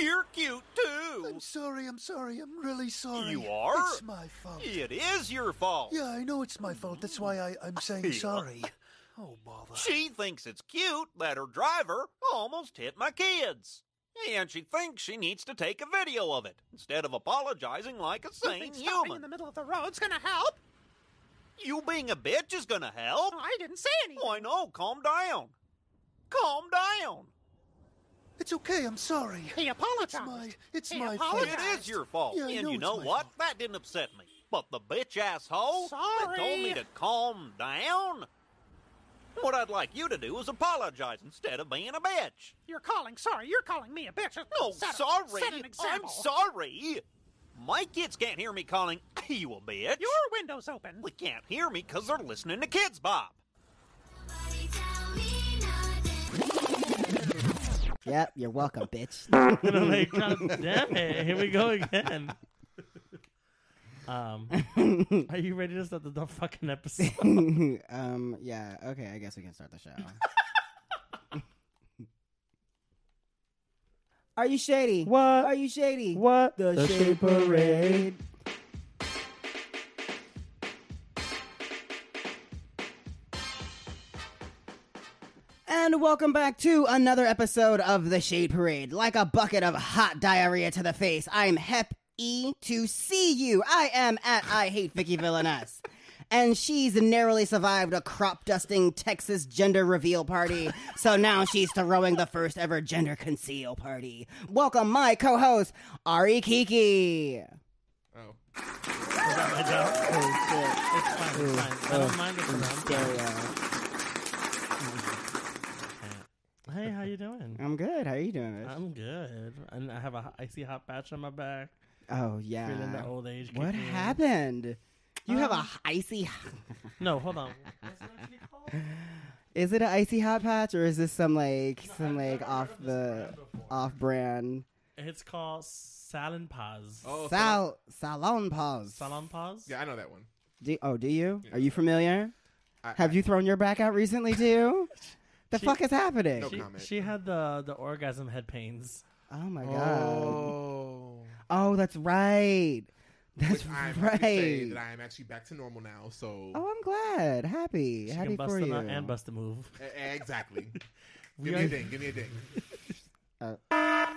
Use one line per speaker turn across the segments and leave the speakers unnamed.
You're cute too.
I'm sorry, I'm sorry, I'm really sorry.
You are?
It's my fault.
It is your fault.
Yeah, I know it's my fault. That's why I, I'm saying sorry. Oh, bother.
She thinks it's cute that her driver almost hit my kids. And she thinks she needs to take a video of it instead of apologizing like a sane
Think stopping in
human.
the middle of the road's gonna help? Oh,
You being a bitch is gonna help.
I didn't say anything.
Why no? Calm down. Calm down.
It's okay, I'm sorry.
He apologized.
It's my- it's
he
my fault.
apologized.
It is your fault.
Yeah, I
and
know
you
it's
know
my
what?
fault.
That didn't upset me. But the bitch asshole that
Sorry.
told me to calm down. What I'd like you to do is apologize instead of being a bitch.
You're calling. Sorry, you're calling me a bitch.
No,
set a-
Oh, sorry.
set an
I'm
example.
sorry. My kids can't hear me calling you a bitch.
Your window's open.
They can't hear me because they're listening to Kids Bop.
Yep, you're welcome, bitch.
gonna make- God damn it! Here we go again. Um, are you ready to start the dumb fucking episode?
um, yeah, okay, I guess we can start the show. Are you shady?
What?
Are you shady?
What
The, Shade Parade. And welcome back to another episode of The Shade Parade. Like a bucket of hot diarrhea to the face, I'm Hep E to see you. I am at I Hate Vicky Villainess. And she's narrowly survived a crop dusting Texas gender reveal party. So now she's throwing the first ever gender conceal party. Welcome my co host, Ari Kiki.
Oh.
Oh,
It's fine. It's fine. I don't mind if it's on. Hey, how you doing?
I'm good. How are you doing? Mitch?
I'm good, and I have a icy hot patch on my back.
oh, yeah.
Feeling the old age.
What
kicking in.
happened? You have a
Um,
icy.
No, hold on. What's it actually called?
Is it an icy hot patch or is this some like some like
I've never
off
heard of this
the
brand before.
off brand
It's called Salon Paz.
Oh,
sal salon pause?
Salon Paz.
Yeah, I know that one.
Do, oh, do you? Are you familiar?
I,
Have you thrown your back out recently too? the
She-
fuck is happening?
No
She,
comment.
she had the the orgasm head pains.
oh my
I,
god.
Oh.
Oh, that's right. That's
Which I'm happy to say
right.
that I am actually back to normal now. So
Oh, I'm glad. Happy.
She
Happy
can bust
for
a
you.
nut and bust a move.
E- exactly. give
We
me
are-
a ding. Give me a ding.
Ah,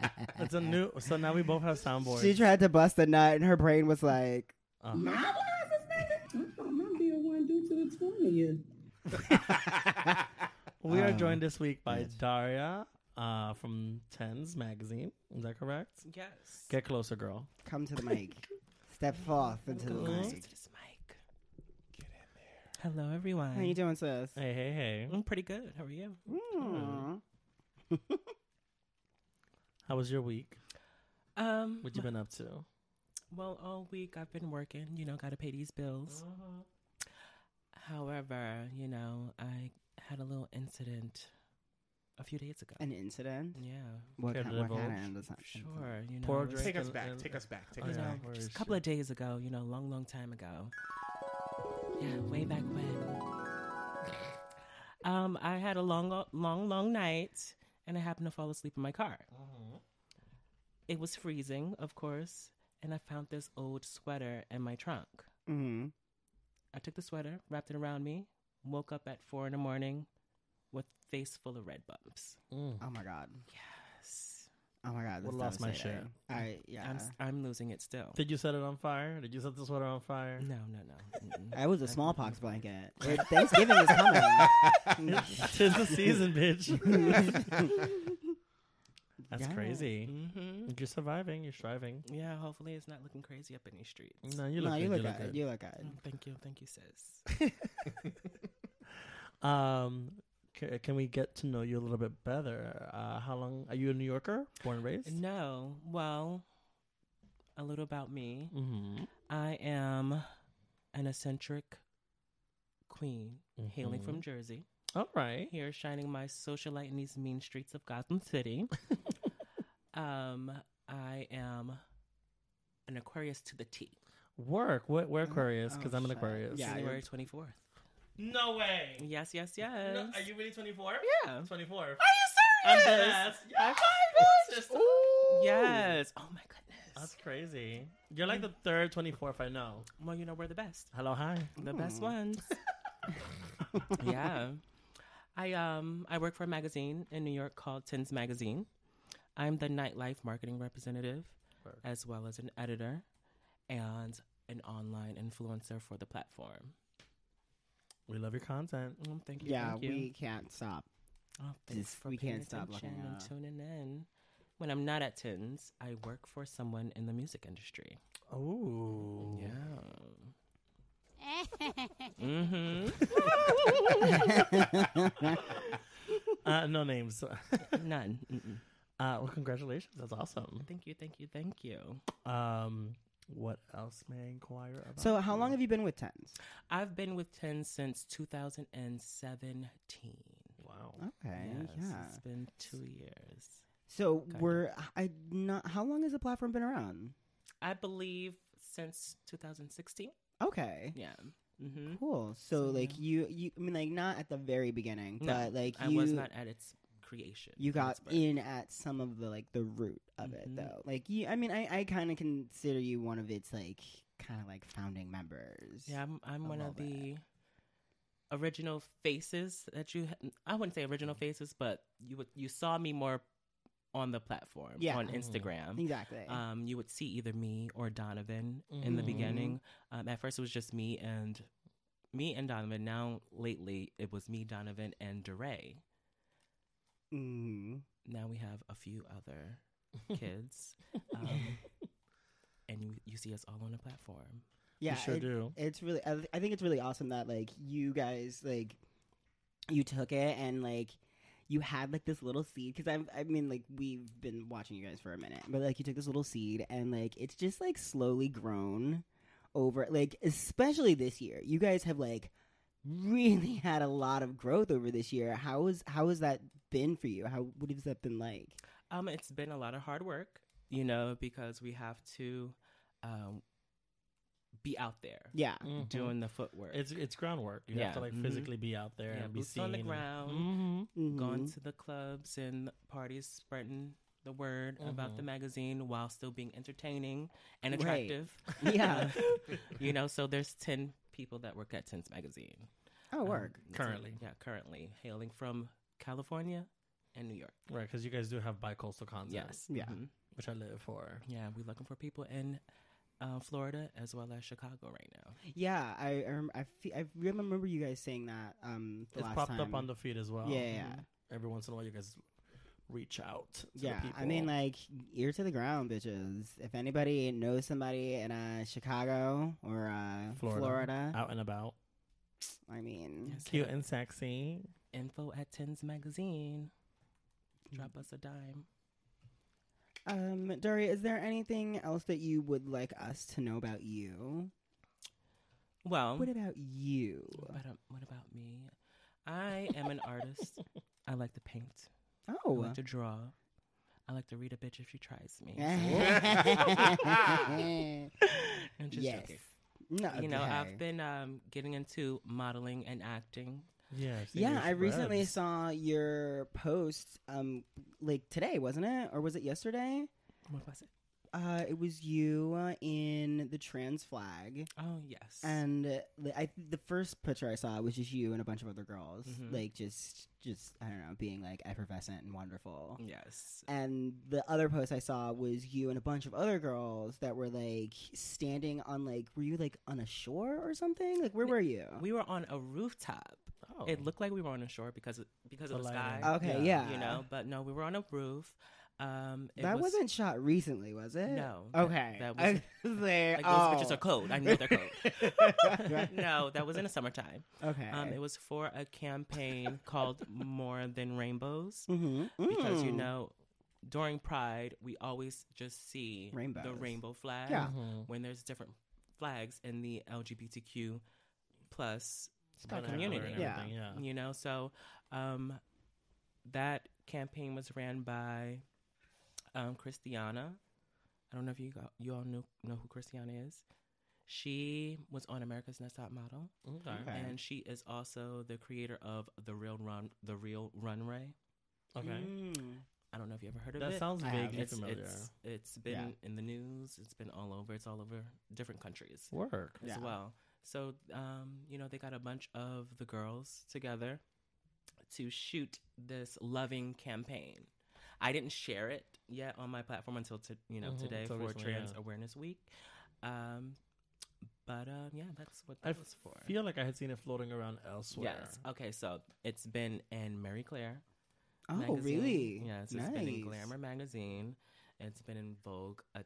no.
It's a new. So now we both have soundboards.
she tried to bust a nut and her brain was like,
Oh. We are joined this week by Daria uh, from Tens Magazine. Is that correct?
Yes.
Get closer, girl.
come to the mic. Step forth into the mic.
This mic. Get in there. Hello, everyone.
How you doing, sis?
Hey, hey, hey.
I'm pretty good. How are you?
Mm.
How was your week?
Um.
What you been up to?
Well, all week I've been working. You know, got to pay these bills. Uh-huh. However, you know, I had a little incident a few days ago.
An incident?
yeah.
What,
Care to
kind, what
divulge?
kind of incident?
Sure. You know.
Pour a
it was-
drink.
Take us
and-
back.
and-
Take us back. Take
Oh,
us
yeah.
back.
Where
just
is
a couple
she?
of days ago, you know, long, long time ago. Yeah, way back when. Um, I had a long, long, long night, and I happened to fall asleep in my car. It was freezing, of course, and I found this old sweater in my trunk.
Mm-hmm.
I took the sweater, wrapped it around me, woke up at four in the morning with face full of red bumps.
Mm.
Oh my god.
Yes,
Oh my god. This
Would've
is
lost my
devastating. I yeah.
I'm, s- I'm losing it still.
Did you set it on fire? Did you set the sweater on fire?
No, no, no. Mm-mm.
That was a smallpox blanket. It- Thanksgiving is coming. Mm.
Tis the season, bitch. That's
Yeah.
crazy.
Mhm.
You're surviving. You're striving.
Yeah, hopefully it's not looking crazy up in these streets.
No, you look
no,
good.
you look
look
good. You look good.
Mm, Thank you, thank you, sis.
good. Um, ca- can we get to know you a little bit better? Uh, how long are you a New Yorker, born and raised?
no, well, a little about me.
Mm-hmm.
I am an eccentric queen, hailing from
Mm-hmm.
Jersey.
Mm-hmm. All right.
Here, shining my social light in these mean streets of Gotham City. um, I am an Aquarius to the T.
Work. What?
Mm-hmm.
Where Aquarius?
oh,
Because I'm an
shit.
Aquarius.
Yeah,
January
you're-
twenty fourth.
No way.
Yes, yes, yes.
really 24?
Yeah.
24.
Are you
I'm just,
I-
it's just-
Yes. Oh my goodness.
That's crazy. You're like the third 24th I know.
Well, you know we're the best.
Hello, hi.
The
Hmm.
best ones. yeah. I um I work for a magazine in New York called Tins Magazine. I'm the nightlife marketing representative
Word.
as well as an editor and an online influencer for the platform.
We love your content.
Mm, thank you.
Yeah,
thank you.
we can't stop.
Oh, thanks
This-
for
we
paying
can't stop looking
attention
at it.
and tuning in. When I'm not at Tins, I work for someone in the music industry.
Ooh.
Yeah. mm-hmm.
Uh, no names. uh,
None. Mm-mm.
well, congratulations. That's awesome.
Thank you, thank you, thank you.
Um, what else may I inquire about?
So, how long have you been with Tens?
I've been with Ten since 2017.
Wow.
Okay,
Yes,
yeah.
it's been two years.
So
kinda.
we're I not. How long has the platform been around?
I believe since 2016.
Okay,
Yeah. Mm-hmm.
cool. So,
So,
like
yeah.
you, you. I mean, like not at the very beginning,
No,
but like
I
you,
was not at its creation.
you
at
got
its birth.
in at some of the like the root of it
Mhm.
though. Like you, I mean, I I kind of consider you one of its like kind of like founding members.
Yeah, I'm, I'm
a
one
little
of
bit.
the original faces that you. ha- I wouldn't say original faces, but you would you saw me more on the platform,
Yeah.
on
Mhm.
Instagram.
exactly.
Um, you would see either me or Donovan in the
Mhm.
beginning. Um, at first, it was just me and me and Donovan. Now, lately, it was me, Donovan, and DeRay.
hmm
Now we have a few other kids, um, and you, you see us all on the platform.
Yeah,
you sure
it-
do.
it's really I, th- I think it's really awesome that like you guys like you took it and like you had like this little seed because I've I mean like we've been watching you guys for a minute, but like you took this little seed and like it's just like slowly grown over like especially this year. You guys have like really had a lot of growth over this year. How is how has that been for you? How what has that been like?
Um, it's been a lot of hard work, you know, because we have to um, be out there
Yeah.
Mhm.
doing the footwork.
It's it's groundwork. You have
Yeah.
to like
Mhm.
physically be out there
Yeah,
and be
boots
seen
on the ground.
Mm-hmm.
Mhm.
gone to the clubs and parties, spreading the word about the magazine while still being entertaining and
Mm-hmm. Right.
attractive.
Yeah.
you know, so there's ten people that work at Tins Magazine.
Oh, work.
Um, so-
Currently.
yeah, currently hailing from California and New York.
Right, because you guys do have bi-coastal content,
Yes,
Yeah.
mhm.
which I live for.
yeah. We're looking for people in uh, Florida as well as Chicago right now.
Yeah, I I, rem- I, fe- I remember you guys saying that um the
it's
last
popped
time.
up on the feed as well. Mm-hmm.
yeah, yeah, yeah.
Every once in a while, you guys reach out. To the
Yeah, I
people.
mean like ear to the ground, bitches. If anybody knows somebody in uh, Chicago or uh, Florida,
Florida. out and about,
I mean,
Yes.
cute and sexy.
Info at Tins Magazine. Drop
Mm.
us a dime.
um, Dory, is there anything else that you would like us to know about you?
Well,
Um,
What about you?
But um, what about me? I am an artist. I like to paint. I
Oh,
like to draw. I like to read a bitch if she tries me.
yes.
I'm just joking.
No,
You know,
okay.
I've been um, getting into modeling and acting.
Yeah, I've seen
Yeah,
your
I recently
spreads.
saw your post, um, like today, wasn't it, or was it yesterday?
What was it?
Uh, it was you uh, in the trans flag,
Oh yes.
and uh, the- I the first picture I saw was just you and a bunch of other girls,
Mhm.
like just just I don't know, being like effervescent and
Mm.
wonderful.
yes.
And the other post I saw was you and a bunch of other girls that were like standing on like were you like on a shore or something? Like where were you?
We were on a rooftop.
Oh.
It looked like we were on a shore because because of
The
the
lighting.
sky.
okay, yeah,
yeah,
You know, but no, we were on a roof. Um, it
that
was,
was... not shot recently, was it?
No, that-
Okay.
that
I
was-
was there.
like
oh.
those bitches are cold. I know they're cold. no, that was in the summertime.
Okay.
Um, it was for a campaign called More Than Rainbows
mm-hmm.
because you know during Pride we always just see the
Rainbows.
rainbow flag
Yeah.
Mhm.
when there's different flags in the LGBTQ plus
Vernacular and
community.
everything,
Yeah.
yeah.
you know so um, that campaign was ran by um, Christiana. I don't know if you got, you all know know who Christiana is. She was on America's Next Top Model
Okay.
Okay.
and she is also the creator of the real run the real runway
Okay.
Mm.
I don't know if you ever heard of
That
it.
sounds
I have.
vaguely
it's,
familiar.
it's- it's been in the news. It's been all over. It's all over different countries
Work.
as
Yeah.
well. So, um, you know, they got a bunch of the girls together to shoot this loving campaign. I didn't share it yet on my platform until to, you know
Mhm,
today
until
for
recently,
Trans
yeah.
Awareness Week. Um, but um, yeah, that's what
I
that was for.
feel like I had seen it floating around elsewhere.
Yes. Okay. So it's been in Mary Claire.
Oh,
magazine.
really?
Yes.
nice.
It's been in Glamour magazine. It's been in Vogue, uh,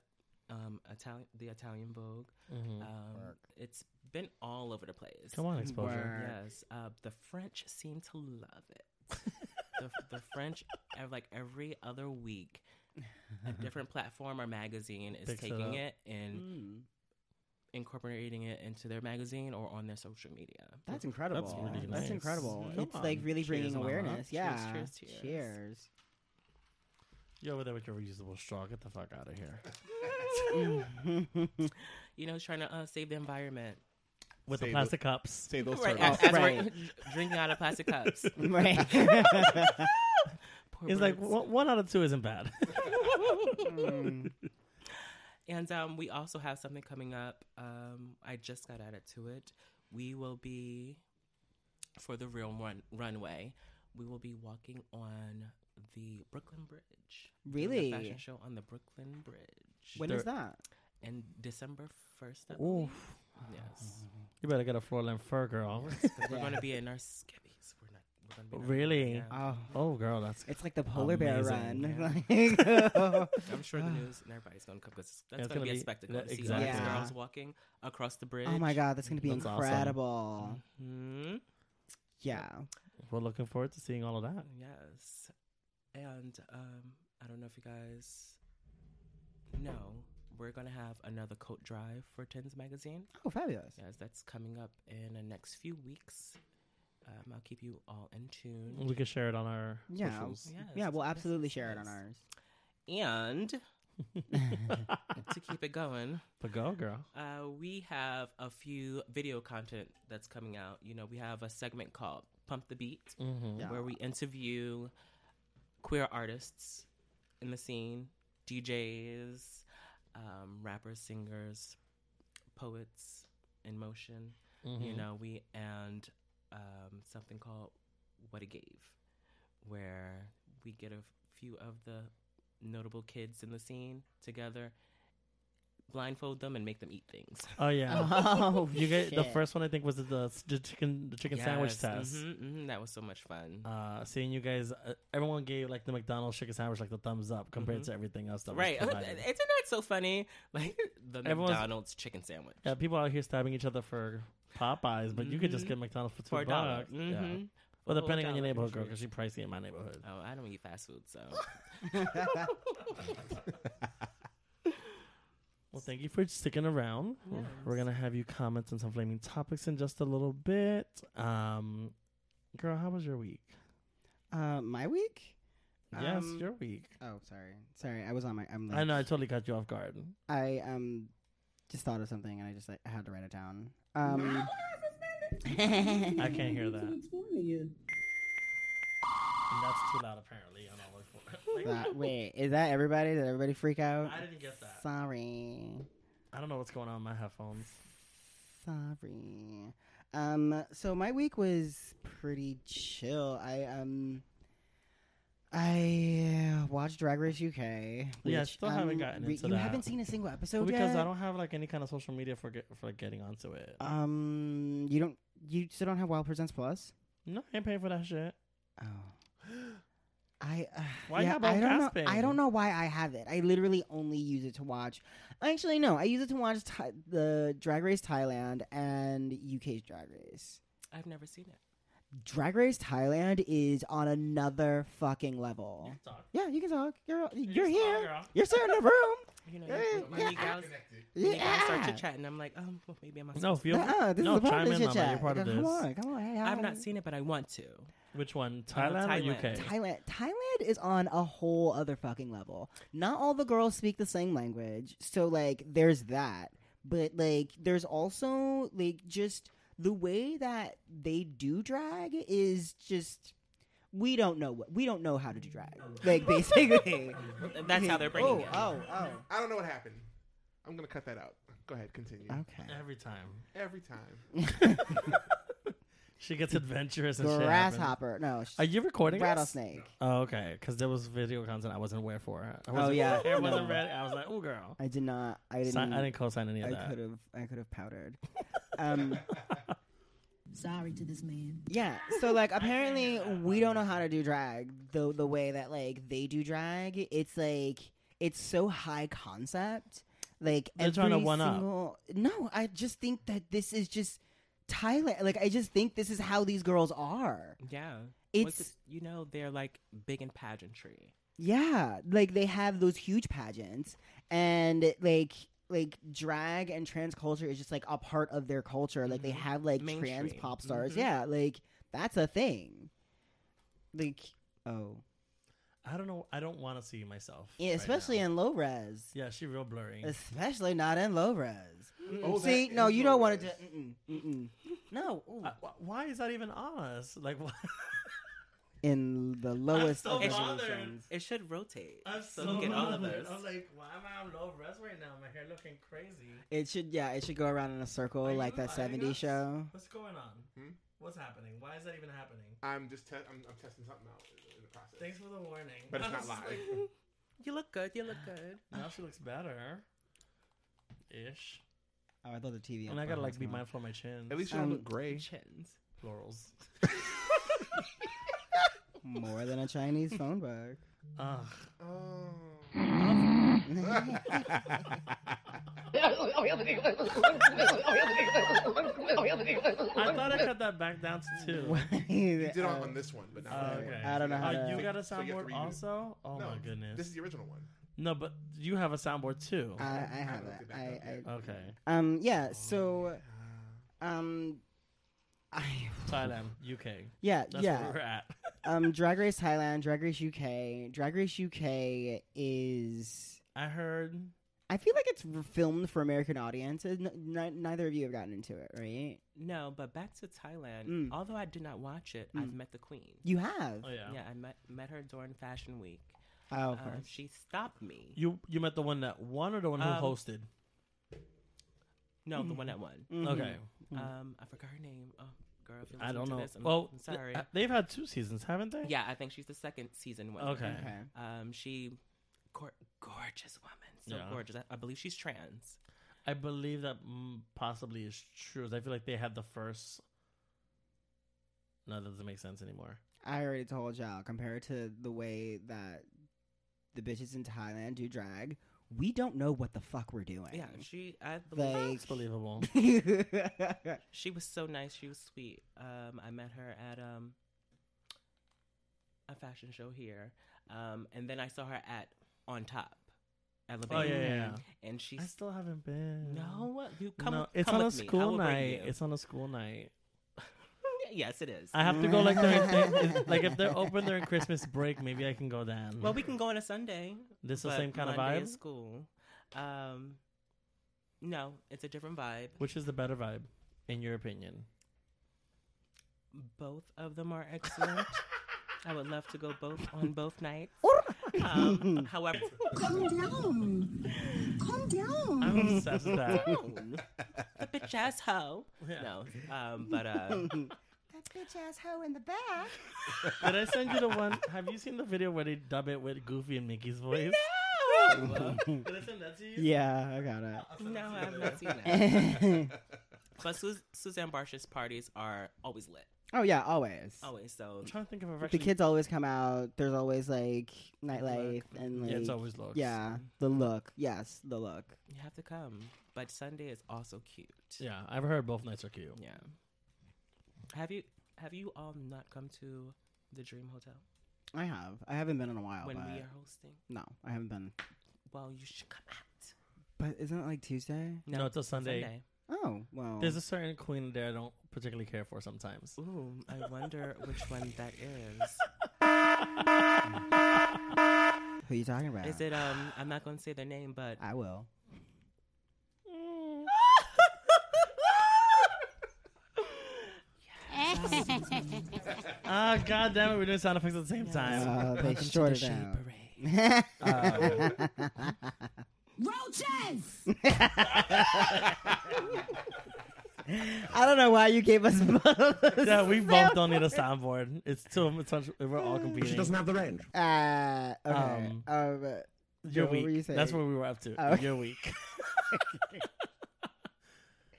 um, Italian, the Italian Vogue.
Oh,
Mhm.
Um, it's been all over the place.
Come on, exposure.
Word.
Yes. Uh, the French seem to love it. the, the French, ev- like every other week, a different platform or magazine is
Picks it
taking
up.
it and
Mm,
incorporating it into their magazine or on their social media.
that's incredible. That's,
really nice.
incredible.
Come
it's like
on.
really bringing
Cheers, mama.
awareness.
Cheers,
yeah.
cheers, cheers.
Cheers.
You're over there with your reusable straw. Get the fuck out of here.
You know, trying to uh, save the environment.
With
Save
the
it.
plastic cups.
Say those
Right,
turtles.
as, as we're
right.
drinking out of plastic cups.
right.
Poor
It's like
birds.
one, one out of two isn't bad.
And um, we also have something coming up. Um, I just got added to it. We will be for the real run- runway. We will be walking on the Brooklyn Bridge. doing a
Really?
fashion show on the Brooklyn Bridge.
When is
They're-
that?
And December first.
Oof. Oh,
Yes.
You better get a floor length fur, girl.
'Cause we're going to be in our skivvies. We're not. We're gonna be in our-
Really?
yeah.
Oh,
Oh, girl, that's
it's like the polar
Amazing.
bear run.
I'm sure the news and everybody's going to come because that's
it's
going to
gonna
be a
be-
spectacle.
that-
to see all
exactly.
these
Yeah.
girls walking across the bridge.
oh my god, that's gonna be
That's awesome.
incredible.
hmm
Yeah.
we're looking forward to seeing all of that.
Oh, Yes. And um, I don't know if you guys know, we're going to have another coat drive for Tins Magazine.
Oh, fabulous.
Yes, that's coming up in the next few weeks. Um, I'll keep you all in tune.
We can share it on our
Yeah.
socials.
yeah,
Yes,
we'll
yes,
absolutely
yes,
share it on
yes.
ours.
And to keep it going,
But go, girl.
uh, we have a few video content that's coming out. You know, we have a segment called Pump the Beat.
Mm-hmm.
Yeah.
where we interview queer artists in the scene, DJs, um, rappers, singers, poets in motion.
mm-hmm.
You know, we and um, something called What It Gave, where we get a few of the notable kids in the scene together, blindfold them, and make them eat things.
Oh yeah.
oh,
You get the
shit.
first one. I think was the s- the chicken the chicken sandwich
Yes,
test.
mhm, mhm, that was so much fun.
Uh, seeing you guys, uh, everyone gave like the McDonald's chicken sandwich like the thumbs up compared
Mhm.
to everything else. That
Right.
was
Isn't
provided.
that so funny? Like the
Everyone's-
McDonald's chicken sandwich.
yeah, people out here stabbing each other for Popeyes, but you could just
Mhm.
get McDonald's for two
for a dollar.
bucks. Yeah.
Mm-hmm.
Well, depending on your neighborhood, girl, because she pricey in my neighborhood.
Oh, I don't eat fast food, so
Well, thank you for sticking around. We're gonna have you comment on some flaming topics in just a little bit. Um, girl, how was your week?
Uh, my week?
yes,
Um,
your week.
Oh, sorry. Sorry, I was on my. I'm late.
I know I totally caught you off guard.
I um just thought of something and I just like I had to write it down. Um
I can't hear that. And
That's
that's too loud, apparently. I don't look for it.
that, wait, is that everybody? Did everybody freak out?
I didn't get that.
Sorry.
I don't know what's going on with my headphones.
Sorry. Um so my week was pretty chill. I um I watched Drag Race UK.
Yeah, I
which, um,
still haven't gotten into
You
that.
haven't seen a single episode yet?
because I don't have like any kind of social media for get, for like, getting onto it.
Um, you don't. You still don't have Wild Presents Plus.
no, I ain't paying for that shit.
Oh. I uh,
Why
yeah,
y'all both
I don't
gasping?
know. I don't know why I have it. I literally only use it to watch. Actually, no, I use it to watch Tha- the Drag Race Thailand and UK's Drag Race.
I've never seen it.
Drag Race Thailand is on another fucking level. Yeah, you can talk. You're you're here. You're still in the room.
You know,
Yeah,
when, you guys, when you guys start to
Yeah.
chat, and I'm like, oh, well, maybe I'm not.
No,
supposed to.
feel
Nuh-uh, this
no,
is the part
chime
of
in,
the
Mama.
chit-chat.
You're part of
come
this.
on, come on. Hey,
I've
hi.
not seen it, but I want to.
Which one,
I'm
Thailand,
Thailand.
or UK?
Thailand Thailand is on a whole other fucking level. Not all the girls speak the same language, so like there's that. But like there's also like just the way that they do drag is just we don't know what we don't know how to do drag. Like basically,
That's how they're bringing
oh,
it.
Oh, oh,
I don't know what happened. I'm gonna cut that out. Go ahead, continue.
okay.
Every time
Every time.
she gets adventurous and shit happens.
Grasshopper. No, sh-
Are you recording? us?
rattlesnake.
Oh, okay. Because there was video content I wasn't aware for. I
Oh,
wasn't,
yeah.
I wasn't
No.
ready. I was like, oh girl.
I did not. I didn't.
Si- I didn't co-sign any of
I
that.
could have. I could have powdered. Um,
Sorry to this man.
yeah. So like, apparently, we don't know how to do drag the the way that like they do drag. It's like it's so high concept. Like
They're
every
trying to one up.
single. No, I just think that this is just Thailand. Like I just think this is how these girls are.
Yeah. What's
It's
it- you know, they're like big in pageantry.
Yeah, like they have those huge pageants, and like like drag and trans culture is just like a part of their culture. Like
Mm-hmm.
they
Mhm.
have like trans
Mainstream.
pop stars.
Mhm.
Yeah, like that's a thing. Like oh,
I don't know. I don't want to see myself.
yeah,
right
especially
now.
in low res.
Yeah, she real blurry.
Especially not in low res. Mm-mm.
Oh, that
See, no,
is
you
low
don't want to.
res.
Mm-mm, mm-mm. No, ooh.
Uh, wh- why is that even on us? Like, why?
in the lowest
so
of
bothered.
resolutions.
It should rotate.
I'm so
Look at all of
bothered.
us.
I'm like, why am I on low res right now? My hair looking crazy.
It should, yeah, it should go around in a circle
Are
Oh, like
you
that
lying
'70s
us?
show.
What's going on?
Hmm?
What's happening? Why is that even happening?
I'm just te- I'm, I'm testing something out in the process.
Thanks for the warning.
But it's
I
not
was just
live.
like,
You look good. You look good.
now she looks better. Ish.
Oh, I thought the TV.
And I gotta like be
my.
mindful of my chin.
At least you don't
Um,
look gray.
Chins.
florals.
More than a Chinese phone book.
Ugh.
Oh.
I thought I cut that back down to two.
you did
um,
on, on this one, but not
Oh,
on that
okay.
one.
I don't know how
Uh,
to-
you got a
So you have
soundboard
to redo it.
also? Oh
No,
my goodness.
This is the original one.
No, but you have a soundboard too.
I, I
I
have
looked
it.
it back up Oh,
I,
yet.
okay.
I, um, yeah. So, um, I,
Thailand, UK.
yeah,
That's
yeah.
where we're at.
Um, Drag Race Thailand, Drag Race UK, Drag Race UK is.
I heard.
I feel like it's filmed for American audiences. N- n- neither of you have gotten into it, right?
No, but back to Thailand.
Mm.
Although I did not watch it, I've met the queen.
You have.
Oh yeah.
Yeah, I met met her during Fashion Week.
Oh, of
Um,
course.
she stopped me.
You you met the one that won or the one who
Um,
hosted?
No, the one that won.
Mhm.
Okay.
Um, I forgot her name. Oh, girl, if you
Mm. I don't
listen to
know.
This, I'm,
well,
I'm
th-
sorry.
uh, they've had two seasons, haven't they?
yeah, I think she's the second season winner.
Okay.
Okay.
Um, she, gor- gorgeous woman, so
Yeah.
gorgeous. I, I believe she's trans.
I believe that mm, possibly is true. 'cause I feel like they had the first. No, that doesn't make sense anymore.
I already told y'all. Compared to the way that the bitches in Thailand do drag, we don't know what the fuck we're doing.
Yeah, she. I believe
Like-
It's believable.
she was so nice. She was sweet. Um, I met her at um a fashion show here, um, and then I saw her at On Top. At
oh yeah,
Lebanon.
yeah. yeah.
And she's
I still haven't been.
no, you come.
No, it's
come
on a
with me. I
school
will bring
night.
you.
It's on a school night.
yes, it is.
I have to go like during th- if- like if they're open during Christmas break, maybe I can go then.
well, we can go on a Sunday.
This the
but
same kind of
Monday
vibe?
Is school. Um, no, it's a different vibe.
Which is the better vibe, in your opinion?
Both of them are excellent. I would love to go both on both nights. um, however,
Calm down. Calm down.
I'm obsessed with that.
no, the bitch ass hoe.
Yeah.
No, um, but uh,
That bitch ass hoe in the back.
Did I send you the one? Have you seen the video where they dub it with Goofy and Mickey's voice? No. Did I send that to you?
Yeah, I got
no, I have not seen that.
it.
But Su- Suzanne Barsh's parties are always lit.
oh yeah, always.
Always. So
I'm trying to think if I've
The
actually.
kids always come out. There's always like nightlife and like
Yeah, it's always looks.
yeah, the
Mm-hmm.
look. Yes, the look.
you have to come. But Sunday is also cute.
Yeah, I've heard both nights are cute.
Yeah. Have you have you all not come to the Dream Hotel
I have. I haven't been in a while.
when
but
we are hosting?
No, I haven't been.
Well, you should come out.
But isn't it like Tuesday?
No, it's a Sunday.
Oh well.
There's a certain queen there I don't particularly care for sometimes.
Ooh, I wonder which one that is.
Who you talking about?
Is it um? I'm not going to say their name, but
I will.
Yes.
Ah, God damn it, we're doing sound effects at the same time.
Uh, they
Welcome to the
shorted
Shade
out.
Parade.
Roaches!
I don't know why you gave us both.
Yeah, we both don't need a soundboard. It's too much. We're all competing.
have the range.
Uh, okay.
Um,
Um,
You're
what were
weak.
you
That's what
saying?
we were up to.
Oh.
You're weak.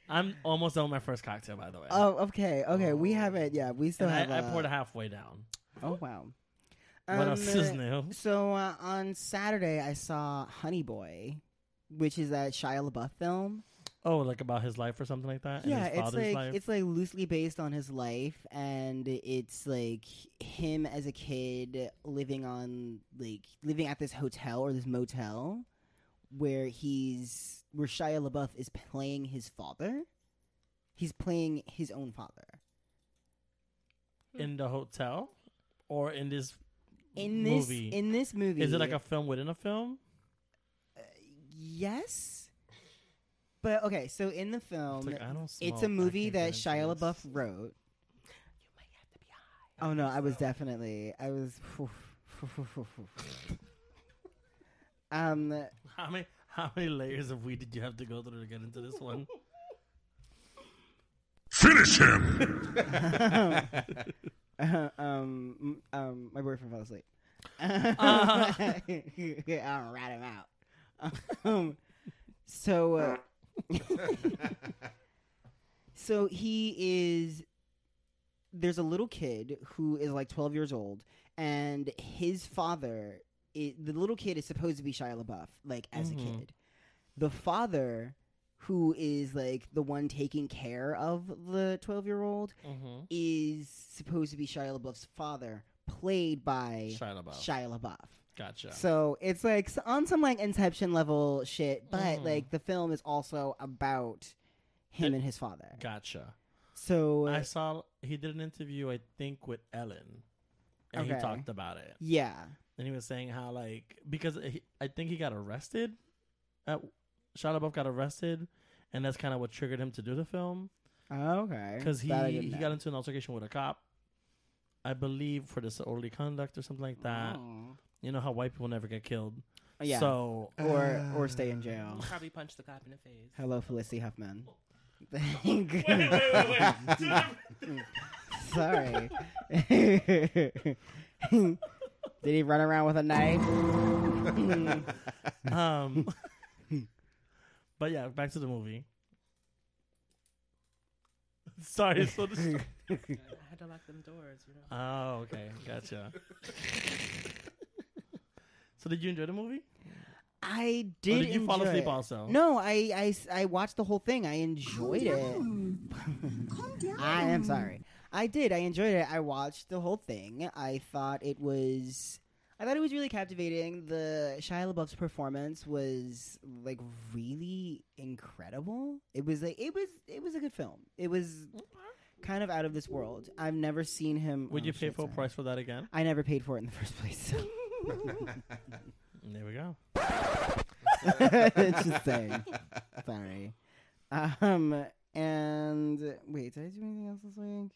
I'm almost done with my first cocktail, by the way.
oh, okay, okay. We haven't. Yeah, we still have.
and I, I
uh,
poured it halfway down.
Oh wow.
What else is
uh,
new?
So uh, on Saturday, I saw Honey Boy, which is that Shia LaBeouf film.
Oh, like about his life or something like that?
yeah,
and his
it's
father's
like
life?
it's like loosely based on his life, and it's like him as a kid living on like living at this hotel or this motel, where he's where Shia LaBeouf is playing his father. He's playing his own father
in the hotel or in this
in this
movie.
in this movie.
Is it like a film within a film?
yes? But okay, so in the
It's
film,
like, I don't smoke,
It's
I
a movie
can't get
that
into
Shia
this.
LaBeouf wrote. Oh no, I was definitely I was. um,
How many how many layers of weed did you have to go through to get into this one?
Finish him.
um, um, my boyfriend fell asleep. I'll rat him out. Um, so, uh, so he is. There's a little kid who is like 12 years old, and his father, i the little kid is supposed to be Shia LaBeouf, like as a
Mhm.
kid. The father, who is like the one taking care of the 12 year old,
Mm-hmm.
is supposed to be Shia LaBeouf's father, played by Shia
Shia LaBeouf.
LaBeouf.
gotcha.
So it's like s- on some like Inception level shit, but
Mhm.
like the film is also about him and his father.
gotcha.
So
I saw he did an interview, I think, with Ellen, and he
Okay.
talked about it.
yeah,
And he was saying how like because he, I think he got arrested. At, Shia LaBeouf got arrested, and that's kind of what triggered him to do the film
okay,
because he
That I
he
didn't
got
know.
into an altercation with a cop, I believe, for disorderly conduct or something like that.
Oh. Uh,
You know how white people never get killed.
yeah,
So
or or stay in jail.
Probably punched the cop in the face.
Hello, Felicity Huffman. Sorry. Did he run around with a knife?
um but yeah back to the movie sorry so this
I had to lock them doors, you know.
oh okay gotcha so did you enjoy the movie
I
or
did.
Oh, did you fall
enjoy
asleep
it.
also
No, I, I s- I watched the whole thing. I enjoyed it.
Down. Calm down.
I am sorry. I did. I enjoyed it. I watched the whole thing. I thought it was. I thought it was really captivating. The Shia LaBeouf's performance was like really incredible. It was like it was it was a good film. It was kind of out of this world. I've never seen him.
would
oh,
you pay
shit,
full
sorry.
price for that again
I never paid for it in the first place.
there we go
Just saying. Sorry. Um, and wait, did I do anything else this week?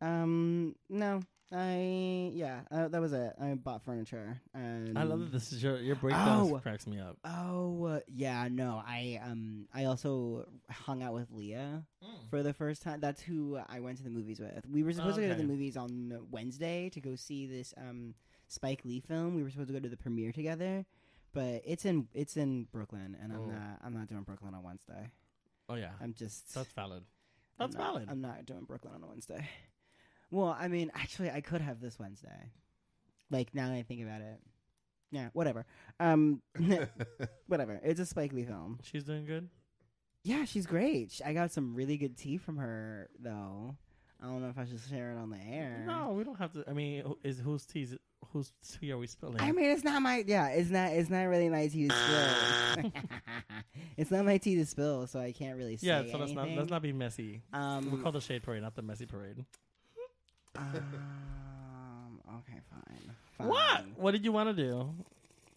Um, no. I yeah, uh, that was it. I bought furniture. And
i love that this is your your breakdown
Oh.
cracks me up
Oh uh, yeah, no. I um, I also hung out with Leah
Hmm.
for the first time. That's who I went to the movies with. We were supposed to go to
Okay.
the movies on Wednesday to go see this um Spike Lee film. We were supposed to go to the premiere together, but it's in it's in Brooklyn, and
Oh.
I'm not I'm not doing Brooklyn on Wednesday.
oh yeah
I'm just
that's valid
I'm
that's
not-
valid
I'm not doing Brooklyn on a Wednesday. Well, I mean, actually, I could have this Wednesday. Like now that I think about it, yeah, whatever. Um, whatever. It's a Spike Lee film.
she's doing good
Yeah, she's great. Sh- I got some really good tea from her, though. I don't know if I should share it on the air.
no we don't have to i mean who- is whose tea is it- whose tea are we spilling
I mean, it's not my yeah. It's not. It's not really my tea to spill. it's not my tea to spill, so I can't really say
yeah so let's not
anything.
let's not be messy
Um,
we call the shade parade not the messy parade
Um, okay, fine. fine.
What? What did you want to do?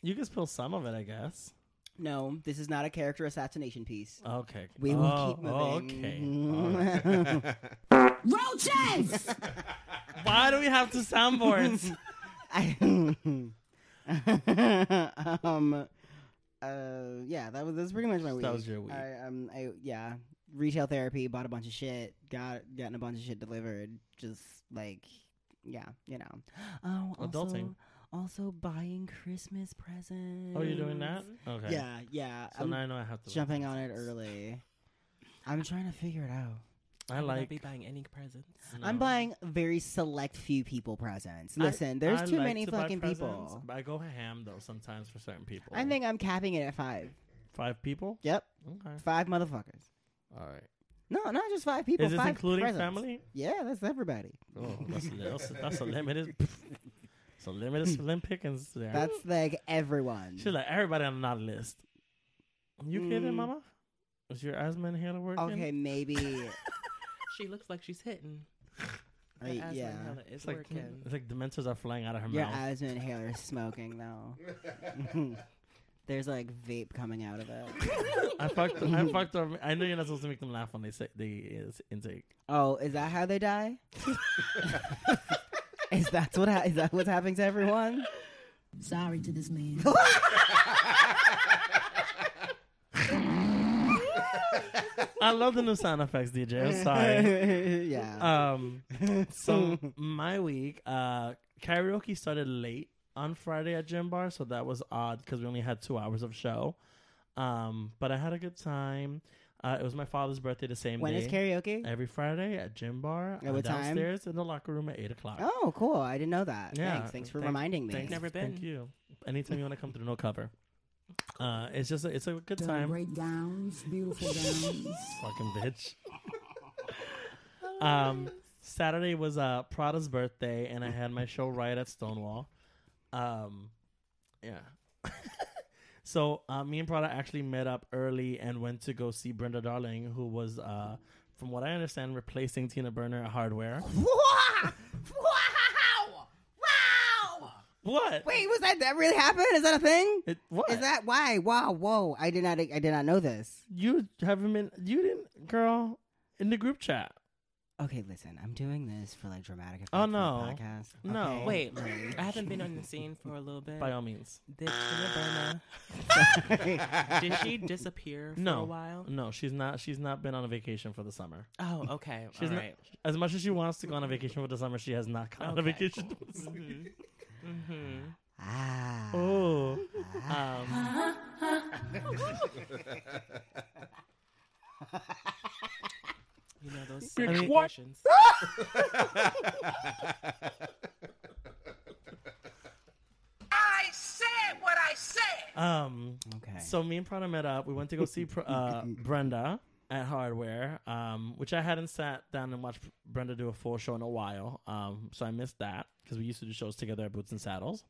You can spill some of it, I guess.
No, this is not a character assassination piece.
Okay.
We will
Uh, Oh,
keep moving.
Okay. All right.
Roaches!
Why do we have to soundboards?
I- um, uh, yeah, that was that's pretty much my week.
That was your week.
I, um, I, yeah, retail therapy, bought a bunch of shit, got gotten a bunch of shit delivered. Just like, yeah, you know. Oh, also,
Adulting.
Also buying Christmas presents.
oh, you're doing that? Okay.
Mm. Yeah, yeah.
So
I'm
now I know I have to. like
jumping on it
presents.
early. I'm trying to figure it out.
I
will not
like.
be buying any presents.
I'm
no.
buying very select few people presents.
I-
Listen, there's
I
too
like
many
to buy
fucking
presents,
people.
but I go ham though sometimes for certain people.
I think I'm capping it at five.
five people.
Yep,
Okay.
five motherfuckers.
All right.
No, not just five people.
Is this
five
including
presents.
family?
Yeah, that's everybody.
Oh, that's, that's, that's a limited. It's a limited slim pickings there.
That's like everyone.
She's like everybody on that list. You kidding,
Mm.
Mama? Is your asthma inhaler working?
okay, maybe.
She looks like she's hitting.
uh, yeah,
it's
It's like mm,
working.
it's like dementors are flying out of her
your
mouth.
asthma inhaler is smoking though. There's like vape coming out of it.
I fucked. I fucked up. I know you're not supposed to make them laugh when they say they is intake.
Oh, is that how they die? is that what ha- is that what's happening to everyone?
Sorry to this man.
I love the new sound effects, DJ. I'm sorry.
yeah.
Um, so my week, uh, karaoke started late on Friday at Gym Bar, so that was odd because we only had two hours of show. Um, but I had a good time. Uh, it was my father's birthday the same
when
day.
is karaoke?
Every Friday at Gym Bar.
At
uh,
what time?
downstairs in the locker room at eight o'clock.
Oh, cool. I didn't know that.
Yeah,
Thanks. Thanks for
thank-
reminding me.
Thanks-
Never been.
Thank you. Anytime you want to come to the no cover, uh, it's just a, it's a good time.
Great gowns, beautiful gowns.
Fucking bitch. um, Saturday was uh, Prada's birthday, and I had my show right at Stonewall. Um, yeah. so uh, me and Prada actually met up early and went to go see Brenda Darling, who was, uh, from what I understand, replacing Tina Burner at Hardware.
wow! Wow!
What?
Wait, was that that really happened? Is that a thing?
It, what?
Is that why? Wow! Whoa! I did not. I did not know this.
you haven't been? You didn't, girl, in the group chat.
Okay, listen. I'm doing this for like dramatic effect.
Oh,
for the
no.
podcast.
No.
Okay.
Wait, I haven't been on the scene for a little bit.
By all means.
Did Tina Burner- did she disappear for
no.
a while?
No, she's not. She's not been on a vacation for the summer.
Oh, okay.
She's
all
not-
right.
As much as she wants to go on a vacation for the summer, she has not gone on a
Okay,
vacation.
Ah.
Oh. Um,
You know those
I mean-
sexy questions.
I said what I said.
um,
Okay.
so me and Prada met up. We went to go see Pr- uh, Brenda at Hardware, um, which I hadn't sat down and watched Brenda do a full show in a while. Um, so I missed that because we used to do shows together at Boots and Saddles.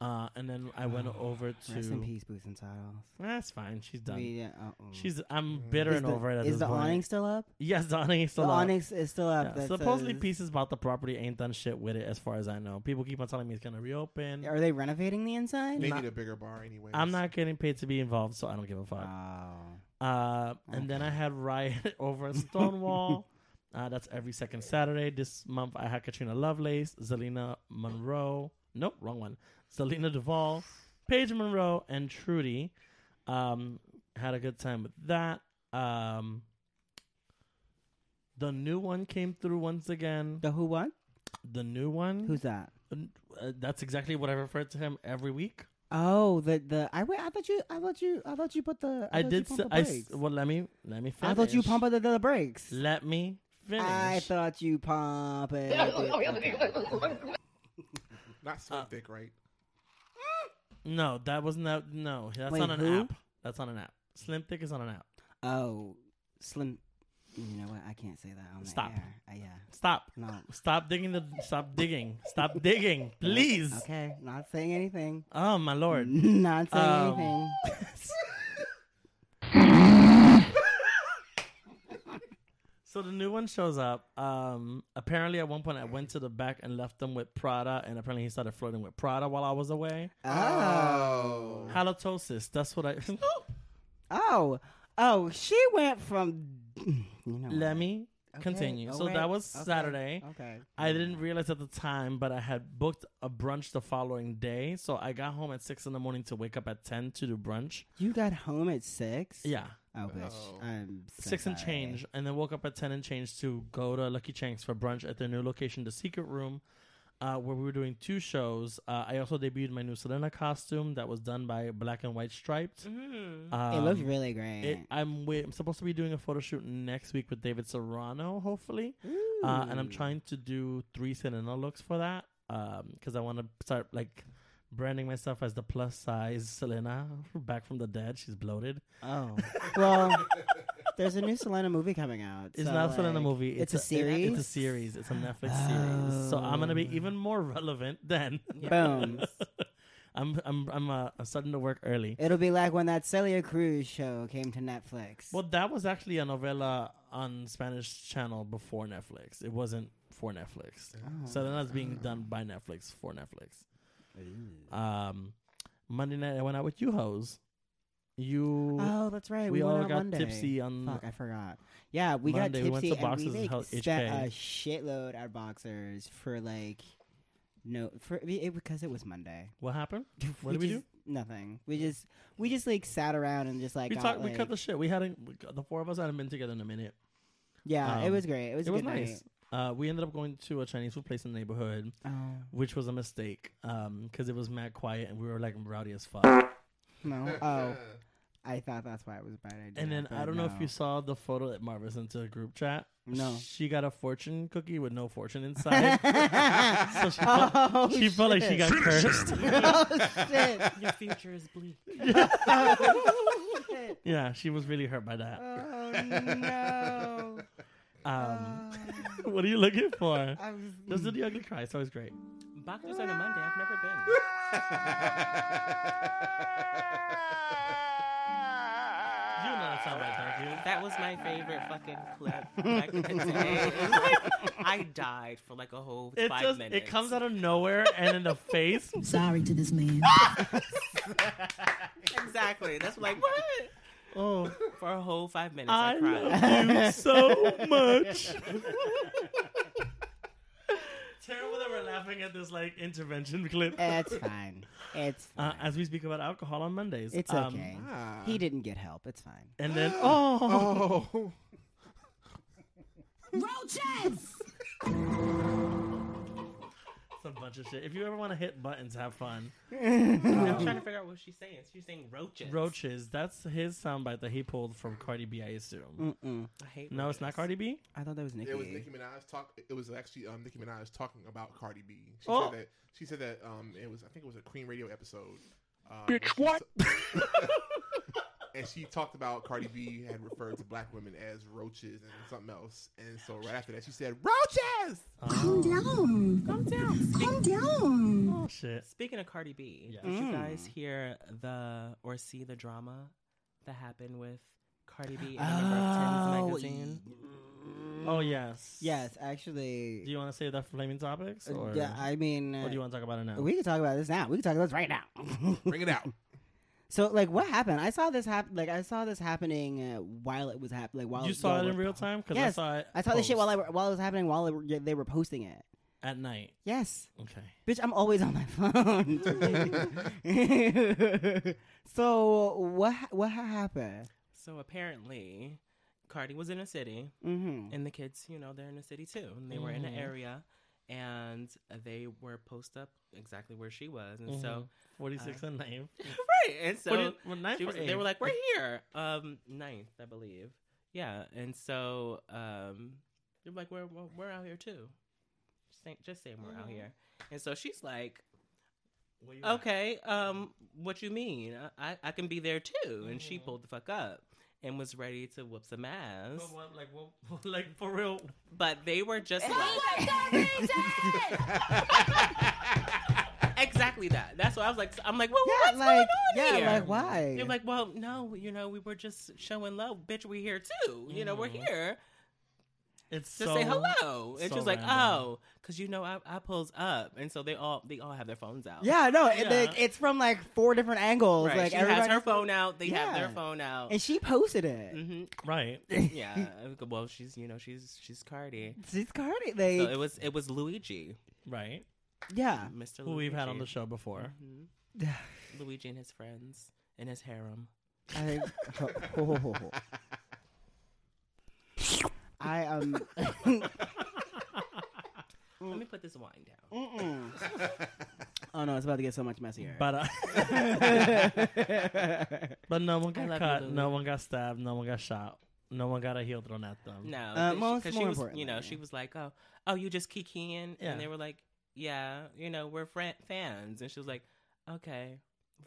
Uh, and then I went over to.
Ah, Rest in peace, Boots and Saddles.
That's fine. She's done.
We, uh, uh-oh.
She's. I'm bitter
Is
and
the,
over it. At
is
this
the
point.
awning still up?
Yes, the awning is still
the
up.
awning is still
Yeah,
up. that
supposedly,
says-
pieces about the property ain't done shit with it, as far as I know. People keep on telling me it's gonna reopen.
Are they renovating the
They
inside?
Not-
need a bigger bar anyway.
I'm not getting paid to be involved, so I don't give a fuck.
Oh.
Uh, and then I had Riot over at Stonewall. uh, that's every second Saturday. This month I had Katrina Lovelace, Zelina Monroe. Nope, wrong one. Zelina Duvall, Paige Monroe, and Trudy. Um, had a good time with that. Um, the new one came through once again.
The who what?
Mm-hmm. The new one.
Who's that?
Uh, that's exactly what I refer to him every week.
Oh, the the I wait. I thought you. I thought you. I thought you put the.
I,
thought
did.
You
s-
pump the
I s-
brakes.
well, let me let me finish.
I thought you pump the, the brakes.
Let me finish.
I thought you pump it. Okay.
Not
Uh,
Slim Thick, right?
no, that was not. No, that's
Wait,
on an
who?
app. That's on an app. Slim Thick is on an app.
Oh, slim. You know what? I can't say that on
Stop.
the air. Uh, yeah.
Stop.
No.
Stop digging the. Stop digging. Stop digging, please.
Okay. Not saying anything.
Oh my lord.
Not saying
Um,
anything.
So the new one shows up. Um, apparently, at one point, I went to the back and left them with Prada, and apparently, he started flirting with Prada while I was away.
Oh.
Halitosis. That's what I.
Oh. Oh. She went from. You know. what?
Let me Continue.
Oh,
So
wait.
that was
Okay.
Saturday.
Okay.
I didn't realize at the time, but I had booked a brunch the following day. So I got home at six in the morning to wake up at ten to do brunch.
You got home at six.
Yeah,
Oh, bitch.
Oh.
I'm so
six and
sorry.
change, and then woke up at ten and change to go to Lucky Chang's for brunch at their new location, the Secret Room, uh, where we were doing two shows. Uh, I also debuted my new Selena costume that was done by Black and White Striped.
It looked
Um,
really great.
It, I'm wait, I'm supposed to be doing a photo shoot next week with David Serrano, hopefully, uh, and I'm trying to do three Selena looks for that because I want to start like branding myself as the plus size Selena back from the dead. She's bloated.
oh, well, there's a new Selena movie coming out.
It's
so,
not a Selena
like,
movie.
It's, a series. Oh.
it's a series. It's a Netflix series. So I'm gonna be even more relevant then.
Boom.
I'm I'm I'm uh, I'm starting to work early.
It'll be like when that Celia Cruz show came to Netflix.
Well, that was actually a novella on Spanish Channel before Netflix. It wasn't for Netflix.
Oh.
So then that's being done by Netflix for Netflix. Um, Monday night I went out with you hoes. You
oh, that's right.
we,
went
all
out
got
Monday.
tipsy on
Fuck, I forgot. Yeah, we
Monday, we
got
went
tipsy
to Boxers
and we
and held
like, spent a
HK.
shitload at boxers for like no for it, because it was Monday.
what happened? What did we do?
just- Nothing. We just we just like sat around and just like
We
got,
talked.
Like,
we cut the shit. We hadn't. We, got- the four of us hadn't been together in a minute.
yeah, it
um,
was great. It was
It
a
was
good
nice. Uh, we ended up going to a Chinese food place in the neighborhood,
Night. Oh
which was a mistake because it was mad quiet and we were like rowdy as fuck.
no! Oh, I thought that's why it was a bad idea.
And then I
but
don't know if
no.
you saw the photo that Marva sent to the group chat.
No.
She got a fortune cookie with no fortune inside. so she felt,
Oh,
she felt like she
shit.
got cursed.
oh shit!
Your future is bleak.
yeah, she was really hurt by that.
Oh no! Uh,
Um, what are you looking for?
I was Mm.
Those are the ugly cry. It's always great.
Boxers on a Monday. I've never been.
You know that sound right, thank you.
That was my favorite fucking clip back in the day. Like, I died for like a whole
It
five
just
minutes.
it comes out of nowhere and in the face.
Sorry to this man.
exactly. That's like what
Oh,
for a whole five minutes. I,
I
cried.
love you so much. Terrible that we're laughing at this like intervention clip.
It's fine. It's
Uh,
fine.
as we speak about alcohol on Mondays.
it's
Um,
okay.
Ah.
He didn't get help. It's fine.
And then, oh,
Oh.
Roaches!
Oh.
it's a bunch of shit. If you ever want to hit buttons, have fun.
I'm trying to figure out what she's saying. She's saying roaches.
Roaches, that's his soundbite that he pulled from Cardi B, I assume.
Mm-mm.
I hate
No, it's not Cardi B?
I thought that was Nikki.
It was Nicki Minaj talk. It was actually um, Nicki Minaj talking about Cardi B. She
Oh.
said that she said that um, it was I think it was a Queen Radio episode. Uh, Bitch,
what?
and she talked about Cardi B had referred to black women as roaches and something else. And so right after that, she said roaches.
Calm down.
Calm down. Speak-
Calm down.
Oh, shit.
Speaking of Cardi B,
Yeah. Mm.
did you guys hear the or see the drama that happened with Cardi B
Oh,
and the number of Tim's magazine?
Oh, yes.
Yes,
Do
actually.
you want to save that for flaming topics? Or,
yeah, I mean,
or do you want to talk about it now?
we can talk about this now. We can talk about this right now.
Bring it out.
so, like, what happened? I saw this happen. Like, I saw this happening uh, while it was happening. Like, while
you saw
while
it in
we're-
real time? Because I
Yes,
saw it.
I saw this shit while I,
post
while it was happening. While they were, they were posting it.
At night.
Yes,
Okay.
bitch, I'm always on my phone. so what? ha- What ha- happened?
So apparently, Cardi was in a city,
Mm-hmm.
and the kids, you know, they're in the city too, and they were in the
Mhm.
area, and they were post up exactly where she was, and so
46 and 9.
right, and Uh, so
40 well, 9
she
for
was, they were
eight.
like, "We're here." Um, ninth, I believe. Yeah, and so um, they're like, "We're we're, we're out here too." Just saying, just saying we're out here, and so she's like,
Where you at?
"Okay, um, what you mean? I I, I can be there too." And she pulled the fuck up and was ready to whoop some ass,
But what- like, what- like, for real.
but they were just like, exactly that. That's what I was like. I'm like, "Well,
Yeah,
what's
like,
going on
yeah,
here?"
like, why?
They're like, well,
Mm.
no, you know, we were just showing love, bitch. We here too. You know, we're here.
It's
to
so,
say hello. And
so
she was like,
random.
"Oh, because you know I, I pulls up," and so they all they all have their phones out.
Yeah, no, it,
Yeah.
like, it's from like four different angles.
right.
Like
she has her
everybody's-
phone out. They have their
Yeah.
phone out.
and she posted it.
hmm
right?
Yeah. well, she's you know she's she's Cardi.
She's Cardi. They,
So it was it was Luigi,
Right?
yeah,
Mr.
Who we've had on the
Luigi.
show before.
Mhm. Luigi and his friends and his harem.
I think. ho- ho- ho- ho- ho. I um. Mm.
Let me put this wine down.
mm-mm. oh no, it's about to get so much messier.
But uh, but no one
I
got
love
cut.
you,
no
Lulu.
one got stabbed. No one got shot. No one got a heel thrown at them.
No,
Uh,
because
most-
she,
more
was, you
importantly.
know, she was like, "Oh, oh, you just kikiing,"
Yeah.
and they were like, "Yeah, you know, we're fran- fans," and she was like, "Okay,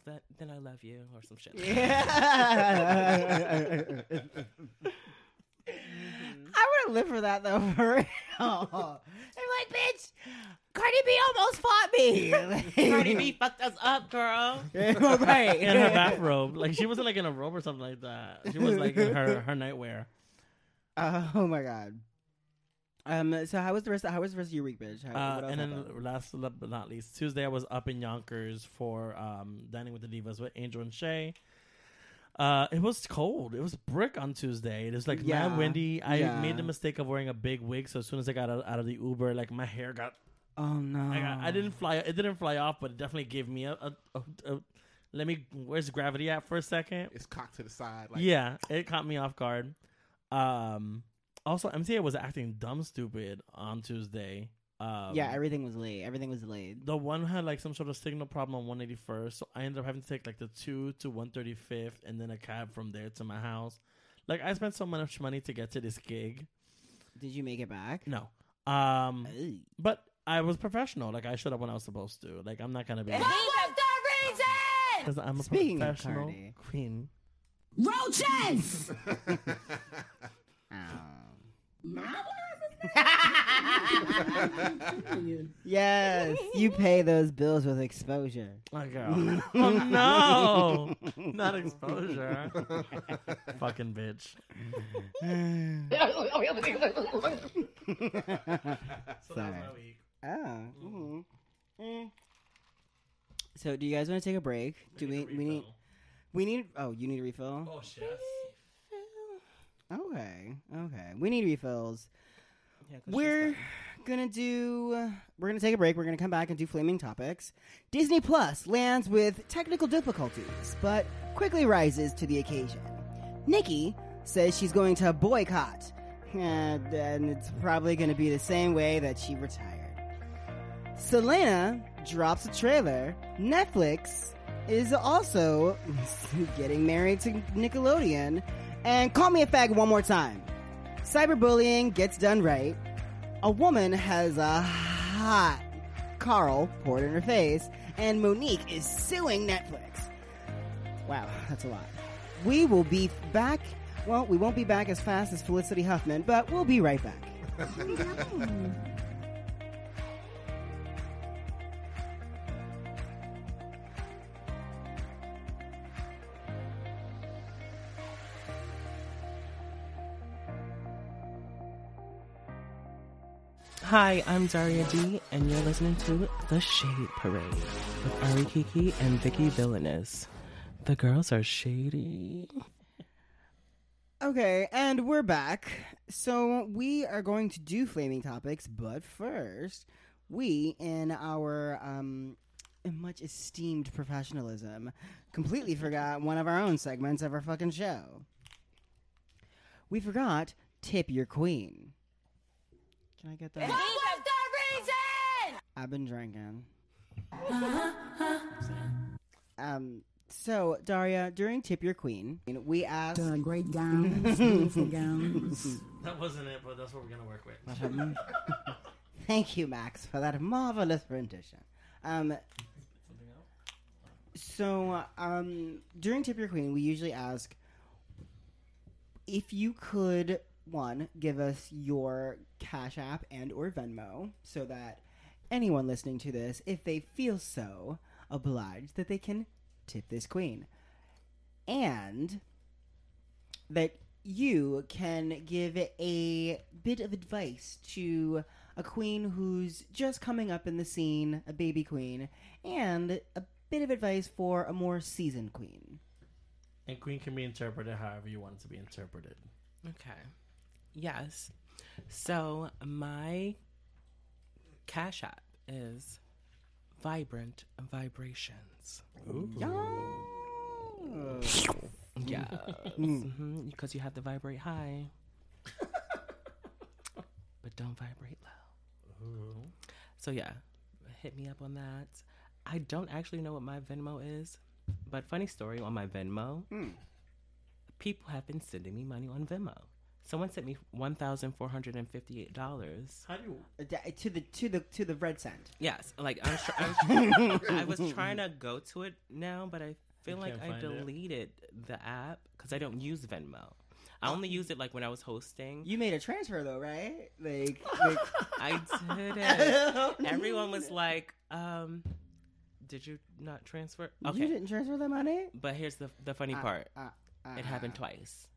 that, then I love you," or some shit. like that.
Yeah. I would have lived for that though, for real. I'm like, bitch, Cardi B almost fought me.
Cardi B fucked us up, girl.
right.
in her bathrobe. Like she wasn't like in a robe or something like that. She was like in her her nightwear.
oh my god. Um. So how was the rest? Of, how was the rest of your week, bitch? How,
Uh,
what else
and then
happened?
last but not least, Tuesday I was up in Yonkers for um, dining with the divas with Angel and Shay. Uh, it was cold. It was brick on Tuesday. It was like
Yeah.
mad windy. I
Yeah.
made the mistake of wearing a big wig, so as soon as I got out, out of the Uber, like my hair got
oh no,
I, got, I didn't fly. It didn't fly off, but it definitely gave me a. a, a, a let me. Where's gravity at for a second?
It's cocked to the side. Like,
yeah, it caught me off guard. Um. Also, MTA was acting dumb stupid on Tuesday. Um,
yeah, everything was late. Everything was delayed.
the one had like some sort of signal problem on 181st, so I ended up having to take like the two to 135th, and then a cab from there to my house. Like I spent so much money to get to this gig.
Did you make it back?
No. Um.
Ugh.
But I was professional. Like I showed up when I was supposed to. Like I'm not gonna be.
was the reason!
Because I'm a
Speaking of
professional
Cardi.
queen.
Roaches!
Yes, you pay those bills with exposure.
Oh, girl. oh, no. Not exposure. Fucking bitch.
Mm.
So that was my week.
Oh. mhm. Mm. So, do you guys want to take a break? Do we? We need. We need. Oh, you need a refill.
Oh, shit.
Okay. Okay. We need refills.
Yeah, 'cause she's
We're
like,
gonna do. We're gonna take a break. We're gonna come back and do flaming topics. Disney Plus lands with technical difficulties, but quickly rises to the occasion. Nikki says she's going to boycott, and, and it's probably gonna be the same way that she retired. Selena drops a trailer. Netflix is also getting married to Nickelodeon. And call me a fag one more time. Cyberbullying gets done right. A woman has a hot Carl poured in her face. And Monique is suing Netflix. Wow, that's a lot. We will be back. Well, we won't be back as fast as Felicity Huffman, but we'll be right back.
Hi, I'm Daria D, and you're listening to The Shade Parade with Ari Kiki and Vicky Villainous. The girls are shady.
Okay, and we're back. So we are going to do flaming topics, but first, we in our um much esteemed professionalism completely forgot one of our own segments of our fucking show. We forgot tip your queen. Can I get that? I've been drinking. um so Daria, during Tip Your Queen, we asked Hmm.
Done great gowns, beautiful gowns.
That wasn't it, but that's what we're going to work with.
Thank you, Max, for that marvelous rendition. Um, so, um, during Tip Your Queen, we usually ask if you could one give us your Cash App and or Venmo, so that anyone listening to this, if they feel so obliged, that they can tip this queen, and that you can give a bit of advice to a queen who's just coming up in the scene, a baby queen, and a bit of advice for a more seasoned queen.
And queen can be interpreted however you want it to be interpreted.
Okay. Yes. So my cash app is Vibrant Vibrations. Yeah. hmm Because you have to vibrate high, but don't vibrate low. So yeah, hit me up on that. I don't actually know what my Venmo is, but funny story on my Venmo people have been sending me money on Venmo. Someone sent me one thousand four hundred and fifty-eight dollars.
How do you?
Uh, da- To the to the to the red cent.
Yes, like I was, tr- I, was I was trying to go to it now, but I feel
You
like
can't
I
find it.
deleted the app because I don't use Venmo.
Oh.
I only used it like when I was hosting.
You made a transfer though, right? Like,
I did it.
like
Everyone was like, um, "Did you not transfer?"
You
Okay,
didn't transfer Uh, the money?
but here's the the funny part. It happened twice.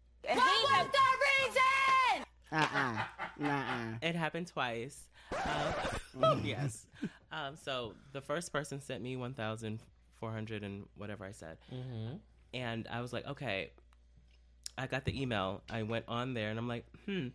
Uh-uh. Nuh-uh.
It happened twice. Um, yes. Um, so the first person sent me 1,400 and whatever I said.
Mm-hmm.
And I was like, okay, I got the email. I went on there and I'm like, hmm,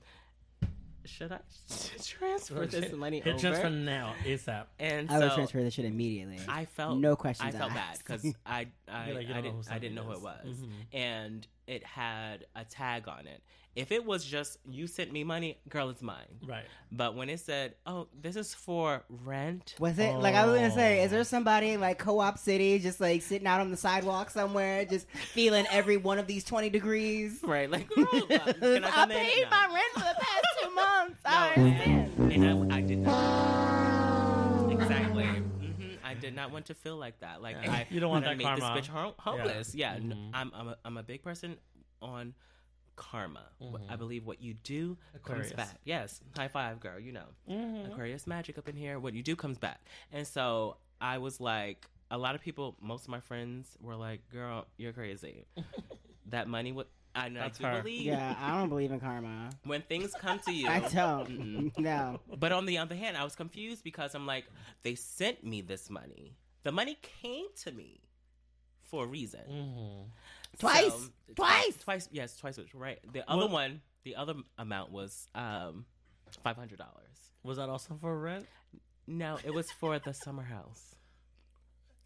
should I transfer this money
Hit transfer
over?
now ASAP.
And
I would
so
transfer this shit immediately.
I felt
No questions
I felt bad
asked.
because I I,
You're like, you
I
don't know who
didn't I
sent
didn't
me
know who
this.
it was,
Mhm.
and it had a tag on it. If it was just you sent me money, girl, it's mine.
Right.
But when it said, "Oh, this is for rent,"
Was it like I was gonna say? Is
Oh.
there somebody in like co-op city just like sitting out on the sidewalk somewhere, just feeling every one of these twenty degrees?
right? Like, girl, uh, can I come in? No.
rent for the past two months.
No,
Mm-hmm.
and, and I, I did not. Exactly. Mhm. I did not want to feel like that. Like I,
You don't want
I
that
made
karma.
this bitch hom- homeless. Yeah, n-
Mhm.
I'm, I'm, a, I'm a big person on karma. Wh- I believe what you do
Mm-hmm. Aquarius.
comes back. Yes, high five, girl. You know,
Mhm.
Aquarius magic up in here. What you do comes back. And so I was like, a lot of people, most of my friends were like, "Girl, you're crazy." that money would. I know.
That's
I do
her.
believe
Yeah, I don't believe in karma.
when things come to you.
I
Mm-hmm.
don't. No.
But on the other hand, I was confused because I'm like, they sent me this money. The money came to me for a reason.
Mhm.
Twice?
So-
Twice?
Twice. Yes, twice. was Right. The other
Well-
one, the other amount was um, five hundred dollars.
Was that also for rent?
No, it was for the summer house.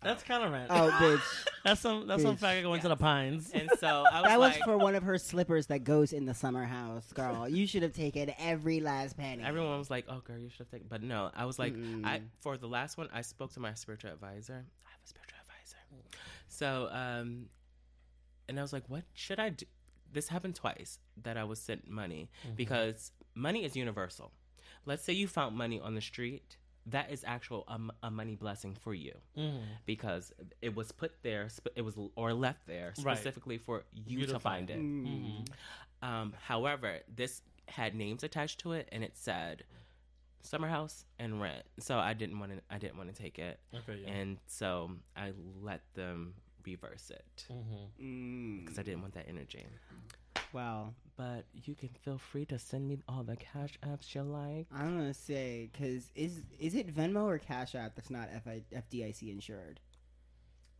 That's kind of rent.
Oh, bitch.
that's some. That's some
bitch.
faggot going to the pines.
And so I was
That was
like,
for one of her slippers that goes in the summer house, girl. You should have taken every last penny.
everyone was like, "Oh, girl, you should have taken." But no, I was like,
Mm-mm.
I for the last one, I spoke to my spiritual advisor. I have a spiritual advisor, so um, and I was like, "What should I do?" This happened twice that I was sent money because money is universal. Let's say you found money on the street. That is actual um, a money blessing for you
Mhm.
because it was put there, sp- it was or left there
Right.
specifically for you,
You
to
to find
find it.
Mm.
Mm-hmm.
Um, however, this had names attached to it, and it said summer house and rent. So I didn't want to. I didn't want to take it,
I feel you.
and so I let them reverse it
Mhm.
Mm.
because I didn't want that energy.
Well,
But you can feel free to send me all the cash apps you like.
I'm gonna say because is is it Venmo or Cash App that's not FI, FDIC insured?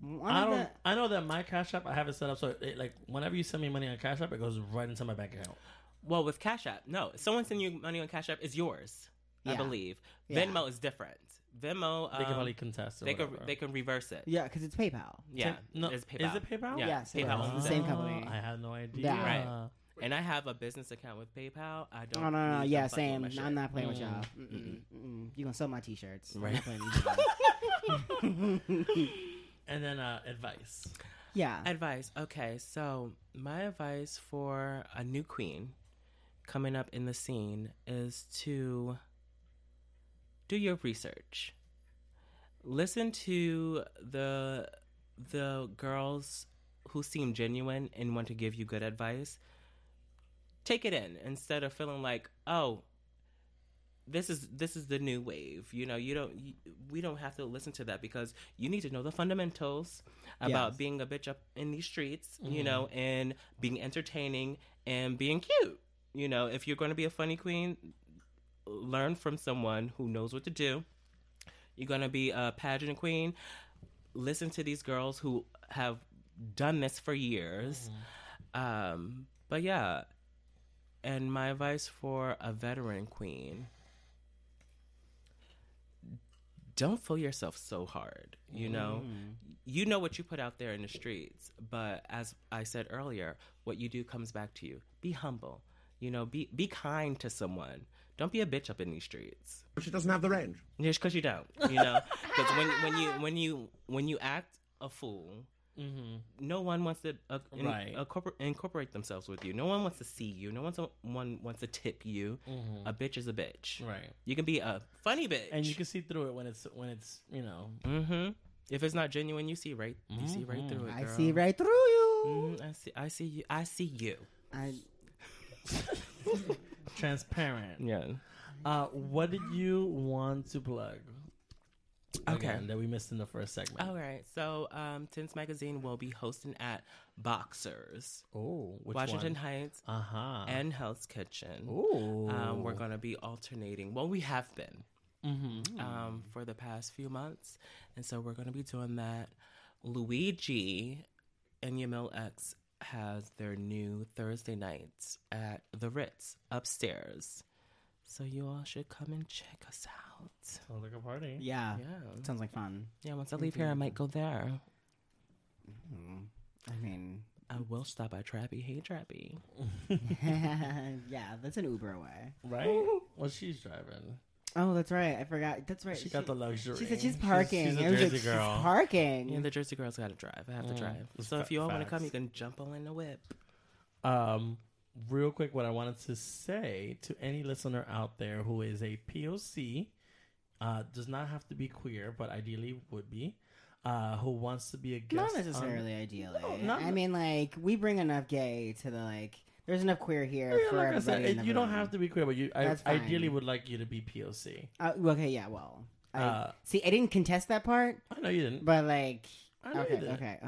One
I
of
don't.
the-
I know that my Cash App. I have it set up so it, like whenever you send me money on Cash App, it goes right into my bank account.
Well, with Cash App, no. If someone send you money on Cash App, it's yours. I
Yeah.
believe
Yeah.
Venmo is different. Venmo, um,
They can probably contest. Or
they can
whatever.
they can reverse it.
Yeah, because it's PayPal.
Yeah,
no, is
it's PayPal.
it PayPal?
Yeah,
Yes, it
PayPal
is.
owns
It's the
it.
same company.
Uh, I had no idea.
Yeah.
Right. And I have a business account with PayPal. I don't.
Oh no, no, no.
need
yeah,
them fucking
same.
with my
I'm
shit.
not playing with y'all. Mm-mm. Mm-mm. You gonna sell my t-shirts? I'm
Right.
not playing with you.
And then uh, advice.
yeah.
Advice. Okay, so my advice for a new queen coming up in the scene is to do your research. Listen to the the girls who seem genuine and want to give you good advice. Take it in instead of feeling like, "Oh, this is this is the new wave. You know, you don't you, we don't have to listen to that because you need to know the fundamentals about
Yes.
being a bitch up in these streets. You know, and being entertaining and being cute. You know, if you're going to be a funny queen, learn from someone who knows what to do. You're going to be a pageant queen. Listen to these girls who have done this for years. Um, but yeah, and my advice for a veteran queen don't fool yourself so hard. You know,
Mm.
you know what you put out there in the streets, but as I said earlier, what you do comes back to you. Be humble. You know, be be kind to someone. Don't be a bitch up in these streets.
She doesn't have the range.
Just because you don't, you know, because when when you when you when you act a fool,
Mm-hmm.
no one wants to uh, in,
Right.
uh, corpor- incorporate themselves with you. No one wants to see you. No one's one wants to tip you.
Mm. Mm-hmm.
A bitch is a bitch.
Uh, Right.
You can be a funny bitch.
And you can see through it when it's when it's you know Mm-hmm.
hmm If it's not genuine, you see right. You see right through it.
I
girl.
see right through you.
Mhm, I see. I see you. I see you.
I,
transparent.
Yeah.
Uh, what did you want to plug?
Okay.
Again, that we missed in the first segment.
All right. So, um, Tins Magazine will be hosting at Boxers,
Oh, which
Washington
one?
Heights,
Uh huh.
and Hell's Kitchen.
Ooh.
Um, we're going to be alternating. Well, we have been
mm-hmm.
um, for the past few months. And so we're going to be doing that. Luigi and Yamil X has their new Thursday nights at the Ritz upstairs. So you all should come and check us out.
Sounds like a party.
yeah.
Yeah.
Sounds like fun.
Yeah, once I leave here, I might go there.
I mean,
I will stop by Trappy. Hey, Trappy.
yeah, that's an Uber away.
Right? Well, she's driving.
Oh, that's right. I forgot. That's right.
She, got the luxury.
She said she's parking.
She's, she's
I
a
was like,
Jersey
she's
girl.
parking.
Yeah, the Jersey girls got to drive. I have to drive.
It's
So if
fa-
you all want to come,
facts.
you can jump on in the whip.
um, real quick, what I wanted to say to any listener out there who is a POC, uh, does not have to be queer, but ideally would be, uh, who wants to be a guest.
Not
on-
necessarily ideally.
Um, not-
I mean, like we bring enough gay to the like. There's enough queer here
Yeah,
for
like I
everybody.
said,
in
it-
the
you don't
room.
have to be queer, but you I,
That's fine.
ideally would like you to be POC.
Uh, okay, yeah. Well, I,
Uh,
see, I didn't contest that part,
I know you didn't.
but like,
I know
okay,
you
okay,
didn't.
okay,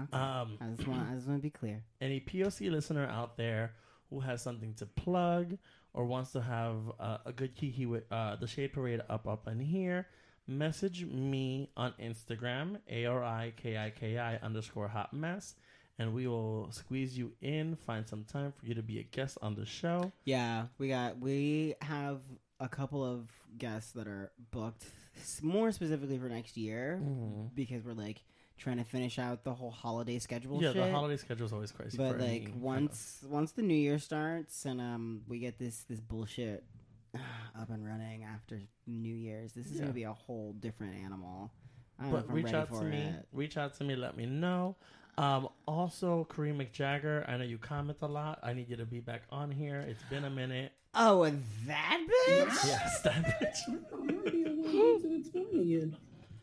okay.
Um,
I just want, I just want to be clear.
any POC listener out there who has something to plug or wants to have uh, a good kiki with uh, the Shade Parade up up in here, message me on Instagram a r i k i k i underscore hot mess, and we will squeeze you in. Find some time for you to be a guest on the show.
Yeah, we got we have a couple of guests that are booked s- more specifically for next year
Mm.
because we're like trying to finish out the whole holiday schedule.
yeah, the
shit.
holiday schedule is always crazy.
But
for any
like
kind of-
once once the new year starts and um we get this this bullshit up and running after New Year's, this is
Yeah.
gonna be a whole different animal. I don't know if
but
I'm
reach
ready
out
for
to me.
it.
Reach out to me. Let me know. Um, also, Kareem McJagger, I know you comment a lot. I need you to be back on here. It's been a minute.
Oh, that bitch!
Yes, that bitch.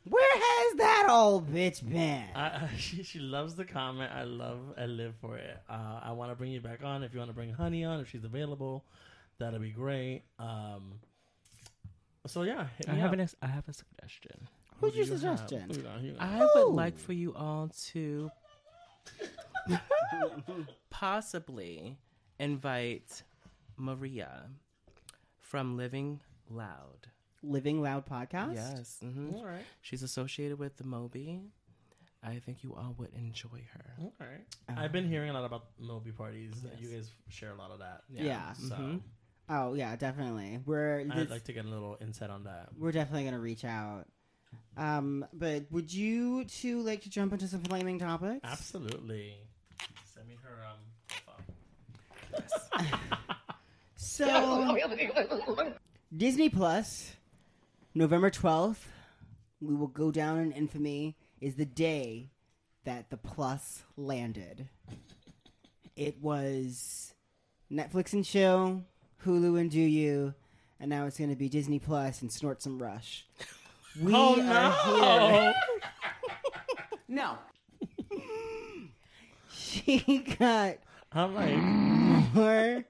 Where has that old bitch been?
I, she, she loves the comment. I love and live for it. Uh, I want to bring you back on. If you want to bring Honey on, if she's available, that'll be great. Um, so yeah, hit
I
me
have,
up.
an, I have a suggestion.
Who
Who's
do
your
you have?
suggestion?
Who you got? Who you got?
I would like for you all to possibly invite Maria from Living Loud.
Living Loud podcast.
Yes. hmm
All right,
She's associated with the Moby. I think you all would enjoy her.
all right. I've been hearing a lot about Moby parties. You guys share a lot of that.
Yeah.
So
Oh yeah, definitely. We're
I'd
this,
like to get a little insight on that.
we're definitely gonna reach out. Um, but would you two like to jump into some flaming topics?
Absolutely. Send me her um. profile.
So
oh,
Disney Plus, November twelfth, we will go down in infamy. Is the day that the Plus landed. It was Netflix and chill, Hulu and do you, and now it's going to be Disney Plus and snort some rush. We
Oh
are here.
no!
No.
She got
I'm like,
more.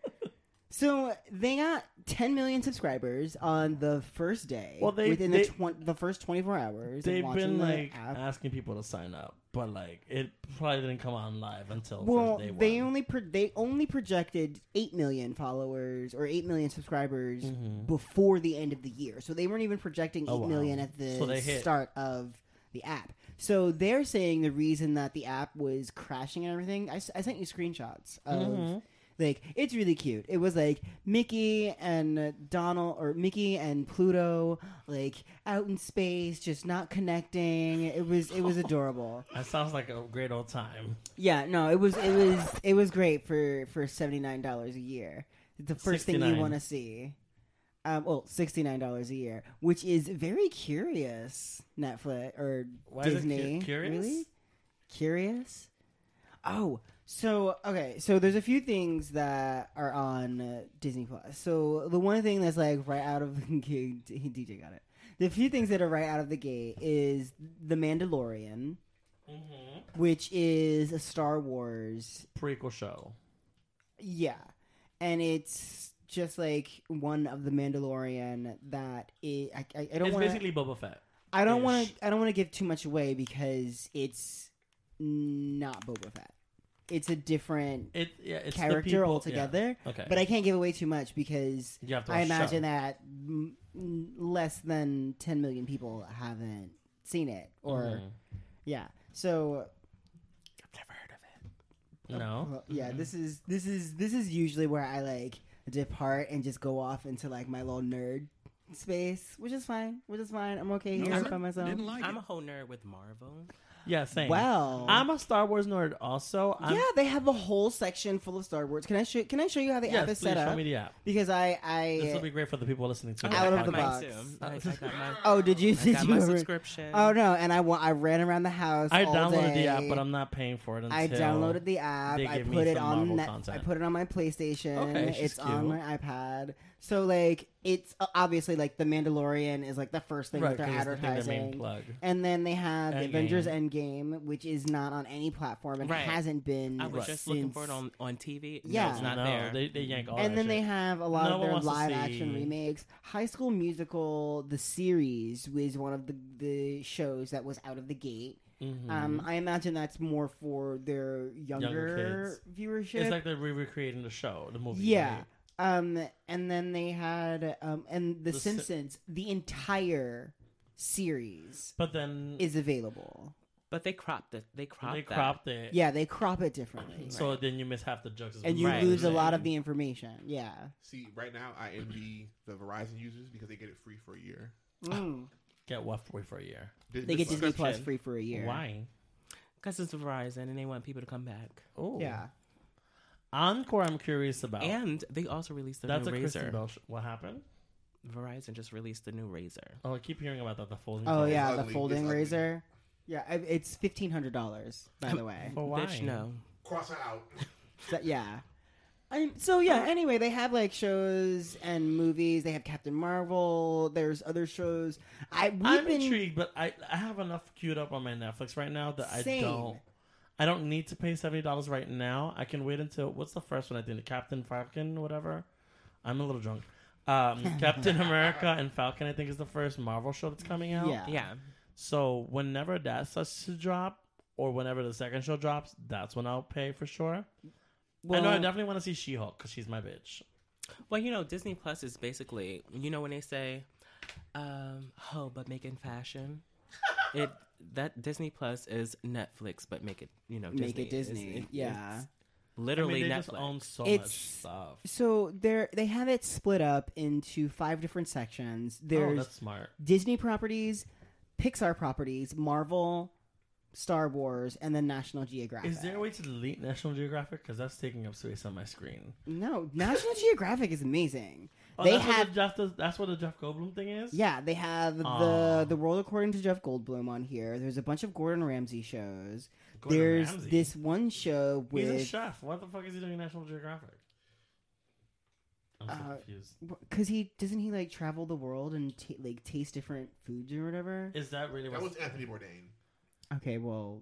so they got 10 million subscribers on the first day.
Well, they-
within
they-
the, twen- the first 24 hours. of
They've
launching
been
the
like
app.
asking people to sign up, but like it probably didn't come on live until
well,
day one.
they only pro- they only projected 8 million followers or 8 million subscribers before the end of the year. So they weren't even projecting eight
Mm-hmm. Oh,
million
wow.
at the
So they hit.
start of the app. So they're saying the reason that the app was crashing and everything. I, s- I sent you screenshots of
Mm-hmm.
like it's really cute. It was like Mickey and uh, Donald or Mickey and Pluto like out in space just not connecting. It was it was adorable.
That sounds like a great old time.
Yeah, no, it was it was it was great for for seventy nine dollars a year. It's the first thing
69.
you want to see. Um, well, sixty nine dollars a year, which is very curious. Netflix or
Why is it cu-
Disney?
curious?
Really? Curious? Oh, so okay, so there's a few things that are on uh, Disney Plus. So the one thing that's like right out of the gate, DJ got it. The few things that are right out of the gate is The Mandalorian,
Mm-hmm.
which is a Star Wars.
Prequel show.
Yeah, and it's just like one of the Mandalorian that it, I, I, I don't
It's
want
basically Boba Fett.
I don't want
ish.
to. I don't want to give too much away because it's not Boba Fett. It's a different
It yeah, it's the
character
people- yeah.
altogether.
Okay,
But I can't give away too much because
You have to
I
watch the
imagine
show.
that m- m- less than 10 million people haven't seen it. Or
Mm-hmm.
yeah, so
no.
well, yeah,
Mm-hmm.
this is this is this is usually where I like depart and just go off into like my little nerd space, which is fine. Which is fine. I'm okay here by myself.
Didn't like
I'm a
it.
whole nerd with Marvel.
Yeah, same.
Wow.
I'm a Star Wars nerd. Also, I'm,
yeah, they have a whole section full of Star Wars. Can I show Can I show you how the
Yes,
app is
please
set
show
up?
me the app.
Because I
This will
I
be great for the people listening to
I
the
Out
got
of the
podcast.
mine
box.
too. I, I got my,
oh did you
I
did
got
you
my
ever-
subscription.
oh no and I wa- I ran around the house.
I
all
downloaded the app,
day.
but I'm not paying for it until
I downloaded the app.
they
I
give me
put it
some
on
Marvel
net, I
content.
put it on my PlayStation.
Okay, she's
it's on
cute.
my iPad. So like it's uh, obviously like the Mandalorian is like the first thing
right
that they're
'cause it's the thing, their
advertising.
main plug.
and then they have the
Endgame.
Avengers Endgame, which is not on any platform and
Right.
hasn't been.
I was
since...
just looking for it on, on TV. No,
Yeah.
it's not
no,
there.
They, they yank all
and
Oh, that
then they
shit.
have a lot
No
of
one
their
wants to
live
see-
action remakes. High School Musical, the series, was one of the, the shows that was out of the gate.
Mhm.
Um, I imagine that's more for their younger, viewership.
it's like they're re- recreating the show, the movie.
Yeah.
right?
Um, and then they had um, and The,
The Sim-
Simpsons, the entire series
But then
is available.
But they cropped it. They cropped
they
that.
cropped it.
Yeah, they crop it differently,
So then you miss half the jokes. is
and
what
you
I'm
Right.
lose a
saying.
lot of the information. Yeah.
See, right now I envy the Verizon users because they get it free for a year.
Mm.
Get Waffle Boy for a year.
Th-
They
this
get Disney
month.
Plus free for a year.
Why?
Because it's Verizon and they want people to come back.
Oh
Yeah.
Encore, I'm curious about.
And they also released the
Oh. That's
new
a Kristen
Razor.
Bell. Sh- what happened?
Verizon just released the new Razor.
Oh, I keep hearing about that. The folding.
Oh
phone.
yeah,
ugly.
the
It's
folding
ugly.
razor. Yeah, I- it's fifteen hundred dollars by the way.
But Oh, why?
Bitch, no.
Cross her out.
So, yeah. I, so yeah. Anyway, they have like shows and movies. They have Captain Marvel. There's other shows. I we've
I'm
been
intrigued, but I I have enough queued up on my Netflix right now that I
Same.
don't. I don't need to pay seventy dollars right now. I can wait until what's the first one? I think Captain Falcon, whatever. I'm a little drunk. Um, Captain America and Falcon, I think, is the first Marvel show that's coming out.
yeah.
Yeah.
So whenever that starts to drop, or whenever the second show drops, that's when I'll pay for sure. I know I
Well-
definitely want to see She-Hulk because she's my bitch.
Well, you know, Disney Plus is basically, you know, when they say, um, oh, but make it in fashion. it that Disney Plus is Netflix, but make it, you know, Disney.
make it Disney.
It's- it-
yeah.
it's
I mean,
literally
they
Netflix.
just own so much
It's-
stuff.
So they they have it split up into five different sections.
oh,
There's
that's smart.
Disney properties, Pixar properties, Marvel, Star Wars, and then National Geographic.
Is there a way to delete National Geographic? Because that's taking up space on my screen.
No, National Geographic is amazing.
Oh,
they
that's
have
what the Jeff, that's what the Jeff Goldblum thing is.
Yeah, they have
Aw.
the the world according to Jeff Goldblum on here. There's a bunch of Gordon Ramsay shows.
Gordon
There's
Ramsay?
this one show
he's a
with
chef. What the fuck is he doing in National Geographic? I'm so
Uh,
confused.
because he doesn't he like travel the world and ta like taste different foods or whatever.
Is that really
That
what?
was Anthony Bourdain.
Okay, well,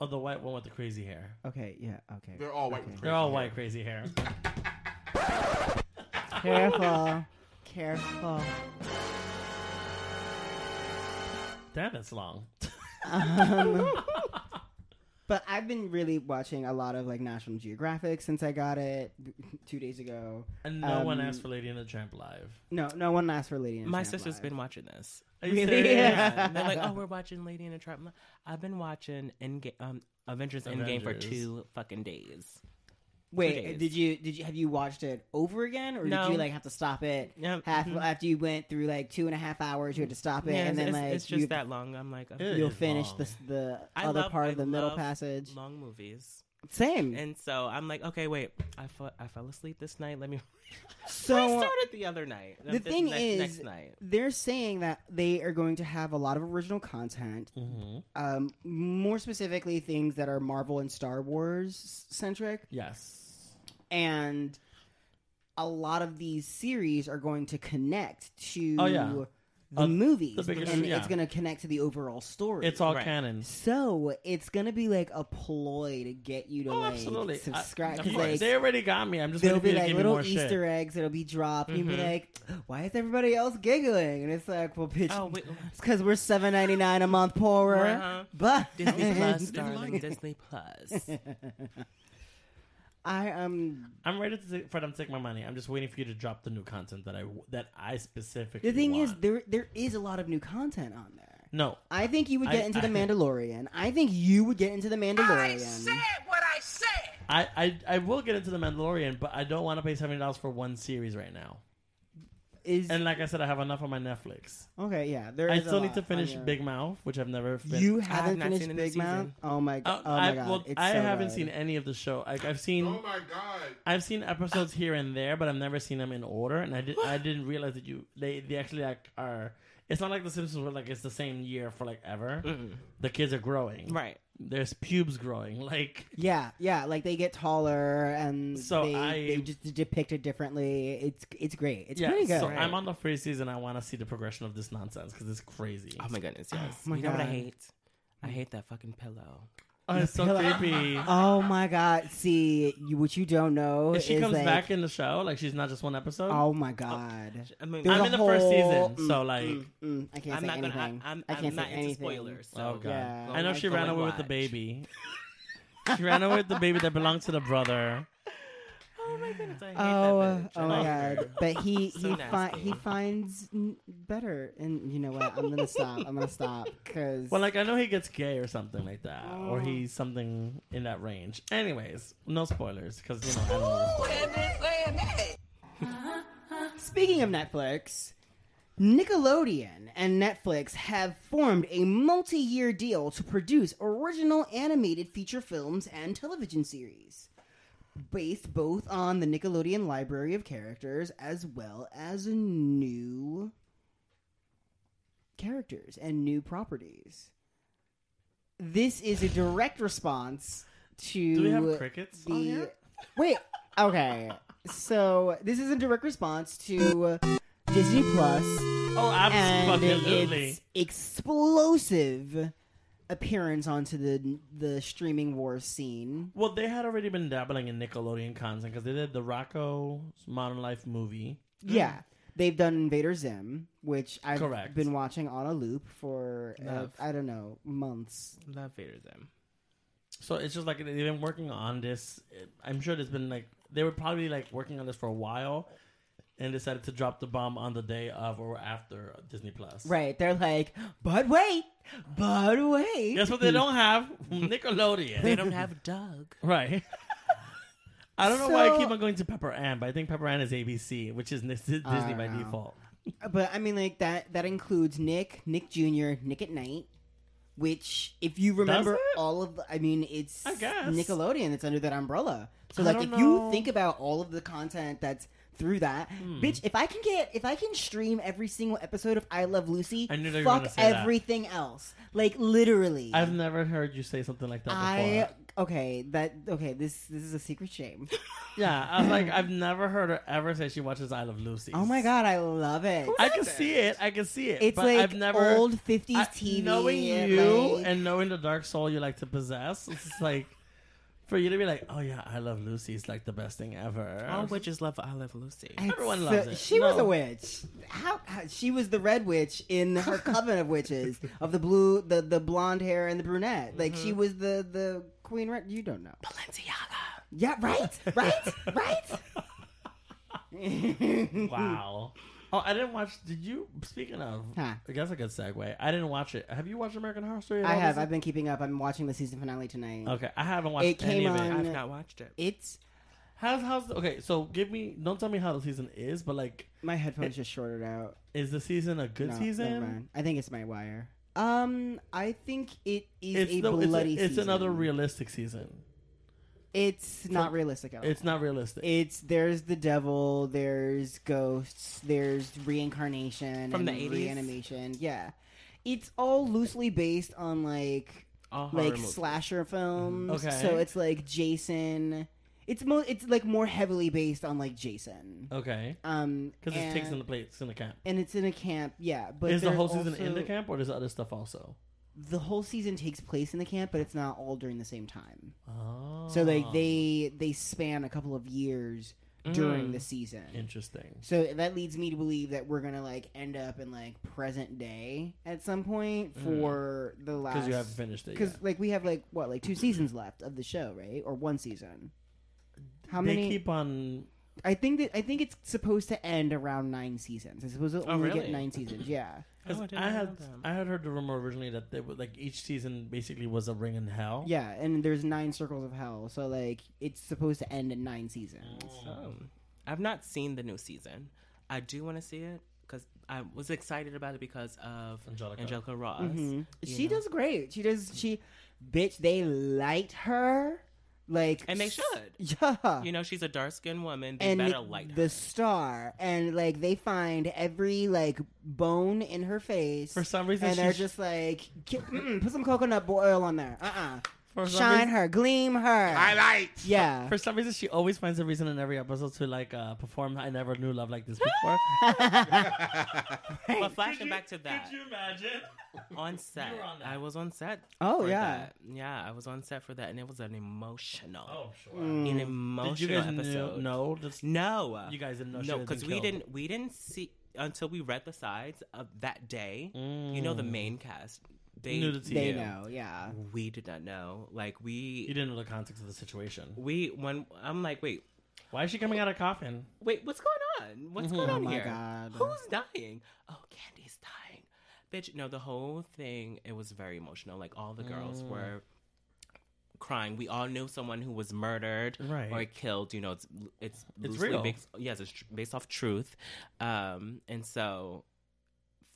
Oh, the white one with the crazy hair.
okay, yeah, okay.
They're all white. with
They're all
crazy hair.
white crazy hair.
Careful. Careful.
Damn, it's long.
Um, but I've been really watching a lot of like National Geographic since I got it b- two days ago.
And no one
Um,
asked for Lady and the Tramp live.
No, no one asked for Lady. and the
My
Tramp
sister's
live.
been watching this.
Are you
Really?
serious?
Yeah.
And they're like, oh, we're watching Lady in a Trap. I'm like, I've been watching Endga- um, Avengers Endgame for
Avengers.
two fucking days. days.
Wait, did you did you have you watched it over again, or
No.
did you like have to stop it
Yeah,
half
mhm.
after you went through like two and a half hours? You had to stop it,
Yeah,
and
it's,
then
it's-
like
it's just
you,
that long. I'm like,
It
you'll
is
finish
long.
the the
I
other
love-
part
I
of the middle
love
passage.
long movies.
Same.
And so I'm like, okay, wait, I fell, I fell asleep this night. Let me. I
so
started the other night.
the
This
thing
next,
is,
next night.
they're saying that they are going to have a lot of original content,
Mm-hmm.
um, more specifically things that are Marvel and Star Wars centric,
Yes.
and a lot of these series are going to connect to
Oh, yeah.
the
Uh,
movies,
the bigger-
and
yeah.
it's going to connect to the overall story.
It's all
Right.
canon.
so it's going to be like a ploy to get you to
Oh,
like
absolutely. I-
subscribe
of
because
course.
like
they already got me. I'm just
There'll be
going to give
like
you
little
more
Easter
shit. Mm-hmm.
eggs that'll be dropped. and You'll be
Mhm.
like, "Why is everybody else giggling?" And it's like, "Well, bitch,
Oh, wait.
it's because we're seven ninety nine a month poorer."
Uh-huh.
But
Disney Plus, darling. Disney Plus.
I um,
I'm ready to take, for them to take my money. I'm just waiting for you to drop the new content that I w- that I specifically.
the thing is,
want.
there there is a lot of new content on there.
no,
I think you would get
I-
into
I-
the Mandalorian. I think you would get into the
I
Mandalorian.
said what I said.
I, I I will get into the Mandalorian, but I don't want to pay seventy dollars for one series right now.
Is
And like I said, I have enough on my Netflix.
okay, yeah. There.
I
is a
still
lot
need to
on
finish
there.
Big Mouth, which I've never. Fin-
You
have
haven't
not
finished
seen it
Big
this
Mouth?
season.
Oh my
Oh,
god! Oh
I,
my god!
well,
it's
I
so
haven't
good.
seen any of the show. Like I've seen.
Oh my god!
I've seen episodes here and there, but I've never seen them in order, and I did I didn't realize that you they they actually like are. It's not like The Simpsons where like it's the same year for like ever. The kids are growing,
right.
There's pubes growing, like
Yeah, yeah, like they get taller and
So
they,
I-
they just depict it differently. It's it's great. It's
yeah.
pretty good.
So I'm on the first season. I want to see the progression of this nonsense because it's crazy.
Oh my goodness, yes.
my
you know what I
God.
hate? I hate that fucking pillow.
Oh, it's so creepy.
oh my god! See, you, what you don't know
If she
is
comes
like,
back in the show, like she's not just one episode.
oh my god!
I mean,
There's
I'm
a
in the first
whole-
season, so like
Mm, I can't
I'm
say
not gonna. I,
anything.
I'm, I'm
I can not
not
say
into
anything.
spoilers. So.
oh god,
yeah.
I know
Like,
she
go
ran
and
away with the
watch.
baby. she ran away with the baby that belonged to the brother.
Oh my goodness, I hate
Oh,
that bitch. I
oh my
hate
god!
her.
But he
So
he fi-
nasty.
he finds n- better, and you know what? I'm gonna stop. I'm gonna stop because
Well, like I know he gets gay or something like that,
Oh.
or he's something in that range. Anyways, no spoilers because you know. I don't know.
Ooh, that bitch laying that.
Speaking of Netflix, Nickelodeon and Netflix have formed a multi year deal to produce original animated feature films and television series. Based both on the Nickelodeon library of characters as well as new characters and new properties. This is a direct response to
Do we have crickets? on
the-
here?
wait okay so this is a direct response to disney plus
Oh,
and
absolutely.
its explosive appearance onto the the streaming war scene
Well, they had already been dabbling in Nickelodeon content because they did the Rocco's Modern Life movie.
yeah they've done invader zim which i've
Correct.
been watching on a loop for uh,
Love.
i don't know months
Love Vader them.
So it's just like they've been working on this. I'm sure there's been like they were probably like working on this for a while, and decided to drop the bomb on the day of or after Disney Plus.
right they're like but wait but wait
Guess what they don't have? Nickelodeon.
They don't have Doug.
Right. I don't know why I
So-
keep on going to Pepper Ann, but I think Pepper Ann is ABC, which is Nis- Disney
I
by
don't know.
default.
But I mean, like that. That includes Nick, Nick Jr., Nick at Night. Which, if you remember
it?
all of, the, I mean, it's
I guess.
Nickelodeon. It's under that umbrella. So,
I
like,
don't
if
know. Hmm.
you think about all of the content that's through that, bitch. If I can get, if I can stream every single episode of I Love Lucy,
I knew that you were
fuck
gonna say that.
everything else. Like literally,
I've never heard you say something like that before.
I okay that okay. This this is a secret shame.
yeah, I was like, I've never heard her ever say she watches I Love Lucy.
Oh my god, I love it.
I can see it. I can see it.
It's
but
like
I've never
old fifties
I-
TV.
Knowing you
like-
and knowing the dark soul you like to possess, it's just like for you to be like, oh yeah, I love Lucy is like the best thing ever.
Oh,
All witches love I Love Lucy.
Everyone
So-
loves it.
She was
No.
a witch. How, how she was the red witch in her coven of witches of the blue, the the blonde hair and the brunette. Like she
Mm-hmm.
was the the queen. Red. You don't know.
Balenciaga.
Yeah. Right. Right. right.
Wow. Oh, I didn't watch. Did you? Speaking of,
Huh.
I guess a good segue. I didn't watch it. Have you watched American Horror Story? at
I
all
have.
this-
I've been keeping up. I'm watching the season finale tonight.
okay, I haven't watched
It
any
came
of it.
on-
I've not watched it.
It's
How's how's okay? So give me. Don't tell me how the season is, but like,
my headphones just shorted out.
is the season a good
No, never
season?
mind. I think it's my wire. Um, I think it is
It's
a
the- it's a-
bloody.
it's
season.
another realistic season.
It's not realistic at all.
It's not realistic.
It's there's the devil, there's ghosts, there's reincarnation
From
and
the 80s?
reanimation. Yeah, it's all loosely based on like
All horror
like
movies.
slasher films.
Mm-hmm. Okay.
so it's like Jason. It's mo- it's like more heavily based on like Jason.
okay,
Um,
because it takes
and-
in the place. It's in the camp.
and it's in a camp. Yeah, but
is the
there's
whole season in
also-
the camp, or does other stuff also?
The whole season takes place in the camp, but it's not all during the same time.
Oh,
So like they they span a couple of years during
Mm.
the season.
interesting.
So that leads me to believe that we're gonna like end up in like present day at some point for the last
Because Mm. you haven't finished it.
because
Yet.
like we have like what like two seasons left of the show, right? Or one season. How
they
many?
keep on
Oh,
I think that I think it's supposed to end around nine seasons. It's supposed to
Oh,
only
really?
get nine seasons. Yeah.
Because
Oh, I didn't
I
know
had
that.
I had heard the rumor originally that they would like each season basically was a ring in hell.
Yeah, and there's nine circles of hell, so like it's supposed to end in nine seasons.
Oh,
So, um, I've not seen the new season. I do want to see it because I was excited about it because of
Angelica.
Angelica, Ross.
Mhm.
you
She
know?
does great. She does. She, bitch, they liked her, like,
And they
s-
should.
Yeah,
You know, she's a dark skinned woman. They
and
better like
the
her.
star, and like they find every like bone in her face,
For some reason,
and they're
she's-
just like, "Ki- mm-mm, put some coconut oil on there, uh, uh
For some
shine
reason-
her, gleam her,
Highlight.
yeah,
For some reason, she always finds a reason in every episode to like uh, perform. I never knew love like this before.
But flashing back to that,
you imagine?
on set,
were on that.
I was on set.
Oh,
for
yeah.
that. yeah, I was on set for that, and it was an emotional,
Oh, sure.
Mm.
an
Did you
emotional
guys
episode.
kn- know? This,
no,
You guys didn't know she
No,
had
because
been
we
killed.
didn't. We didn't see until we read the sides of that day. You know, the main cast. They
Mm. Knew the tea.
they
Yeah.
know, yeah,
We did not know. Like
You
we,
didn't know the context of the situation.
we when I'm like, wait,
Why is she coming out of a coffin?
wait, what's going on?
Mm-hmm.
What's going
Oh
on
my
here?
God.
Who's dying? Oh, Candy's dying. Bitch, no, the whole thing, it was very emotional. Like, all the girls
Mm.
were crying. We all knew someone who was murdered
Right.
or killed. You know, it's it's,
It's
loosely
real.
Based, yes, it's tr- based off truth. Um, and so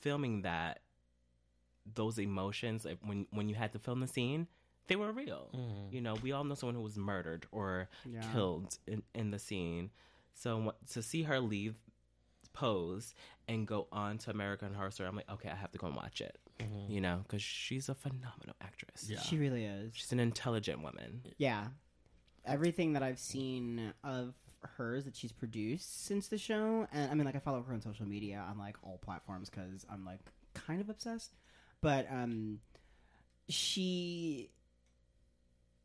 filming that, those emotions, like, when, when you had to film the scene, they were real.
Mm.
You know, we all know someone who was murdered or
Yeah.
killed in, in the scene. So wh- to see her leave pose and go on to American Horror Story, I'm like, okay, I have to go and watch it. You know, because she's a phenomenal actress.
Mm-hmm. Yeah.
she really is.
She's an intelligent woman.
Yeah. Everything that I've seen of hers that she's produced since the show, and I mean, like, I follow her on social media on like all platforms because I'm like kind of obsessed. But um, she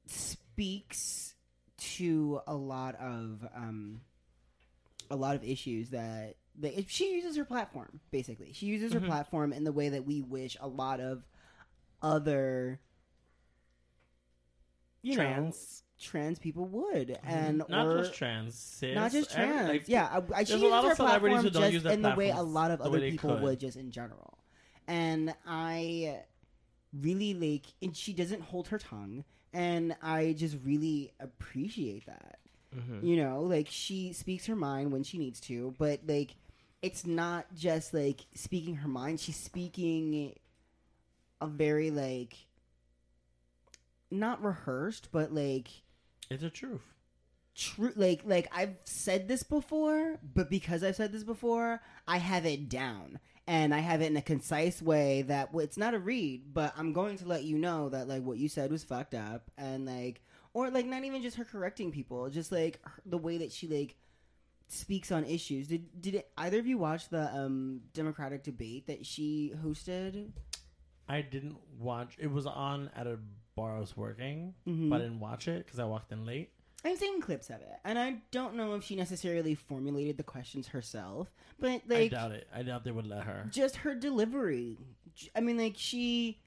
speaks to a lot of um, a lot of issues that that if she uses her platform basically. She uses
Mm-hmm.
her platform in the way that we wish a lot of other you
Trans.
know trans people would and
Mm-hmm. not
or,
just trans, cis,
not just
every-
trans.
like,
yeah, I, I, she
there's a
uses
lot of
her
celebrities
platform
who don't
just
use their
in the way a
platforms
lot of
the
other
way they
people
could.
would, just in general. And I really like, and she doesn't hold her tongue, and I just really appreciate that.
Mm-hmm.
You know, like she speaks her mind when she needs to, but like it's not just like speaking her mind. She's speaking a very like not rehearsed, but like
It's a truth.
true like like i've said this before but because i've said this before i have it down and i have it in a concise way that well, it's not a read but i'm going to let you know that like what you said was fucked up and like or like not even just her correcting people just like her, the way that she like speaks on issues did did either of you watch the um democratic debate that she hosted
I didn't watch. It was on at a bar I was working,
Mm-hmm.
but I didn't watch it because I walked in late.
I'm seeing clips of it, and I don't know if she necessarily formulated the questions herself, but
I
like
doubt it. I doubt they would let her.
just her delivery. J- I mean, like she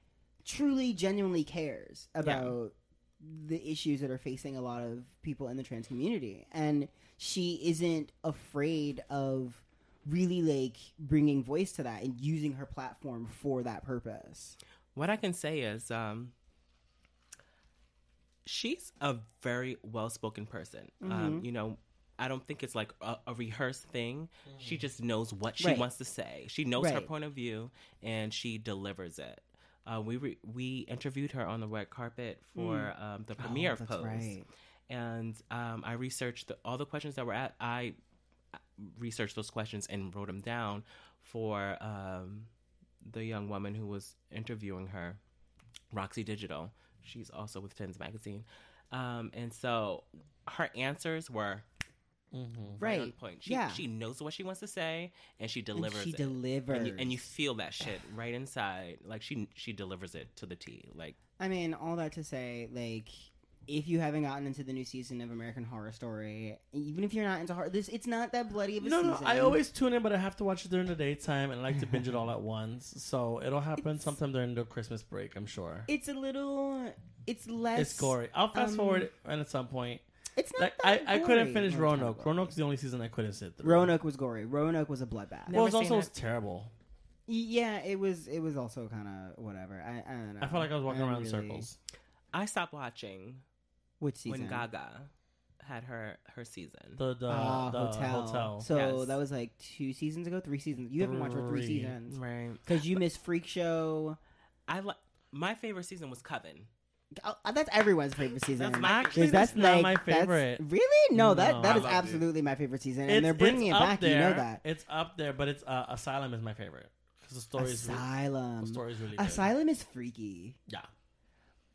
truly, genuinely cares about the issues that are facing a lot of people in the trans community, and she isn't afraid of really like bringing voice to that and using her platform for that purpose.
What I can say is, um, she's a very well spoken person.
Mm-hmm.
Um, you know, I don't think it's like a, a rehearsed thing. She just knows what she
Mm-hmm. Right.
wants to say. She knows her
Right.
point of view, and she delivers it. Uh, we re- we interviewed her on the red carpet for
Mm.
um, the premiere of
Oh, that's
Pose,
right.
and um, I researched the, all the questions that were at. I researched those questions and wrote them down for um, the young woman who was interviewing her, Roxy Digital. She's also with Tens Magazine. Um, and so her answers were right, on point. She,
yeah.
she knows what she wants to say and she delivers
she
it.
delivers.
And you, and you feel that shit right inside. Like she she delivers it to the T. Like
I mean, all that to say, like, if you haven't gotten into the new season of American Horror Story, even if you're not into horror, this it's not that bloody of a
No,
season.
no, I always tune in, but I have to watch it during the daytime and I like to binge it all at once. So it'll happen sometime during the Christmas break, I'm sure.
It's a little. It's less.
It's gory. I'll fast
um,
forward it and at some point.
It's not.
Like
that
I, I
gory.
couldn't finish
No, it's not
Roanoke.
gory.
Roanoke's the only season I couldn't sit through.
Roanoke was gory. Roanoke was a bloodbath.
No.
Well, it's
Never seen
also
it.
terrible.
Yeah, it was. It was also kind of whatever. I, Oh, I don't know.
I felt like I was walking
don't
around in
really-
circles.
I stopped watching
Which season?
when Gaga had her her season.
The the,
Ah,
the
hotel.
hotel.
So
Yes.
that was like two seasons ago, three seasons. You haven't watched for three
Three.
seasons
right.
because you missed Freak Show.
I like my favorite season was Coven.
Oh, that's everyone's favorite season.
That's my
Actually,
Because that's like,
not my
that's-
favorite.
really? No, that
No.
that
I
is
loved it.
absolutely my favorite season, and
It's-
they're bringing it
it's up
back. You know
there.
that.
it's up there, but it's uh, Asylum is my favorite because the story is really,
Asylum.
the story is really good.
Asylum is freaky.
Yeah,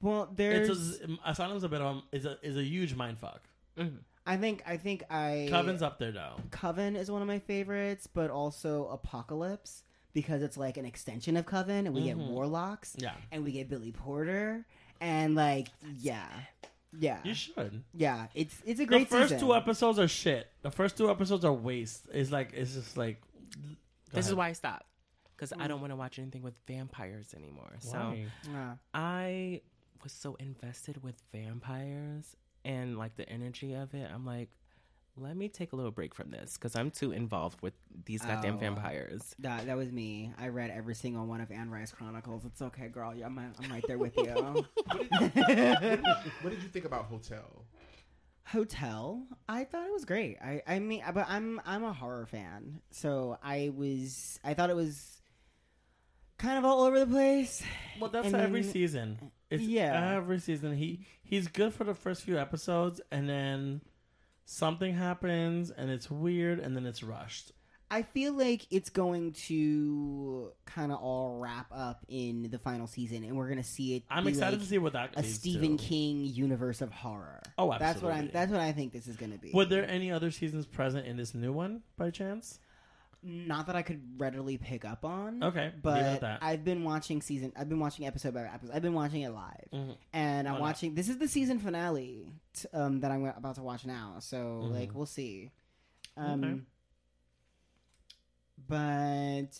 Well, there's.
it's a, Asylum's a bit of is a is a huge mind fuck.
I think I think I
Coven's up there though.
Coven is one of my favorites, but also Apocalypse because it's like an extension of Coven, and we get Warlocks,
Mm-hmm. Yeah.
and we get Billy Porter, and like yeah, yeah,
You should.
yeah. It's it's a
The
great
first
season.
two episodes are shit. The first two episodes are waste. It's like it's just like. Go
This is
ahead.
why I stopped because I don't want to watch anything with vampires anymore. So
Why?
Yeah.
I was so invested with vampires and like the energy of it. I'm like, let me take a little break from this because I'm too involved with these goddamn
Oh.
vampires.
That, that was me. I read every single one of Anne Rice Chronicles. It's okay, girl. Yeah, I'm, I'm right there with you.
What did you think about Hotel?
Hotel. I thought it was great. I, I mean, but I'm I'm a horror fan, so I was I thought it was kind of all over the place.
Well, that's
And
every
then-
season. It's
Yeah.
every season. He he's good for the first few episodes, and then something happens, and it's weird, and then it's rushed.
I feel like it's going to kind of all wrap up in the final season, and we're gonna see it.
I'm
be
excited
like
to see what that
a
leads
Stephen
to.
King universe of horror.
Oh,
That's what I'm.
absolutely.
That's what I think this is gonna be.
Were there any other seasons present in this new one by chance?
Not that I could readily pick up on.
Okay, leave it
but
at that.
I've been watching season. I've been watching episode by episode. I've been watching it live,
Mhm.
and I'm
Why not?
watching. This is the season finale t- um, that I'm about to watch now. So like, we'll see. Um,
Okay.
But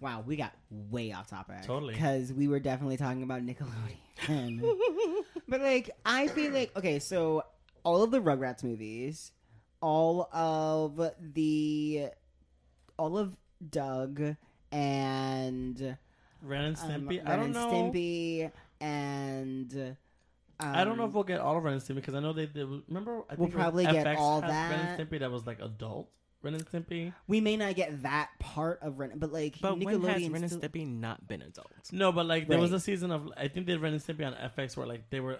wow, we got way off topic.
Totally.
because we were definitely talking about Nickelodeon. but like, I feel like okay, so all of the Rugrats movies, all of the, all of Doug and
Ren and
um,
Stimpy. I
Ren
don't
and
know.
Stimpy and um,
I don't know if we'll get all of Ren and Stimpy because I know they, they remember. I think
We'll
it was
probably get
FX
all
had Ren and
that.
Stimpy that was like adult Ren and Stimpy.
we may not get that part of Ren, but like
But when has
Nickelodeon
Ren and
still-
Stimpy not been adult?
No, but like there was
Right.
a season of I think they did Ren and Stimpy on FX where like they were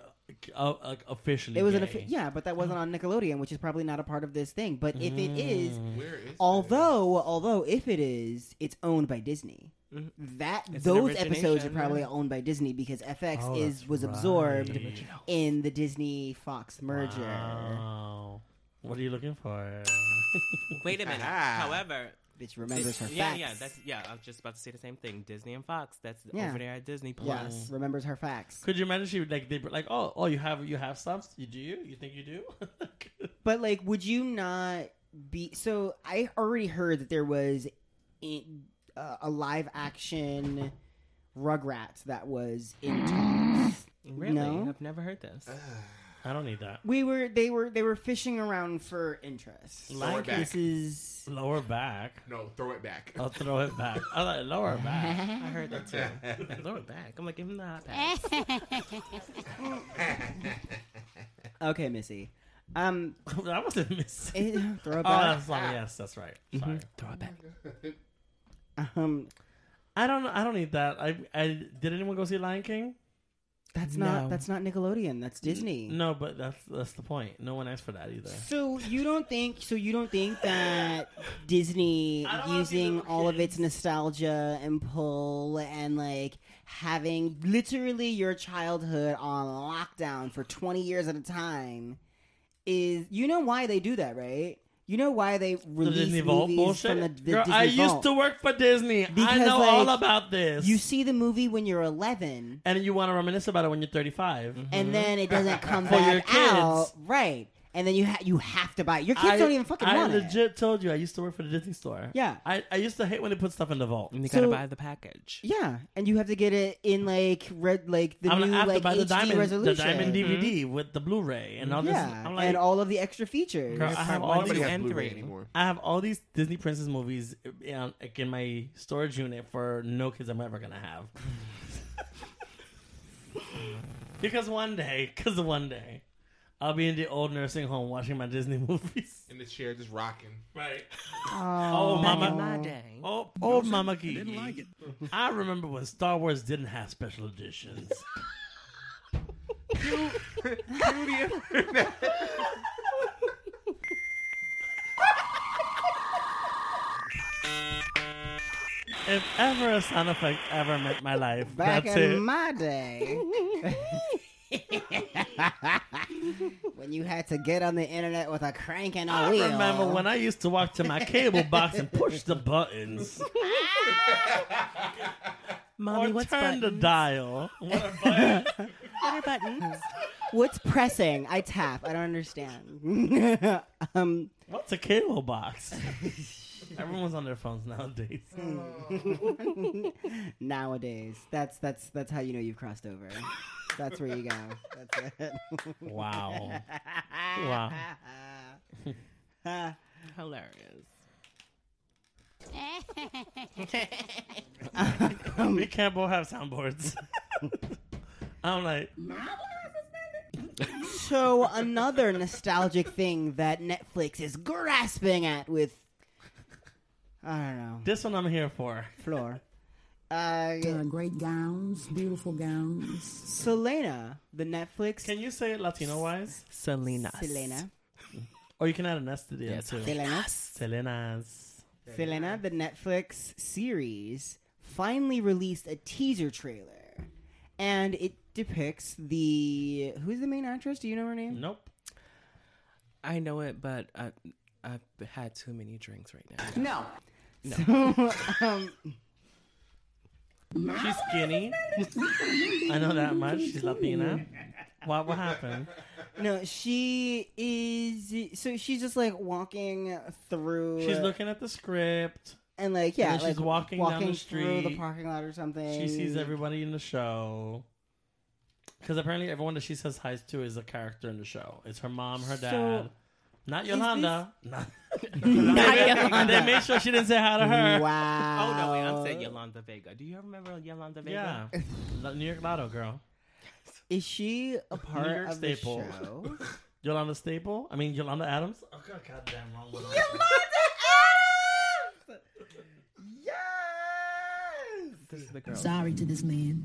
uh, like officially.
It was
gay. Oh.
an offi- yeah, but that wasn't on Nickelodeon, which is probably not a part of this thing. But if it is,
Where is
although although if it is, it's owned by Disney. That
Mm-hmm. It's an
those episodes are
origination,
probably
yeah.
owned by Disney because FX
Oh,
is
that's
was absorbed
right.
in the Disney Fox merger.
Wow. What are you looking for?
Wait a minute. However,
bitch remembers her
yeah,
facts.
yeah, that's yeah. I was just about to say the same thing. Disney and Fox. That's
Yeah.
over there at Disney Plus.
yes, remembers her facts.
Could you imagine she would, like they were like oh oh you have you have subs you do you you think you do
But like, would you not be? So I already heard that there was in, uh, a live action Rugrats that was in talks.
Mm, Really?
No.
I've never heard this.
I don't need that
We were they were they were fishing around for interest.
Lower
Like
back.
This is Oh,
lower back
No, throw it back.
I'll throw it back I like lower back
I heard that too. Lower back. I'm like, give him the hot
Eh.
pass.
okay, Missy. Um,
that wasn't miss oh
eh, throw it Mm-hmm. back.
that's like, yes that's right sorry
throw it back. Um,
I don't I don't need that I I did anyone go see Lion King
that's not
No.
that's not Nickelodeon. That's Disney.
no but that's that's the point no one asked for that either
So you don't think so you don't think that Disney
I don't wanna be
using
little
all of
kids.
its nostalgia and pull and like having literally your childhood on lockdown for 20 years at a time is you know why they do that, right? You know why they
the
release
Disney Vault
movies
bullshit.
from the, the
Girl,
Disney
I used
Vault.
to work for Disney. I
Because,
know
like,
all about this.
You see the movie when you're 11
and you want to reminisce about it when you're 35.
and then it doesn't come
Mm-hmm. For your
back out,
kids.
right? And then you ha- you have to buy it. Your kids
I,
don't even fucking
I
want it.
legit told you I used to work for the Disney store.
Yeah.
I, I used to hate when they put stuff in the vault.
And you
So-
gotta buy the package.
Yeah, and you have to get it in like red, like the
I'm
new
gonna have
like
to buy
HD
the diamond,
resolution, Mm-hmm.
the diamond DVD with the Blu-ray and all this.
yeah,
I'm like,
and all of the extra features.
Girl, I have all
Nobody
these,
has
Blu-ray
Blu-ray.
anymore.
I have all these Disney princess movies in, like, in my storage unit for no kids I'm ever gonna have. because one day, because one day, I'll be in the old nursing home watching my Disney movies.
In the chair, just rocking.
Right.
Oh,
mama.
My day.
Oh, oh, Mama Gigi. I didn't like it. I remember when Star Wars didn't have special editions. if ever a sound effect ever meant my life,
Back
that's
in
it.
my day, when you had to get on the internet with a crank and a
I
wheel.
remember when I used to walk to my cable box and push the buttons
Mommy,
or
what's
turn the
button?
dial.
What are buttons?
What's pressing? I tap. I don't understand. um,
What's a cable box? Everyone's on their phones nowadays.
nowadays, that's that's that's how you know you've crossed over. That's where you go. That's it.
Wow. Wow.
Hilarious.
we can't both have soundboards. I'm like,
So another nostalgic thing that Netflix is grasping at with I don't know
this one I'm here for.
floor. Uh,
great gowns, beautiful gowns.
Selena, the Netflix
Can you say it Latino wise?
Selena.
Selena,
Or you can add an S to the end
Yes.
too.
Selena,
Selena's.
Selena, the Netflix series finally released a teaser trailer, and it depicts the who's the main actress? Do you know her name?
Nope.
I know it, but I, I've had too many drinks right now.
No.
um,
She's skinny. I know that much. She's Latina. What what happened?
no, she is. So she's just like walking through.
She's looking at the script.
and like yeah,
And then she's
like,
walking down the
through the
street.
parking lot or something.
She sees everybody in the show. Because apparently everyone that she says hi to is a character in the show. It's her mom, her dad.
So,
not Yolanda. Not, not Yolanda. They made sure she didn't say hi to her.
Wow.
Oh no, wait, I'm saying Yolanda Vega. Do you remember Yolanda
Yeah.
Vega?
La- New York Lotto girl.
Is she a part
York
of the
staple.
show?
Yolanda Staple? I mean, Yolanda Adams? Oh, God, goddamn wrong one.
This is the girl.
Sorry to this man.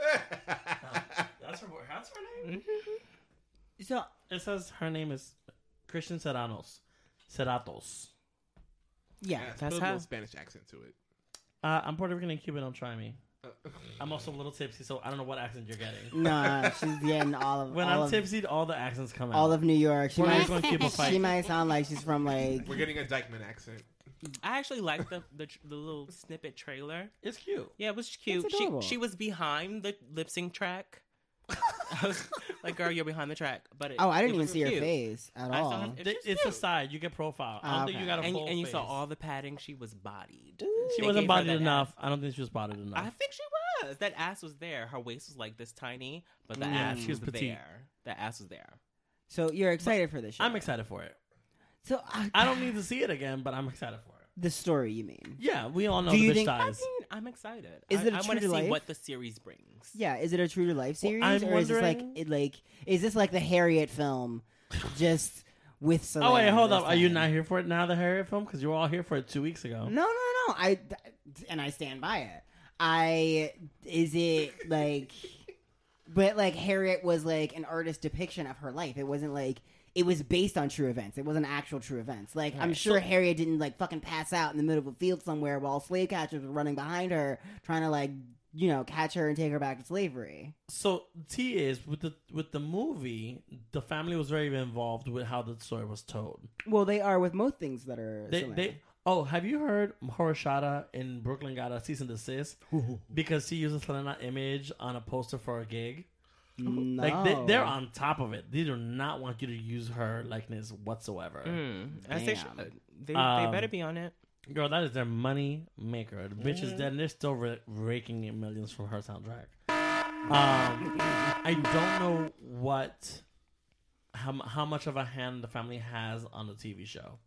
That's her, that's her name?
so
It says her name is Christian Serranos. Serratos.
yeah,
Yeah,
That's
put a
how-
little Spanish accent to it.
Uh, I'm Puerto Rican and Cuban, don't try me. I'm also a little tipsy, so I don't know what accent you're getting.
nah, she's getting all of
When
all
I'm
of,
tipsy, all the accents come out.
all of New York. She
Puerto
might
Rico and Cuban
she
fight.
might sound like she's from like
We're getting a Dykeman accent.
I actually liked the, the tr- the little snippet trailer.
It's cute.
Yeah, it was cute.
It's
She
adorable.
she was behind the lip sync track. I was like, girl, you're behind the track. But it,
Oh, I didn't
it
even
was
see her
cute.
face at
I saw
all.
her-
Th-
it was
It's,
just
a
cute.
side. You get profile. I
Ah,
don't think
okay.
you got a
and,
full
and you saw
face.
all the padding. She was bodied.
She
They
wasn't
gave her
bodied
that
enough.
ass.
I don't think she was bodied enough.
I think she was. That ass was there. Her waist was like this tiny, but the
Mm.
ass
She was
was
petite.
there. The ass was there.
So you're excited for this show.
I'm excited for it.
So I,
I don't need to see it again, but I'm excited for it.
the story. You mean?
Yeah, we all know
Do
the
you
bitch
think-
I
dies.
mean, I'm excited.
Is
I,
it a
I wanna
true to
see
life?
what the series brings.
Yeah. Is it a true to life series,
I'm
or is this like
wondering-
it like is this like the Harriet film, just with Selena?
Oh wait, hold
this
up. Are you
time?
not here for it now, the Harriet film? Because you were all here for it two weeks ago.
No, no, no. I th- and I stand by it. I is it like, but like Harriet was like an artist depiction of her life. It wasn't like it was based on true events. It wasn't actual true events. Like I'm sure Harriet didn't like fucking pass out in the middle of a field somewhere while slave catchers were running behind her trying to like you know catch her and take her back to slavery.
So T is with the with the movie, the family was very involved with how the story was told.
Well, they are with most things that are.
They,
similar.
they oh, have you heard Horoshada in Brooklyn got a cease and desist because she used a Selena image on a poster for a gig?
no.
Like they, they're on top of it. They do not want you to use her likeness whatsoever.
Mm, I say
Damn.
should. They,
Um,
they better be on it.
Girl, that is their money maker. The bitch
Mm.
is dead, and they're still ra- raking in millions from her soundtrack. Um, I don't know what, how, mu- how much of a hand the family has on the TV show.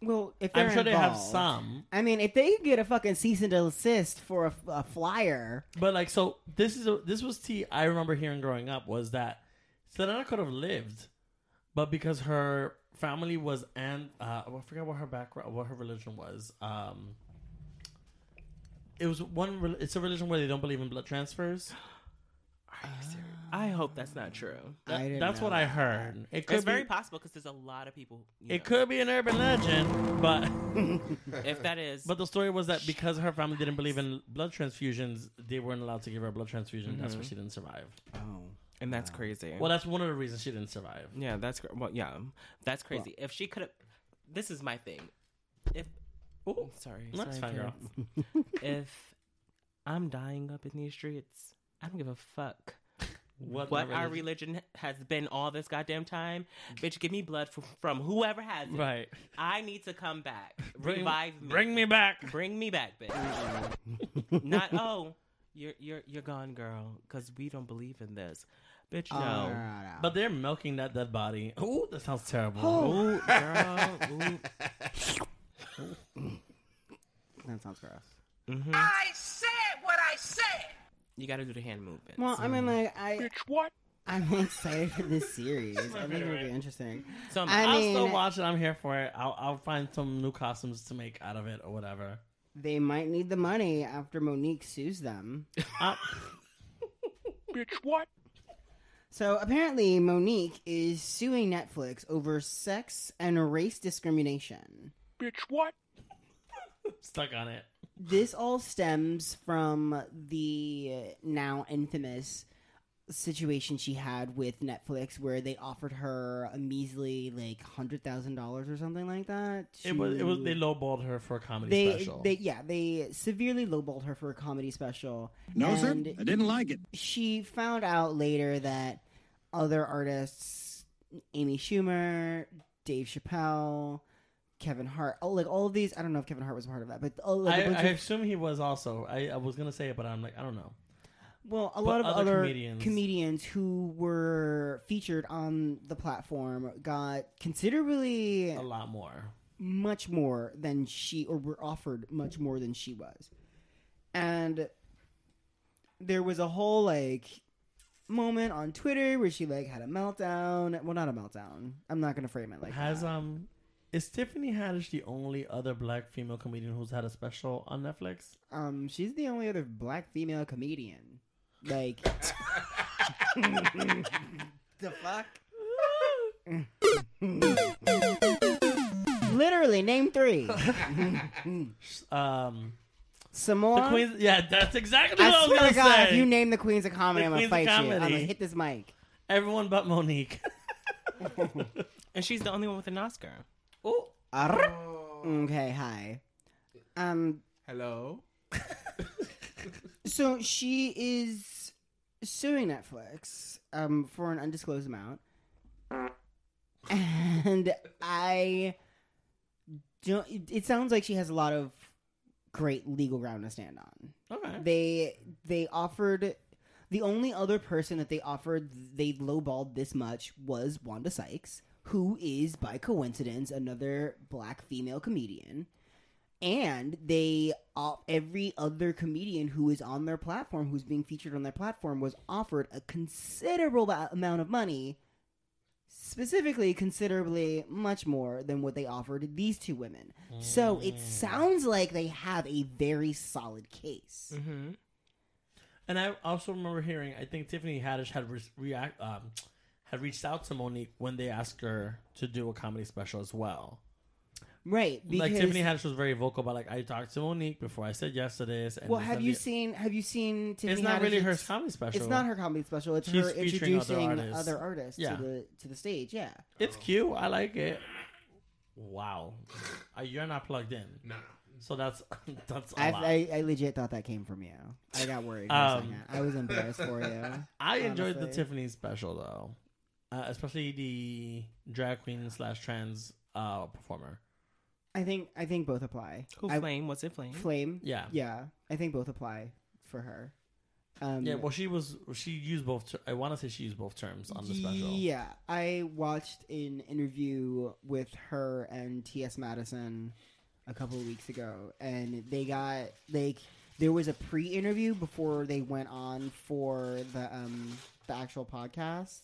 Well, if
I'm
they're
sure they have
involved-
some,
I mean, if they get a fucking cease and desist for a, a flyer,
but like, so this is a, this was tea I remember hearing growing up was that Selena could have lived, but because her family was and uh, I forget what her background, what her religion was. Um, it was one. rel- It's a religion where they don't believe in blood transfers.
Are you serious? I hope that's not true.
That-
I didn't
that's
know
what I
that.
heard. It could
It's
be,
very possible because there's a lot of people. you
it
know.
could be an urban legend, but
if that is.
but the story was that because her family didn't believe in blood transfusions, they weren't allowed to give her a blood transfusion. That's
Mm-hmm.
why she didn't survive.
and that's crazy.
Well, that's one of the reasons she didn't survive.
yeah, that's cr- well, yeah, that's crazy. if she could have, this is my thing. If
Ooh,
sorry,
that's
sorry,
fine, girl.
kids. if I'm dying up in these streets, I don't give a fuck
What,
what
the
our
religion-
religion has been all this goddamn time. Bitch, give me blood from, from whoever has it.
right?
I need to come back.
Bring,
Revive me.
bring me back.
Bring me back, bitch. Not oh, you're you're you're gone, girl, because we don't believe in this, bitch.
Oh,
No,
no,
Uh.
no, no.
But they're milking that dead body. Ooh, that sounds terrible.
Ooh, girl, ooh.
that sounds gross.
I said what I said.
you got to do the hand movement.
Well, I mean, like I,
What?
I'm excited for this series. I think it'll be interesting.
so
Um,
I'm,
I
I'll
mean,
Um, still watch it. I'm here for it. I'll, I'll find some new costumes to make out of it or whatever.
they might need the money after Monique sues them.
I-
So apparently, Monique is suing Netflix over sex and race discrimination.
stuck on it.
This all stems from the now infamous situation she had with Netflix, where they offered her a measly like hundred thousand dollars or something like that.
It was it was
to-
they lowballed her for a comedy
they,
special.
they yeah they severely lowballed her for a comedy special.
No, sir.
and
I didn't like it.
She found out later that other artists, Amy Schumer, Dave Chappelle, Kevin Hart, oh, like all of these. I don't know if Kevin Hart was a part of that, but all, like, a
I,
bunch
I
of,
assume he was also. I, I was gonna say it, but I'm like I don't know.
well, a lot of
other
other
comedians-
comedians. who were featured on the platform got considerably
A lot more.
much more than she or were offered much more than she was and there was a whole like moment on twitter where she like had a meltdown well not a meltdown i'm not gonna frame it like
Has
that.
um, is Tiffany Haddish the only other black female comedian who's had a special on Netflix?
um she's the only other black female comedian like the fuck literally name three
Um,
samoa
the Queens. Yeah, that's exactly what I,
I
was
swear
gonna
to God,
say.
if you name the queens of comedy,
The
I'm gonna
queens
fight
of
you. I'm gonna
comedy.
hit this mic.
Everyone but Monique.
and she's the only one with an Oscar.
oh,
Arr. Okay, hi. Um,
Hello.
so she is suing Netflix um for an undisclosed amount, and I don't. It sounds like she has a lot of great legal ground to stand on.
Uh-huh.
Okay.
They they offered the only other person that they offered they lowballed this much was Wanda Sykes, who is by coincidence another black female comedian. And they all, every other comedian who is on their platform, who's being featured on their platform, was offered a considerable a- amount of money, specifically considerably much more than what they offered these two women. So it sounds like they have a very solid case.
Mm-hmm. And I also remember hearing. I think Tiffany Haddish had re- react um, had reached out to Monique when they asked her to do a comedy special as well.
Right? Because
like Tiffany Haddish was very vocal about like I talked to Monique before I said yes to this. And
Well,
this
have
and
you
the-
seen? Have you seen? Tiffany
It's not really
Haddish's-
her comedy special.
It's not her comedy special. It's
She's
her
featuring other
introducing other
artists.
artists,
Yeah.
to the to the stage. Yeah.
It's cute. I like it. Wow, Uh, you're not plugged in.
No.
So that's that's a
I,
lot.
I, I legit thought that came from you. I got worried for
Um,
a second. I was embarrassed for you.
I enjoyed the
honestly.
Tiffany special though, uh, especially the drag queen slash trans uh, performer.
I think I think both apply.
Who
I-
flame? Was it flame?
Flame.
Yeah.
Yeah. I think both apply for her. Um,
Yeah, well, she was she used both. Ter- I want to say she used both terms on the special.
Yeah, I watched an interview with her and T.S. Madison a couple of weeks ago, and they got like there was a pre-interview before they went on for the um the actual podcast.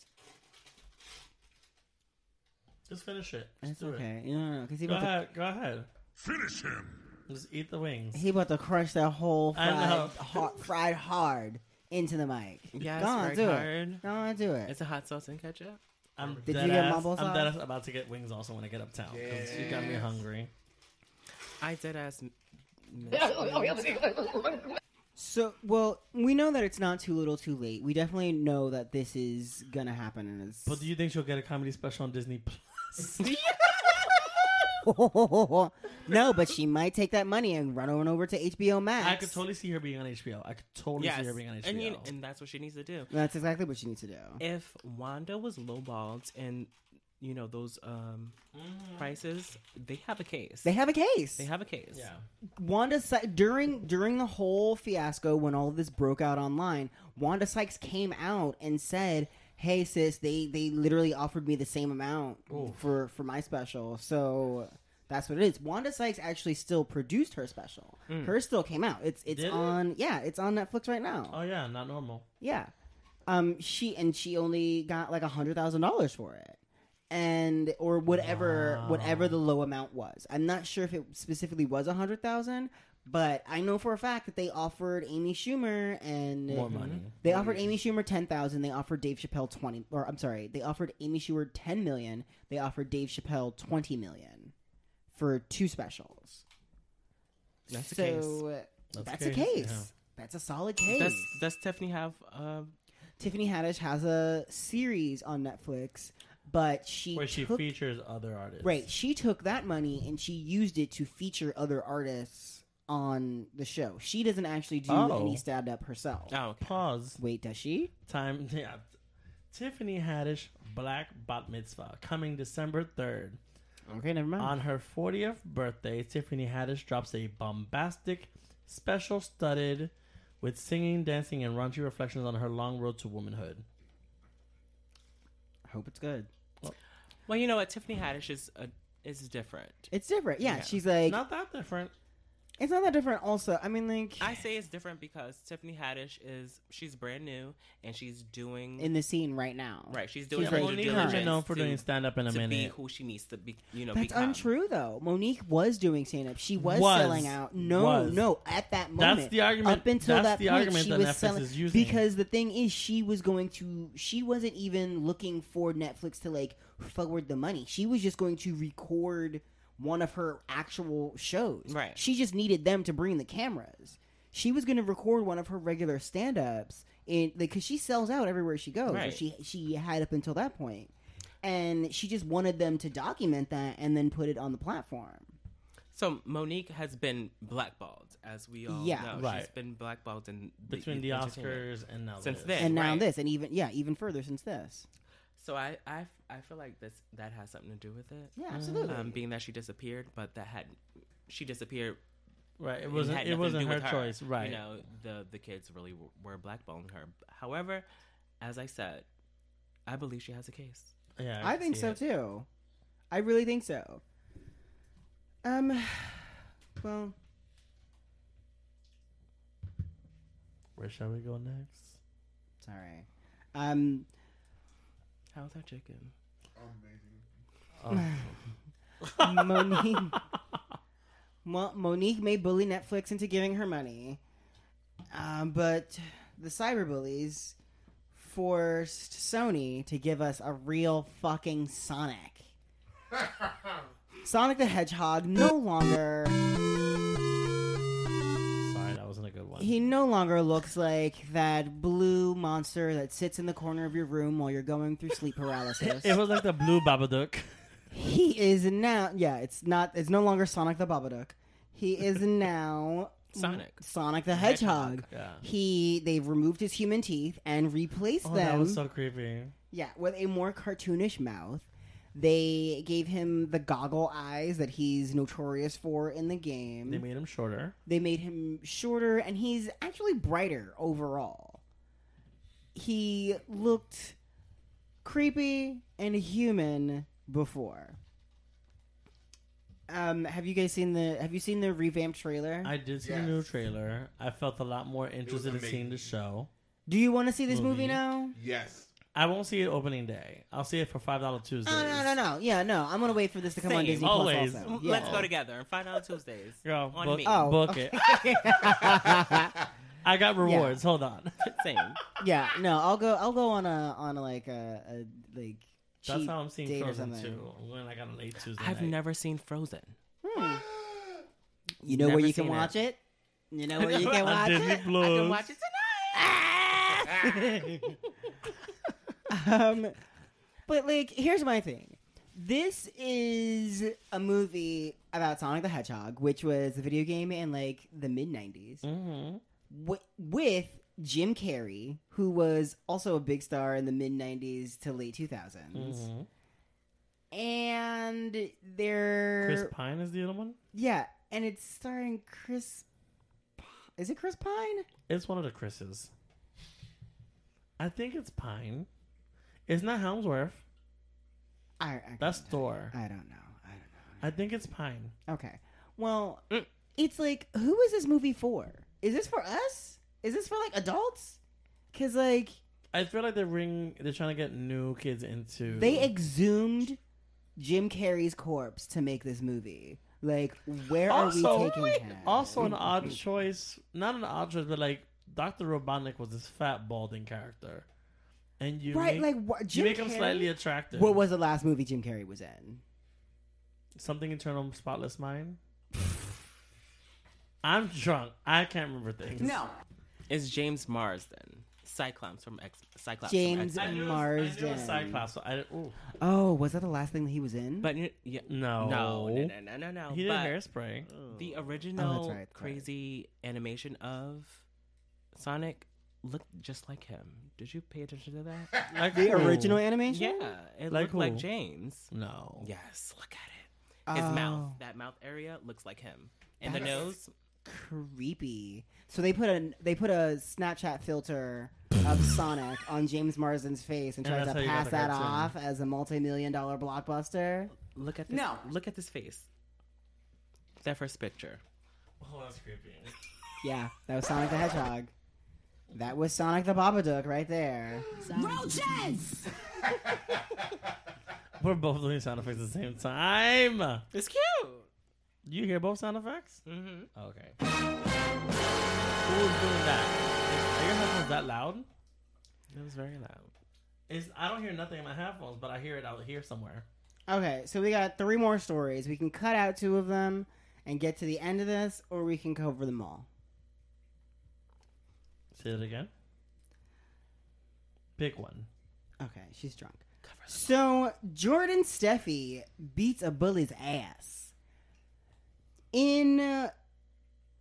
Just finish it. Just
It's
do it.
okay, no, no, because he
Go
about to,
ahead. Go ahead. Finish him. Just eat the wings.
he about to crush that whole
I know.
fried, hot, fried hard into the mic.
Yes,
go on,
fried
do
hard.
it. Go on, do it.
It's a hot sauce and ketchup.
I'm
Did you
dead
get
ass-
mumble
I'm dead
sauce?
ass about to get wings also when I get uptown. 'cause You got me hungry.
I did ask.
So, well, we know that it's not too little, too late. We definitely know that this is gonna happen, and it's.
But do you think she'll get a comedy special on Disney Plus?
no, but she might take that money and run on over to HBO Max.
I could totally see her being on HBO. I could totally
Yes,
see her being on HBO.
and, you, and that's what she needs to do.
That's exactly what she needs to do.
If Wanda was lowballed and you know those um prices, they have a case.
They have a case.
They have a case.
yeah.
Wanda Sy- during during the whole fiasco when all of this broke out online, Wanda Sykes came out and said, "Hey sis, they they literally offered me the same amount for for my special." So that's what it is. Wanda Sykes actually still produced her special. Hers still came out. It's it's
Hmm. Did it?
on yeah, it's on Netflix right now.
Oh yeah, not normal.
Yeah. Um she and she only got like a hundred thousand dollars for it. And or whatever whatever the low amount was. I'm not sure if it specifically was a hundred thousand, but I know for a fact that they offered Amy Schumer and Mhm.
More money.
They offered Amy Schumer ten thousand, they offered Dave Chappelle twenty or I'm sorry, they offered Amy Schumer ten million, they offered Dave Chappelle twenty million for two specials.
That's a
so
That's a
that's a
case,
case.
yeah.
That's a solid case.
Does Does Tiffany have? Uh,
Tiffany Haddish has a series on Netflix, but she
Where she
took,
features other artists.
right she took that money and she used it to feature other artists on the show. She doesn't actually do
Oh.
any stand up herself.
oh, okay.
Pause.
Wait, does she?
Time. Yeah. Tiffany Haddish Black Bat Mitzvah coming December third.
Okay, never mind.
On her 40th birthday, Tiffany Haddish drops a bombastic, special studded with singing, dancing, and raunchy reflections on her long road to womanhood.
I hope it's good.
Well, you know what? Tiffany Haddish is a, is different.
It's different. Yeah,
Yeah.
she's like
Not that different.
it's not that different. Also, I mean, like
I say it's different because Tiffany Haddish is she's brand new and she's doing
in the scene right now.
right. She's doing
She's
her
like,
due
Monique
diligence
has been known for
to-
doing stand up in a
to be
minute.
who she needs to be. You know,
That's
become.
untrue, though. Monique was doing stand up. She was,
Was.
selling out. No,
Was.
no. At that moment,
That's the argument-
Up until
that's
that
the
point,
argument
she
that
was
Netflix
selling
is using.
because the thing is, she was going to. She wasn't even looking for Netflix to like forward the money. She was just going to record one of her actual shows.
Right.
She just needed them to bring the cameras. She was going to record one of her regular stand ups in because she sells out everywhere she goes. or
Right.
She she had up until that point. And she just wanted them to document that and then put it on the platform.
So Monique has been blackballed, as we all
Yeah.
know. She's
Right.
been blackballed in
Between the
entertainment.
Oscars and now
since
this.
then,
and now
right?
this, and even yeah, even further since this.
So I, I, I feel like this that has something to do with it.
Yeah, absolutely.
Um, being that she disappeared, but that had she disappeared.
Right. It
and
wasn't.
had
It
nothing to
wasn't
do
her,
with
choice. Right.
You know, the the kids really w- were blackballing her. However, as I said, I believe she has a case.
yeah.
I
can
think
see
so
it.
too. I really think so. Um, well,
Where shall we go next?
sorry. Um,
How's that chicken?
Oh,
Monique. well, Monique may bully Netflix into giving her money, um, but the cyberbullies forced Sony to give us a real fucking Sonic. Sonic the Hedgehog no longer
Sorry, that wasn't a good one.
he no longer looks like that blue monster that sits in the corner of your room while you're going through sleep paralysis.
it was like the blue Babadook.
He is now. Yeah, it's not. It's no longer Sonic the Babadook. He is now
Sonic.
Sonic the Hedgehog.
Yeah.
He they've removed his human teeth and replaced
Oh,
them.
that was so creepy.
yeah, with a more cartoonish mouth. They gave him the goggle eyes that he's notorious for in the game.
They made him shorter.
They made him shorter, and he's actually brighter overall. He looked creepy and human before. Um, have you guys seen the Have you seen the revamped trailer?
I did see the new
Yes.
trailer. I felt a lot more interested in seeing the
amazing.
show.
Do you want to see this movie,
Movie.
now?
Yes.
I won't see it opening day. I'll see it for five dollar Tuesdays.
Oh no no no yeah no! I'm gonna wait for this to come on
Same,
Disney
always.
Plus also. Yeah.
Let's go together and find out Tuesdays.
Girl,
on
book,
me.
Oh,
book it. I got rewards. Hold on.
Same.
yeah no I'll go I'll go on a on a, like a, a like cheap
That's how I'm seeing
date or
Frozen
something.
too. When I got a late Tuesday.
I've
night.
never seen Frozen.
You know
Never
where you can
seen
watch it. You know where you
On
can watch
Disney
it.
Plus.
it tonight.
um, but like, here's my thing. This is a movie about Sonic the Hedgehog, which was a video game in like the mid '90s,
Mm-hmm.
wi- with Jim Carrey, who was also a big star in the mid '90s to late 2000s,
Mm-hmm.
and they're
Chris Pine is the other one.
yeah, and it's starring Chris. P- Is it Chris Pine?
It's one of the Chris's. I think it's Pine. It's not Helmsworth.
I, I
That's
couldn't-
Thor.
I don't know. I don't know.
I think it's Pine.
Okay. Well, it's like, who is this movie for? Is this for us? Is this for like adults? Because like
I feel like they're bring. They're trying to get new kids into.
they exhumed Jim Carrey's corpse to make this movie. Like, where are we taking him?
also an odd choice. Not an odd choice, but like Doctor Robotnik was this fat balding character, and you
right?
make,
like, what,
you
Jim
make him
Carrey-
slightly attractive.
What was the last movie Jim Carrey was in?
something internal spotless mind? I'm drunk. I can't remember things.
No.
It's James Marsden, Cyclops from X. Cyclops
James
from X.
I knew it was- I knew it was
Marsden.
Cyclops. So I, ooh,
Oh, was that the last thing that he was in?
But you- yeah,
no,
no, no, no, no, no, no.
He Oh, did
but
hairspray.
the original
right, that's
crazy animation of Sonic looked just like him. Did you pay attention to that?
Like
the
who?
original animation.
yeah, it
Like
looked like
who?
James.
No.
Yes, look at it. His
Oh.
mouth, that mouth area, looks like him, and the
That's-
nose.
Oh, creepy. So they put a they put a Snapchat filter of Sonic on James Marsden's face and
And
tries
that's
to
how you got
pass
the
that
cartoon.
off as a multi-million dollar blockbuster.
Look at this.
No.
Look at this face. That first picture.
Oh, that's creepy.
Yeah, that was Sonic the Hedgehog. That was Sonic the Babadook right there.
Roaches!
We're both doing sound effects at the same time.
It's cute.
You hear both sound effects?
hmm
Okay. Who's doing that? Is- Are your headphones that loud?
It was very loud.
Is I don't hear nothing in my headphones, but I hear it out here somewhere.
Okay, so we got three more stories. We can cut out two of them and get to the end of this, or we can cover them all.
Say it again. Pick one.
Okay, she's drunk. So Jordan Steffi beats a bully's ass. in uh,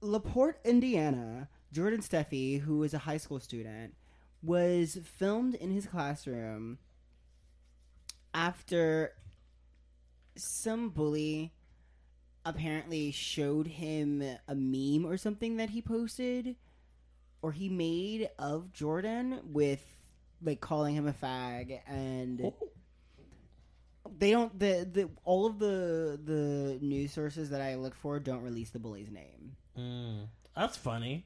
LaPorte, Indiana, Jordan Steffi, who is a high school student, was filmed in his classroom after some bully apparently showed him a meme or something that he posted or he made of Jordan with like calling him a fag and they don't the, the all of the the news sources that I look for don't release the bully's name.
Mm, that's funny.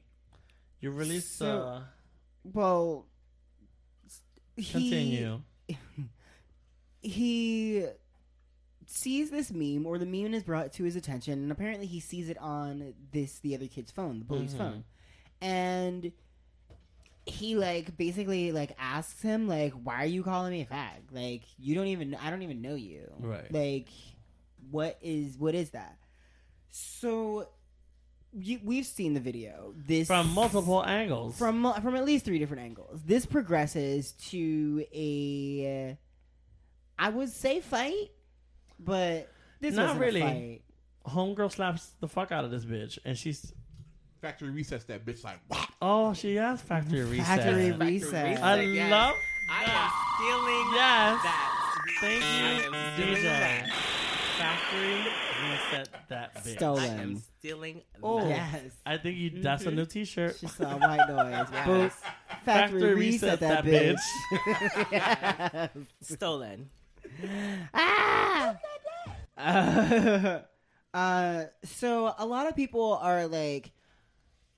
You released.
So-
uh,
Well, he-
continue.
he sees this meme or the meme is brought to his attention and apparently he sees it on this the other kid's phone the bully's
Mhm.
phone and he like basically like asks him like why are you calling me a fag like you don't even i don't even know you
Right.
like what is what is that so you, we've seen the video this
From multiple angles.
from mul- from at least three different angles. This progresses to a, uh, I would say fight, but this wasn't
Not
a
really.
fight.
homegirl slaps the fuck out of this bitch, and she's
Factory recess that bitch like wow.
oh she has factory reset.
Factory
reset.
reset.
I
Yes.
love
I am feeling
Yes.
that.
thank you
I am
DJ.
feeling that.
Factory reset that bitch.
I
Stolen.
am stealing
Oh,
that.
Yes,
I think you. That's
mm-hmm.
a new T-shirt.
she saw white noise. Boop. Factory, reset, that, bitch. Yes.
Stolen.
Ah! Uh, uh, so a lot of people are like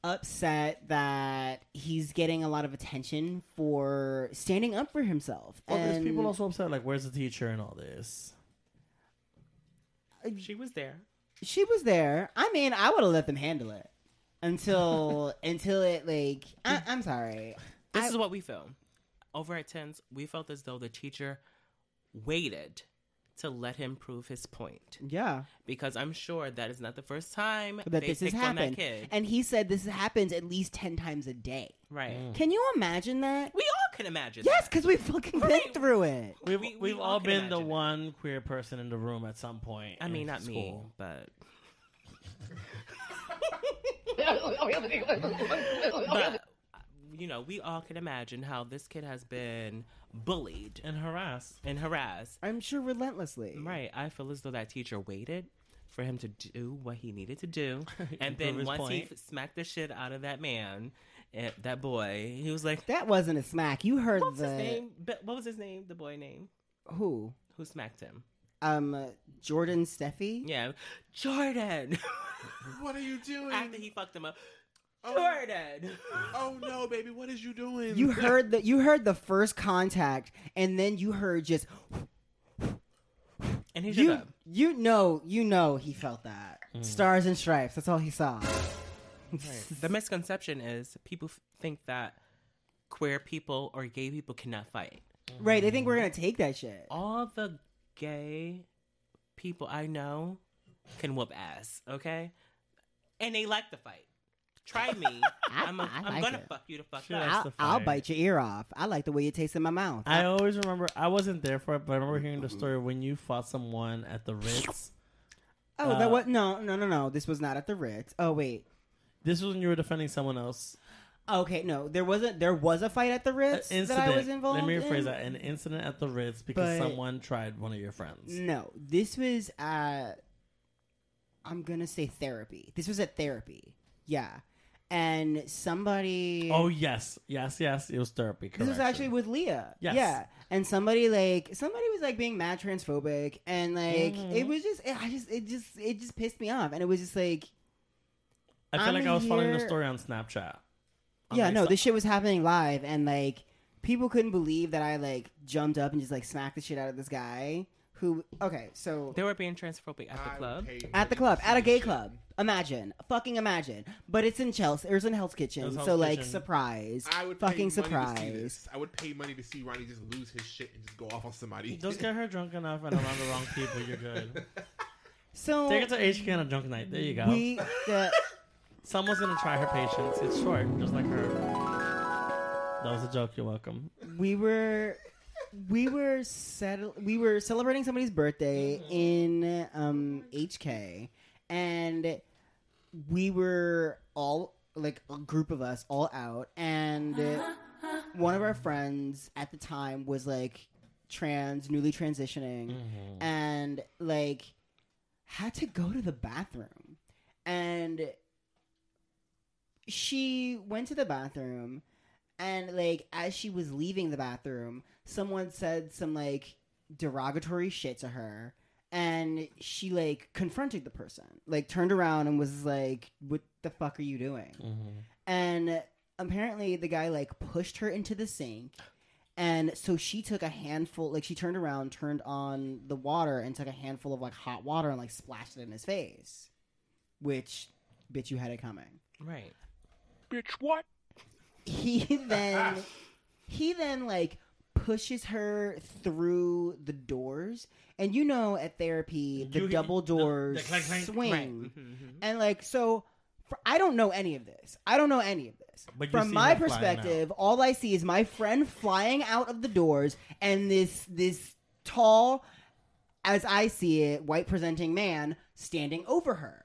upset that he's getting a lot of attention for standing up for himself.
Well, there's
and
people also upset. Like, where's the teacher and all this?
She was there.
she was there. I mean, I would have let them handle it until until it like. I, I'm sorry.
This
I-
is what we feel. Over at Tens, we felt as though the teacher waited to let him prove his point
Yeah,
because I'm sure that is not the first time
that
they
this has
picked on that
happened,
kid.
and he said this happens at least ten times a day.
right.
Can you imagine that?
We all can imagine.
Mm. Yes,
that.
because we've fucking been
Right.
through it.
We've
We- we
we've
all
all
can
been the
imagine it.
one queer person in the room at some point.
I mean,
in
not me,
school.
but
But
but you know, we all can imagine how this kid has been bullied
and harass.
and harassed.
I'm sure relentlessly.
Right. I feel as though that teacher waited for him to do what he needed to do,
Prove
and then
his
once he
point.
f- smacked the shit out of that man, eh, that boy, he was like,
That wasn't a smack. You heard
"What's
the
his name? Be- What was his name? The boy name
who?
who smacked him?
Um, Jordan Steffi.
Yeah, Jordan.
What are you doing?
After he fucked him up,
oh,
Jordan.
oh no, baby, what is you doing?
You heard the you heard the first contact, and then you heard just
And he
you
should up.
you know you know he felt that
Mm.
stars and stripes. That's all he saw.
The misconception is people f- think that queer people or gay people cannot fight.
Right? They think we're gonna take that shit.
All the gay people I know can whoop ass, okay? And they like to fight. Try me.
I-
I'm, a,
I
am
like
gonna
it.
fuck you to fuck
Sure.
up.
That's
I'll,
the
I'll
fire.
bite your ear off. I like the way it tastes in my mouth.
I always remember. I wasn't there for it, but I remember hearing the story when you fought someone at the Ritz.
oh, that
uh,
was no, no, no, no. This was not at the Ritz. Oh wait.
This was when you were defending someone else.
Okay, no, there wasn't. There was a fight at the
An
Ritz that I was
incident.
involved.
Let me
in.
rephrase that. An incident at the Ritz because
But- Mm.
someone tried one of your friends.
No, this was at. I'm gonna say therapy. This was at therapy. Yeah, and somebody.
Oh yes, yes, yes. It was therapy.
this was
correction.
actually with Leah.
Yes.
Yeah, and somebody like somebody was like being mad transphobic, and like
Mhm.
it was just. It, I just. It just. It just pissed me off, and it was just like.
I feel
I'm
like I was following the
here-
story on Snapchat. On
yeah,
my
no,
Snap-
this shit was happening live, and like people couldn't believe that I like jumped up and just like smacked the shit out of this guy who. Okay, so
They were being transphobic at the
I
club.
hate
At the
it.
club, at a gay club. Imagine, fucking imagine. But it's in Chelsea. It was in Hell's Kitchen.
It was
so
Hell's
like,
Kitchen.
surprise.
I would
fucking
pay money to see
surprise.
this. I would pay money to see Ronnie just lose his shit and just go off on somebody.
Just get her drunk enough and around the wrong people. You're good.
So
Take her to HK on a drunk night. There you go.
we the,
Someone's gonna try her patience. It's short, just like her. That was a joke. You're welcome.
we were we were settle, we were celebrating somebody's birthday in um HK and we were all like a group of us all out, and one of our friends at the time was like trans, newly transitioning, and like had to go to the bathroom, and she went to the bathroom and like as she was leaving the bathroom someone said some like derogatory shit to her and she like confronted the person like turned around and was like what the fuck are you doing Mm-hmm. and apparently the guy like pushed her into the sink and so she took a handful like she turned around turned on the water and took a handful of like hot water and like splashed it in his face which bitch you had it coming
Right.
Bitch, what?
he then he then like pushes her through the doors and you know at therapy the
You-
double
the-
doors
the clank, clank.
swing
Mm-hmm.
Mhm.
and like so for, i don't know any of this i don't know any of this
But you
from
see
my
her flying out.
perspective all i see is my friend flying out of the doors and this this tall as i see it white presenting man standing over her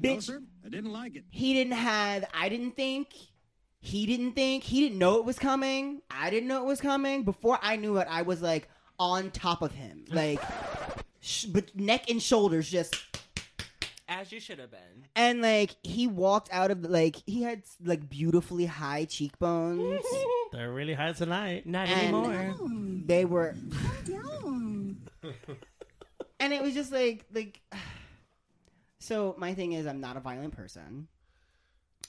bitch
I didn't like it.
he didn't have i didn't think he didn't think he didn't know it was coming i didn't know it was coming before i knew it i was like on top of him like sh- but neck and shoulders just
As you should have been.
and like he walked out of the, like he had like beautifully high cheekbones
They're really high tonight.
Not
And-
anymore.
they were
Down.
and it was just like like so my thing is i'm not a violent person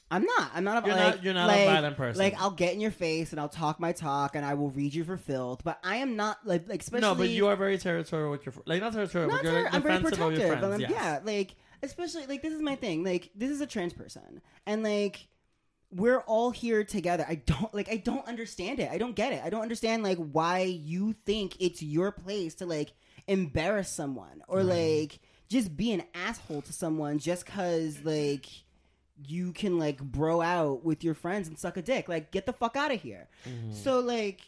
i'm not i'm not a
You're
like,
not- you're not a
like-
violent person.
like i'll get in your face and i'll talk my talk and i will read you for filth but i am not like like especially
no, but you are very territorial with your fr- like not territorial,
not
but you're like,
ter- i'm very
defensive of your
protective
friends.
but I'm,
yes.
yeah like especially like this is my thing like this is a trans person and like we're all here together. I don't like I don't understand it. I don't get it. I don't understand like why you think it's your place to like embarrass someone or like just be an asshole to someone just cuz like you can like bro out with your friends and suck a dick. Like get the fuck out of here.
Mm-hmm.
So like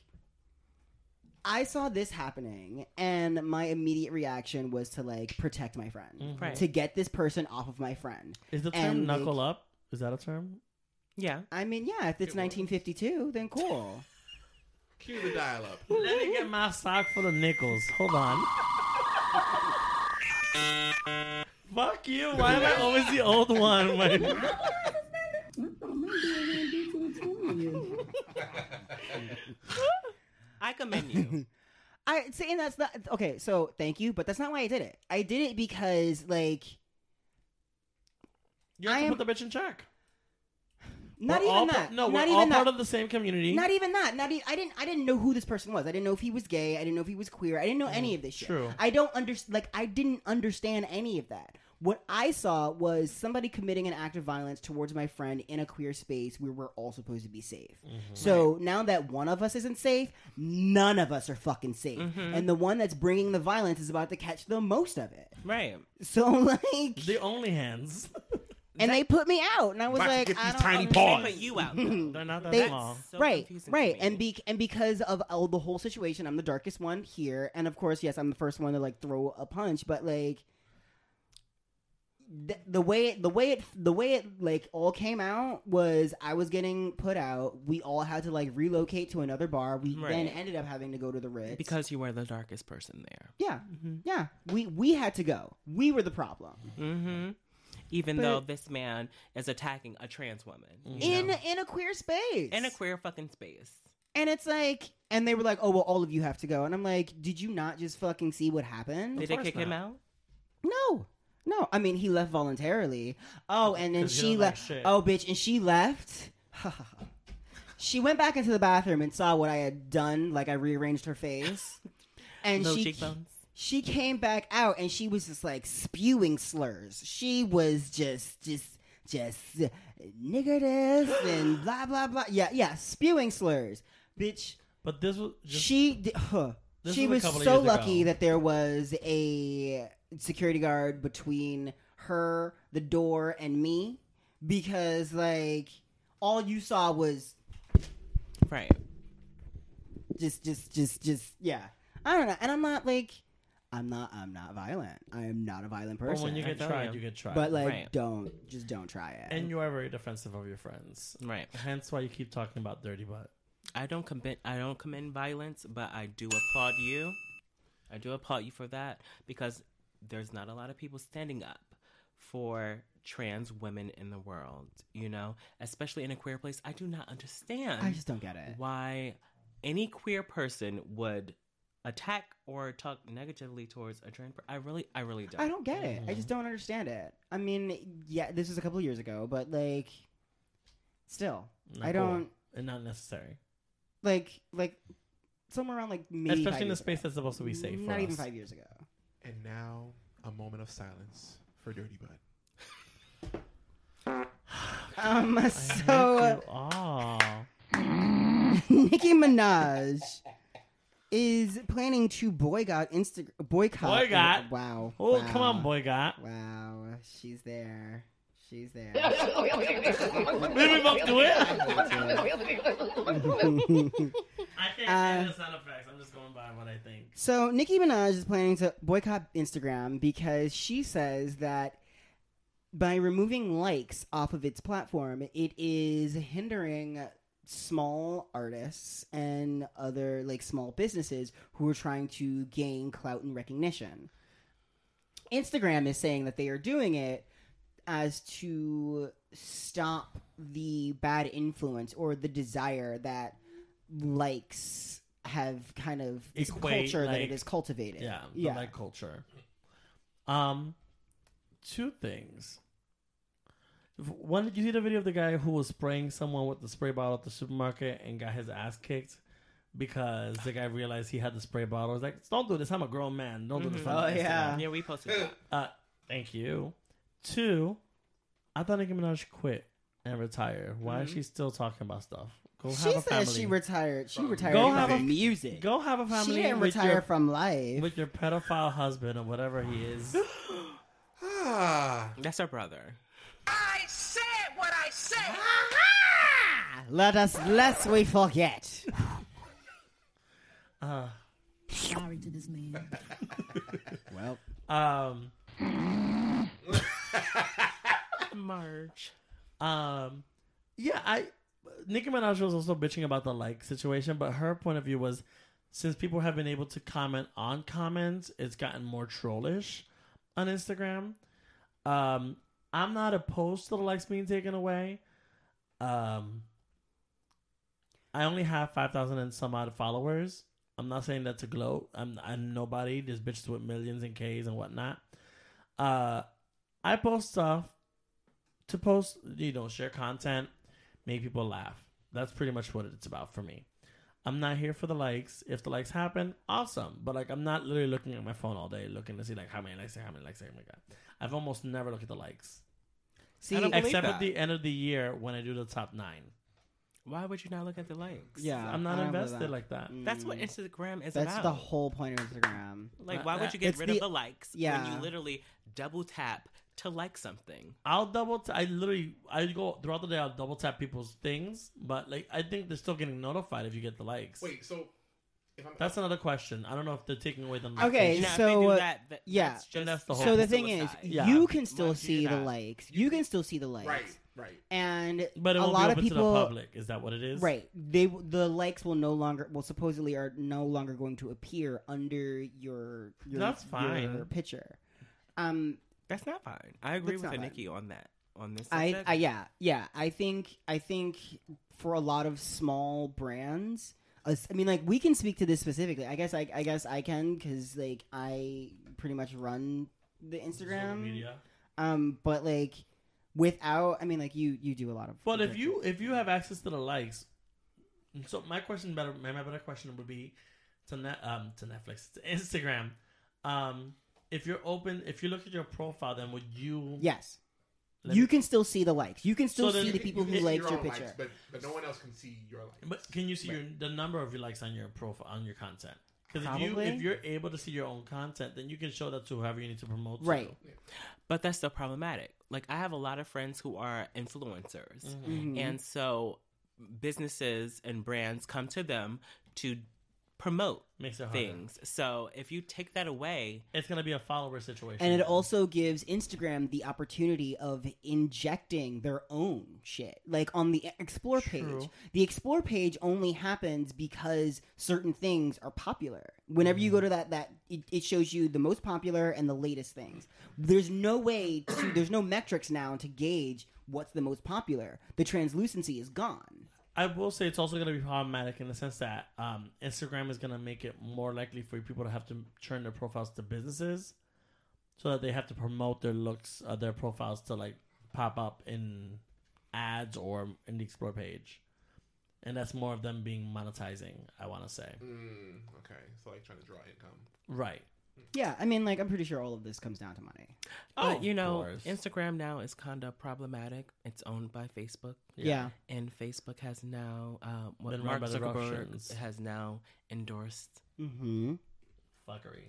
I saw this happening and my immediate reaction was to like protect my friend.
Mm-hmm.
Right.
To get this person off of my friend.
Is the term
And, like-
knuckle up? Is that a term?
Yeah.
I mean, yeah, if it's 1952, then cool.
Cue the dial up.
Let me get my sock full of nickels. Hold on. Fuck you. Why am I always the old one? Like,
I commend you.
I saying that's not okay. So thank you, but that's not why I did it. I did it because like
you have
I
to
am-
put the bitch in check.
not
We're
even
all
that.
Part, no,
not
we're
even
all
that.
part of the same community.
Not even that. Not even. I didn't. I didn't know who this person was. I didn't know if he was gay. I didn't know if he was queer. I didn't know
Mm,
any of this shit.
true.
I don't understand. Like I didn't understand any of that. What I saw was somebody committing an act of violence towards my friend in a queer space where we're all supposed to be safe.
Mm-hmm.
So now that one of us isn't safe, none of us are fucking safe.
Mm-hmm.
And the one that's bringing the violence is about to catch the most of it.
right.
So like,
the only hands.
and they put me out, and I was
About to
like,
get
I
these
don't
tiny
understand.
They
paws.
put you out.
They're not that
They-
small.
So
right,
confusing to
right,
me.
and be and because of oh, the whole situation, I'm the darkest one here, and of course, yes, I'm the first one to like throw a punch, but like th- the way it, the way it the way it like all came out was I was getting put out. We all had to like relocate to another bar. We then
Right.
ended up having to go to the Ritz
because Mm-hmm. you were the darkest person there.
yeah, yeah, we we had to go. We were the problem.
Mm-hmm. Even
But-
though this man is attacking a trans woman you
in
know,
in a queer space
in a queer fucking space.
and it's like and they were like oh well all of you have to go and i'm like did you not just fucking see what happened
Did it
course
kick him out?
no no i mean he left voluntarily oh and then
'Cause you
she
don't like
left
shit.
oh bitch and she left she went back into the bathroom and saw what i had done like i rearranged her face and
Little
she
cheekbones.
she came back out and she was just like spewing slurs. She was just just just uh, nigger this and blah blah blah. Yeah, yeah, spewing slurs. Bitch,
But this was just
she di- huh.
This
she
was a
was
couple of
so
years
lucky
ago.
that there was a security guard between her, the door and me because like all you saw was
Right.
just just just just yeah i don't know and i'm not like I'm not. I'm not violent. I am not a violent person.
But when you
I
get
tell
tried, you
you.
get tried.
But like,
Right.
don't just don't try it.
and you are very defensive of your friends.
Right.
Hence why you keep talking about dirty butt.
I don't commend I don't commend violence, but I do applaud you. I do applaud you for that because there's not a lot of people standing up for trans women in the world, you know, especially in a queer place. I do not understand
I just don't get it.
why any queer person would attack or talk negatively towards a trans person. I really I really don't.
I don't get it.
Mm-hmm.
I just don't understand it. I mean, yeah, this was a couple years ago, but like, still,
Not
I
cool.
don't
and not necessary,
like like somewhere around like maybe five
especially in a
years
space
ago.
that's supposed to be safe.
Not
for
even
us.
five years ago.
And now a moment of silence for Dirty Butt.
Um, so
You all.
Nicki Minaj is planning to boycott Insta boycott.
Boycott?
Wow.
Oh,
wow.
come on, boy, got.
Wow, she's there. She's there.
Did we both do it? I can't
stand Uh,
the sound effects. I'm just going by what I think.
So Nicki Minaj is planning to boycott Instagram because she says that by removing likes off of its platform, it is hindering small artists and other like small businesses who are trying to gain clout and recognition. Instagram is saying that they are doing it as to stop the bad influence or the desire that likes have kind of this
Equate,
culture that
like-
it is cultivated.
Yeah, yeah.
yeah.
Like culture. Um, two things. One, did you see the video of the guy who was spraying someone with the spray bottle at the supermarket and got his ass kicked because the guy realized he had the spray bottle? He's like, "Don't do this. I'm a grown man. Don't do this." on
Oh,
Instagram."
yeah.
Yeah, we posted that.
Uh, thank you. Two, I thought Nicki Minaj quit and retired. Why is she still talking about stuff? Go have
she
a
says
family.
she retired. She retired
Go
from
have a-
music.
Go have a
she
family.
didn't
with
retire
your-
from life.
with your pedophile husband or whatever he is.
Ah,
That's our brother.
I said what I said.
Let us lest we forget.
Uh,
Sorry to this man.
well,
um,
Marge.
um, yeah, I Nicki Minaj was also bitching about the like situation, but her point of view was since people have been able to comment on comments, it's gotten more trollish on Instagram. Um, I'm not opposed to the likes being taken away. Um, I only have five thousand and some odd followers. I'm not saying that to gloat. I'm I'm nobody. This bitch is with millions and K's and whatnot. Uh, I post stuff to post. You know, share content, make people laugh. That's pretty much what it's about for me. I'm not here for the likes. If the likes happen, awesome. But like, I'm not literally looking at my phone all day, looking to see like how many likes, how many likes, how many likes. I've almost never looked at the likes,
see,
except at the end of the year when I do the top nine.
Why would you not look at the likes?
yeah,
I'm not
I don't believe
invested
that.
like that.
That's what
Mm.
Instagram is
That's
about.
the whole point of Instagram.
Like, why would you get
It's
rid
the-
of the likes when
yeah.
you literally double tap to like something?
I'll double. T- I literally, I go throughout the day. I'll double tap people's things, but like, I think they're still getting notified if you get the likes.
wait. So if I'm
that's another question. I don't know if they're taking away the
Okay,
notification.
if
so,
they do
uh,
that, that-
yeah.
that's
And
just
that's the whole
So the
Suicide.
thing is,
Yeah.
you can still
Mind you,
see the
yeah.
likes. You can still see the likes,
right, right.
and
but it
a
won't
lot of
be open
people,
to the public. Is that what it is?
right? They the likes will no longer, well, supposedly are no longer going to appear under your your,
That's fine.
your picture. Um,
That's not fine. I agree
That's
with
not fine.
Nikki on that. On this,
I,
subject.
I yeah yeah I think I think for a lot of small brands, us- I mean like we can speak to this specifically. I guess I, I guess I can because like I pretty much run the
Social
Instagram.
media.
Um, but like without, I mean like you you do a lot of.
But if you if you have access to the likes, so my question better my my better question would be to net um to Netflix to Instagram, um if you're open if you look at your profile then would you
yes,
Let
you
me-
can still see the likes. You can still
So then
see
you
the
can-
people
you
who
can-
liked your
own
picture.
Likes, but but no one else can see your likes.
But can you see your, the number of your likes on your profile on your content? Because if you
Probably.
if you're able to see your own content, then you can show that to whoever you need to promote. to.
Right.
but that's still problematic. Like, I have a lot of friends who are influencers,
Mm-hmm.
Mhm.
and so businesses and brands come to them to promote
Makes it harder.
things. So if you take that away,
It's gonna be a follower situation.
And it also gives Instagram the opportunity of injecting their own shit. Like on the explore page.
True.
The explore page only happens because certain things are popular. Whenever you go to that that it, it shows you the most popular and the latest things. There's no way to there's no metrics now to gauge what's the most popular. The translucency is gone.
I will say it's also going to be problematic in the sense that um, Instagram is going to make it more likely for people to have to turn their profiles to businesses, so that they have to promote their looks, uh, their profiles to like pop up in ads or in the explore page, and that's more of them being monetizing. I want to say,
Mm, okay, so like trying to draw income.
right?
Yeah, I mean like I'm pretty sure all of this comes down to money.
but you
Oh, of
know,
course.
Instagram now is kind of problematic. It's owned by Facebook,
yeah.
and Facebook has now uh, what
Been run
Mark
by the Russians.
Zuckerberg has now endorsed
Mhm.
fuckery.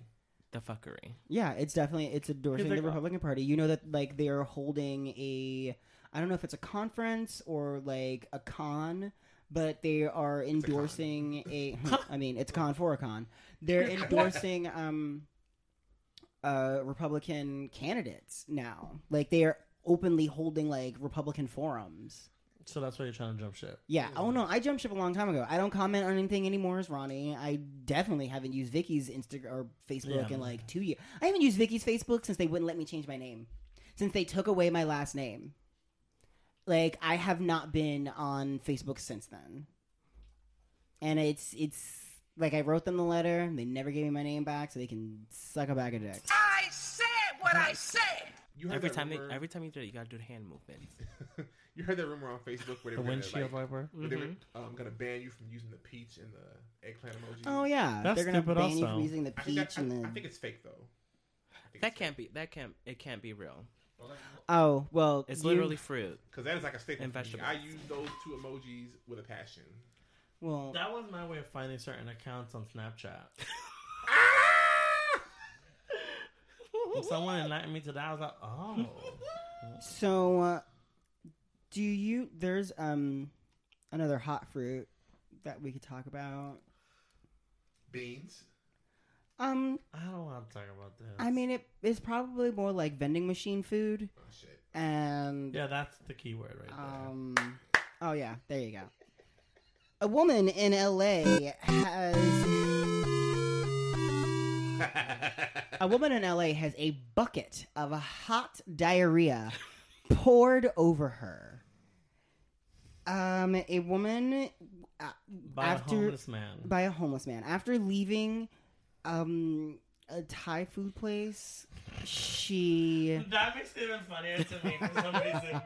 the fuckery.
Yeah, it's definitely it's endorsing
they're
the
go-
Republican Party. You know that like they are holding a I don't know if it's a conference or like a con, but they are endorsing a hmm, I mean it's con for a con. They're endorsing um uh Republican candidates now. Like they are openly holding like Republican forums.
So that's why you're trying to jump ship.
Yeah. Oh no, I jumped ship a long time ago. I don't comment on anything anymore as Ronnie. I definitely haven't used Vicky's Instagram or Facebook
Yeah.
in like two years. I haven't used Vicky's Facebook since they wouldn't let me change my name. Since they took away my last name. Like I have not been on Facebook since then. And it's it's like I wrote them the letter, and they never gave me my name back, so they can suck a bag of dicks.
I said what I said.
You heard
Every
that
time, they,
rumor,
every time you do it, you gotta do the hand movement.
you heard that rumor on Facebook where they
The
were gonna,
windshield
like,
wiper.
where they were
Mm-hmm.
um, gonna ban you from using the peach and the eggplant emoji.
Oh yeah,
That's
they're gonna
stupid
ban you
also.
from using the
I think,
peach
that, I,
and the
I think it's fake though. I think
That can't be. That can't. It can't be real.
oh well.
It's
you-
literally fruit.
because that is like a staple.
And
For me.
vegetables.
I use those two emojis with a passion.
well.
That was my way of finding certain accounts on Snapchat. When Someone enlightened me to that. I was like, oh.
So, uh, do you? There's um another hot fruit that we could talk about.
Beans.
Um,
I don't want to talk about this.
I mean, it is probably more like vending machine food,
Oh shit.
and
yeah, that's the key word right there.
um, oh yeah, there you go. A woman in L.A. has a woman in L.A. has a bucket of hot diarrhea poured over her. Um, a woman uh,
By
after
a homeless man.
by a homeless man after leaving um a Thai food place. She
that makes it even funnier to me for some reason.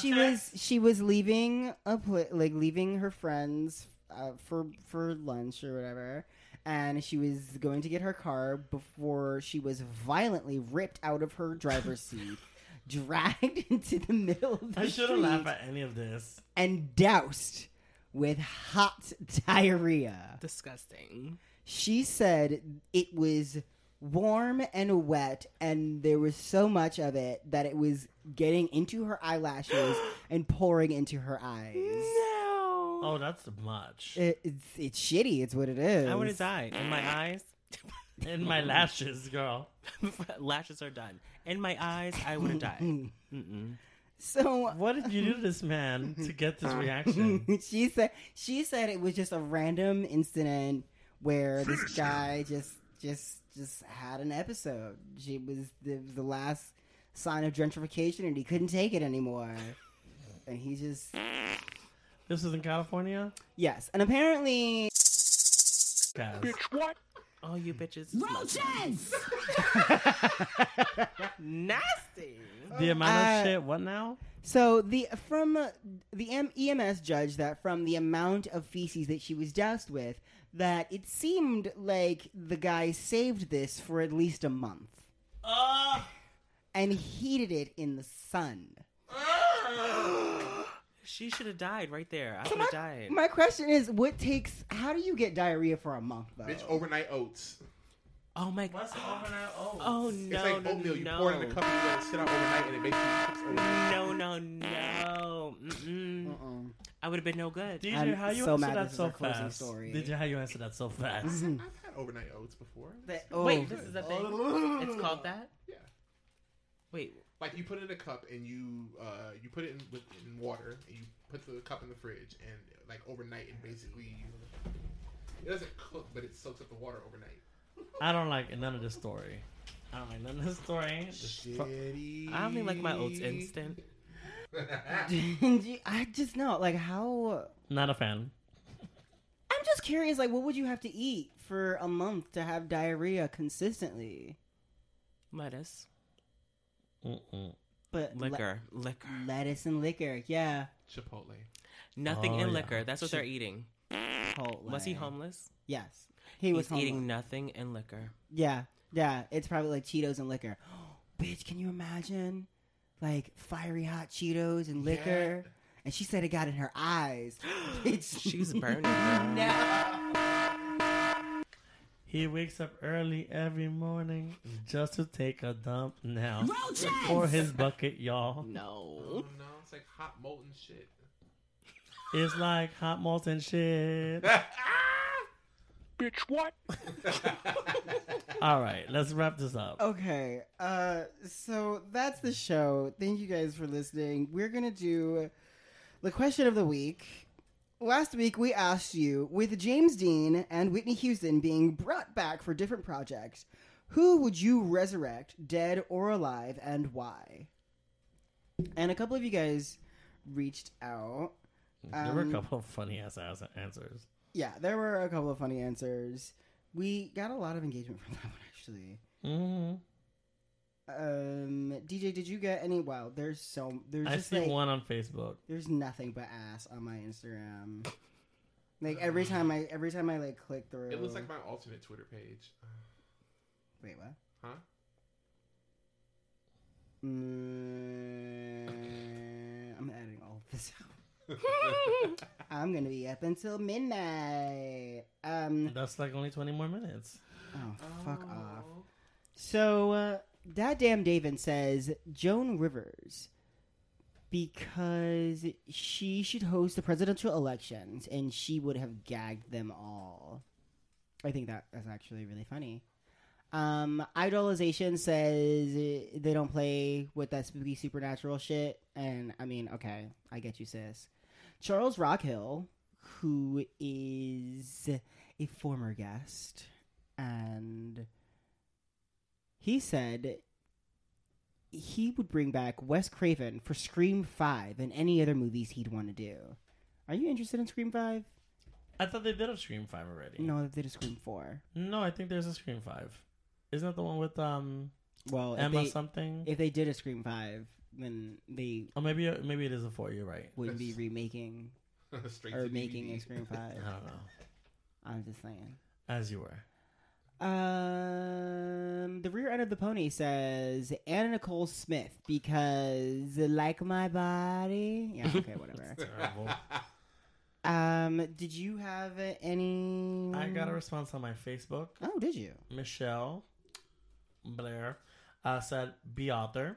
she was she was leaving a pla- like leaving her friends uh, for for lunch or whatever, and she was going to get her car before she was violently ripped out of her driver's seat. Dragged into the middle of the
I shouldn't laugh
street
at any of this.
and doused with hot diarrhea.
Disgusting.
She said it was warm and wet, and there was so much of it that it was getting into her eyelashes and pouring into her eyes.
No.
Oh, that's much.
It, it's, it's shitty. It's what it is.
I would have died in my eyes.
In my lashes, girl.
Lashes are done. In my eyes, I would have died. Mm-mm.
So
What did you do to this man to get this reaction?
she said she said it was just a random incident where this guy just just just had an episode. She was the, the last sign of gentrification, and he couldn't take it anymore. And he just
This was in California?
yes, and apparently
Yes.
Oh, you bitches.
Roaches!
Nasty.
The amount of
Uh,
shit, what now?
So the from uh, the M- EMS judged that from the amount of feces that she was doused with, that it seemed like the guy saved this for at least a month and heated it in the sun.
She should have died right there. I would have died.
My question is, what takes? How do you get diarrhea for a month though?
Bitch, overnight oats.
Oh my god. Oh no.
it's like oatmeal.
No.
You pour it in a cup and you let it sit out overnight, and it basically cooks overnight.
No, no, no. Mm-mm. I would have been no good.
DJ,
I'm
how you
so
answer
mad
that
this is
so
our closing
fast?
story.
DJ, how you answer that so fast?
I've had overnight oats before.
That- oh.
Wait, this is a thing. It's called that.
Oh. Yeah.
Wait,
Like you put it in a cup and you uh, you put it in, with, in water and you put the cup in the fridge and like overnight it basically it doesn't cook but it soaks up the water overnight.
I don't like none of this story. I don't like none of this story. This fu-
Shitty.
I only like my oats instant.
I just know, like, how.
Not a fan.
I'm just curious, like, what would you have to eat for a month to have diarrhea consistently?
Lettuce,
Mm-mm.
But le-
liquor, liquor.
lettuce and liquor, yeah.
Chipotle.
Nothing
Oh,
in
yeah.
liquor. That's what they're eating.
Chipotle.
Was he homeless?
Yes, he was
He's
homeless.
eating nothing in liquor.
Yeah, yeah. It's probably like Cheetos and liquor. Bitch, can you imagine? Like fiery hot Cheetos and liquor. And she said it got in her eyes. Bitch,
She's burning. no.
He wakes up early every morning just to take a dump now. Pour his bucket, y'all.
Oh no, it's like hot molten shit.
It's like hot malt and shit.
Bitch, what?
All right, let's wrap this up.
Okay, uh, so that's the show. Thank you guys for listening. We're gonna do the question of the week. Last week we asked you, with James Dean and Whitney Houston being brought back for different projects, who would you resurrect, dead or alive, and why? And a couple of you guys reached out.
there were a
um,
couple of funny ass ass answers.
Yeah, there were a couple of funny answers. We got a lot of engagement from that one, actually. mm-hmm.
hmm
Um, DJ, did you get any? Wow, there's so there's
I
just
see
like
one on Facebook.
there's nothing but ass on my Instagram. Like every time I every time I like click through,
It looks like my alternate Twitter page.
wait what?
Huh?
Mm, I'm adding all of this out. I'm gonna be up until midnight. Um,
That's like only 20 more minutes.
Oh, fuck off. So, uh, that damn David says Joan Rivers because she should host the presidential elections and she would have gagged them all. I think that that's actually really funny. Um, Idolization says uh, they don't play with that spooky supernatural shit. And I mean, okay, I get you, sis. Charles Rockhill, who is a former guest, and he said he would bring back Wes Craven for Scream 5 and any other movies he'd want to do. Are you interested in Scream 5?
I thought they did a Scream 5 already.
No, they did a Scream 4.
No, I think there's a Scream 5. Isn't that the one with um
Well, Oh, if
Emma
they,
something?
if they did a Scream 5, then they
oh, maybe maybe it is a 4. You're right.
would be remaking
Straight
or
to
making
DVD.
a Scream 5.
I don't know.
I'm just saying.
As you were.
Um, the rear end of the pony says Anna Nicole Smith because like my body. Yeah, okay, whatever.
Terrible.
um, did you have any?
I got a response on my Facebook.
Oh, did you?
Michelle Blair uh, said, "Be author."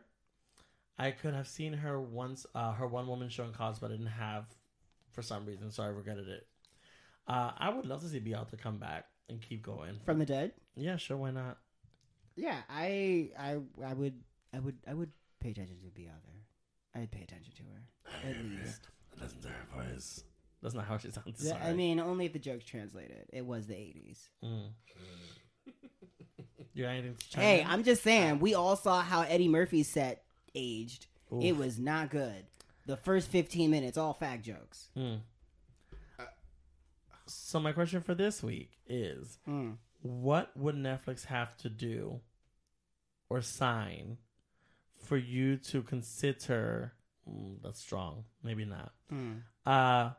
I could have seen her once, uh, her one woman show in college, but I didn't have for some reason, so I regretted it. Uh, I would love to see Be author come back and keep going.
From the dead?
Yeah, sure, why not?
Yeah, I, I, I would, I would, I would pay attention to the other. I'd pay attention to her at least.
Listen to her voice. That's not how she sounds.
Yeah,
Sorry.
I mean, only if the joke's translated. It was the '80s.
Mm. you got anything to chime
Hey,
in?
I'm just saying. We all saw how Eddie Murphy's set aged.
Oof.
It was not good. The first 15 minutes, all fact jokes.
Mm. So my question for this week is:
Hmm.
what would Netflix have to do or sign for you to consider? Mm, that's strong. Maybe not.
Hmm.
Uh,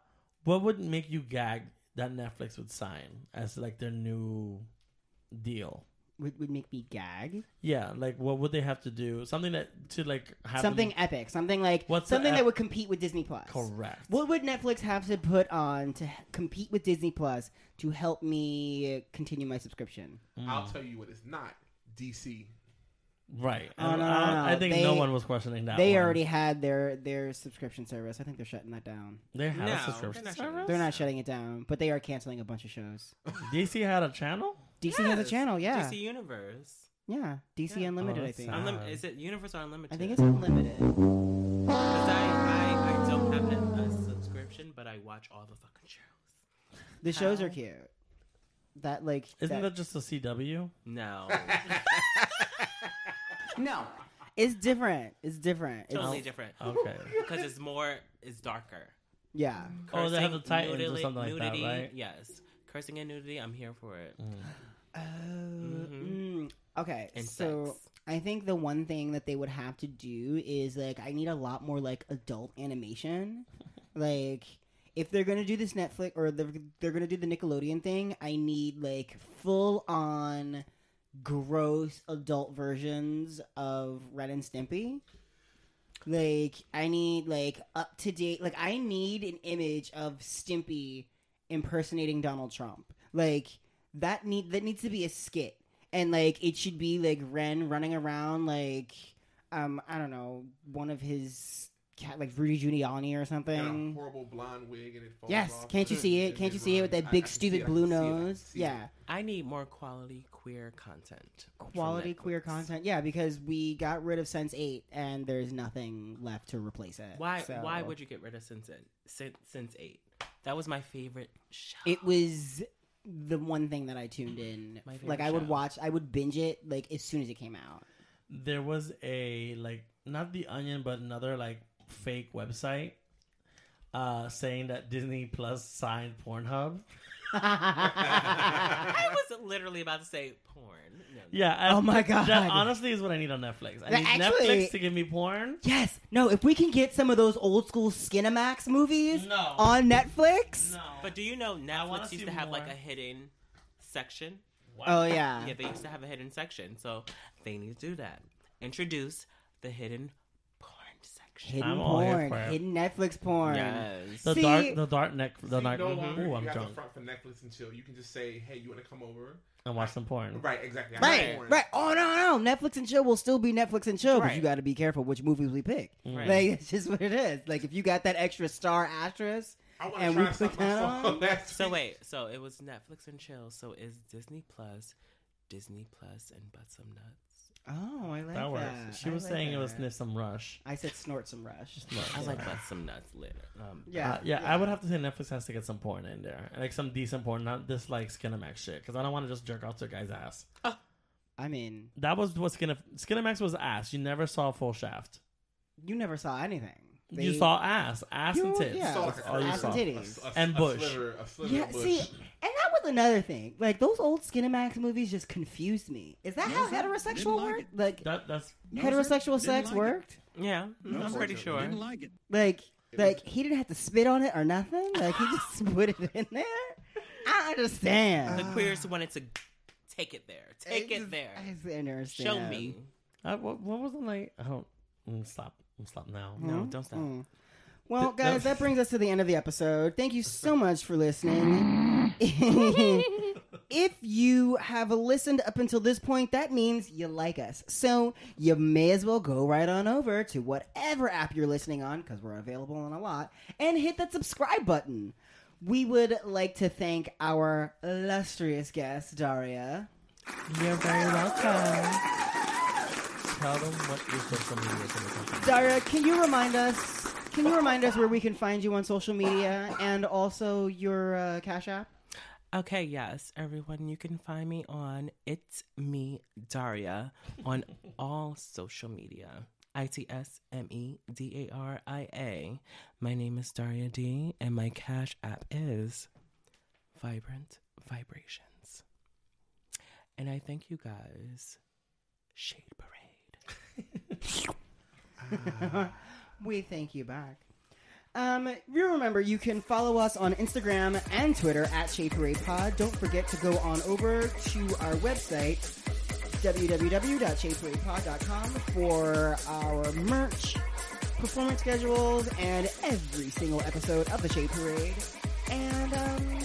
what would make you gag that Netflix would sign as like their new deal?
would, would make me gag?
Yeah, like what would they have to do? Something that to like have
Something epic, something like
What's the
something
ep-
that would compete with Disney Plus.
correct.
What would Netflix have to put on to h- compete with Disney Plus to help me continue my subscription?
I'll tell you what it's not. DC.
Right.
Oh, no, no,
I- I,
no.
think no
They-
one was questioning that.
they
one.
already had their their subscription service. I think they're shutting that down.
they had
No,
a subscription
they're not
service.
They're not shutting it down, but they are canceling a bunch of shows.
DC had a channel.
DC has a
Yes.
channel, yeah,
DC Universe.
yeah. DC
Yeah.
Unlimited,
Oh,
I
that's
think.
sad.
Unlim- is it Universe or Unlimited?
I think it's unlimited.
'Cause I, I, I don't have a, a subscription, but I watch all the fucking shows.
The shows
How?
are cute. That like
Isn't
that-
that just a CW?
No,
no? It's different. It's different. It's,
totally different
Okay.
because it's more, it's darker.
Yeah.
Oh, they have the Titans or
nudity,
something like that,
nudity,
right? Mm.
Yes, cursing and nudity. I'm here for it.
Oh.
Mhm.
mm. Okay.
And
so
sex.
I think the one thing that they would have to do is like I need a lot more like adult animation. like if they're gonna do this Netflix or they're, they're gonna do the Nickelodeon thing, I need like full on gross adult versions of Red and Stimpy. Like I need like up to date. Like I need an image of Stimpy impersonating Donald Trump. Like that need that needs to be a skit, and like it should be like Ren running around like um I don't know one of his cat like Rudy Giuliani or
And a
something.
horrible blonde wig and it falls
Yes,
off.
can't you see it?
And
Can't
they
you see it
run.
with
I- I
that
can
big
see
stupid
it, I
blue
can see it, I can
nose?
see it.
Yeah,
I need more quality queer content. from
quality queer
Netflix.
content. Yeah, because we got rid of Sense Eight, and there's nothing left to replace it.
Why?
So-
Why would you get rid of Sense Eight? Since, since Eight, that was my favorite show.
it was the one thing that I tuned in.
My favorite
Like I would
show.
watch, I would binge it like as soon as it came out.
There was a like not the Onion, but another like fake website uh saying that Disney Plus signed Pornhub.
I was literally about to say porn. No, no.
Yeah. I-
Oh my God.
That honestly is what I need on Netflix. I
That
need
actually-
Netflix to give me porn.
yes, no. If we can get some of those old school Skinamax movies
No.
on Netflix,
No.
But do you know
wanna
Netflix
see
used to have like
more.
a hidden section?
oh yeah,
Yeah, they used to have a hidden section, so they need to do that. Introduce the hidden porn section.
hidden
I'm all here
porn,
for it.
hidden Netflix porn.
Yes.
the
See-
dark, the dark neck, the
See,
dark.
no
Mhm.
longer
Ooh,
you
I'm
have
drunk.
to front for Netflix and chill. You can just say, "Hey, you want to come over?"
And watch some porn.
Right, exactly. I like
Right,
porn.
right. Oh no, no. Netflix and chill will still be Netflix and chill, but you
Right.
got to be careful which movies we pick.
Right.
Like it's just what it is. Like if you got that extra star asterisk,
I want to
And
try
we
something
put that
myself
on?
last
So
week.
wait, so it was Netflix and chill. So is Disney Plus, Disney Plus, and butt some nuts.
oh, I like that.
That works. She
I
was
like
saying it was
that.
sniff some rush.
I said snort some rush.
I like butt some nuts later. Um,
Yeah,
Uh, yeah, I would have to say Netflix has to get some porn in there, like some decent porn, not this like Skinamax shit, because I don't want to just jerk off to a guy's ass.
I mean,
That was what Skin Skinamax was ass. You never saw full shaft.
you never saw anything.
You
They-
saw ass, ass and
You-
tits.
yeah.
Saw
That's
like a
all you
Ass and
saw.
titties.
A- a-
And
a
bush.
sliver- a sliver
Yeah,
of bush.
see, and that was another thing. Like those old Skinemax movies just confused me. Is that how heterosexual
like
worked? Like
That, that's
didn't
heterosexual sex
like it.
worked?
yeah, I'm pretty
unfortunately,
sure.
Didn't like it.
Like,
It
like
was-
he didn't have to spit on it or nothing. Like he just put it in there. I don't understand.
Uh,
The queers wanted to take it there. Take it there.
I Ah. just understand.
Show me.
I, uh, what, what was the night? I don't mm, stop. Mm, Stop now.
No, don't stop.
Mm. Well,
Th- that-
guys, that brings us to the end of the episode. Thank you so much for listening. if you have listened up until this point, that means you like us. So you may as well go right on over to whatever app you're listening on, because we're available on a lot, and hit that subscribe button. We would like to thank our illustrious guest, Daria.
You're very welcome. Tell them what your social media is. gonna be.
Daria, can you remind us? Can you remind us where we can find you on social media and also your uh, Cash App?
Okay, yes, everyone, you can find me on It's Me Daria on all social media. I T S M E D A R I A. My name is Daria D, and my cash app is Vibrant Vibrations. And I thank you guys. Shade Parade.
We thank you back. Um, you remember you can follow us on Instagram and Twitter at Shade Parade Pod. Don't forget to go on over to our website, www.shadeparadepod.com for our merch, performance schedules, and every single episode of the Shade Parade. And um,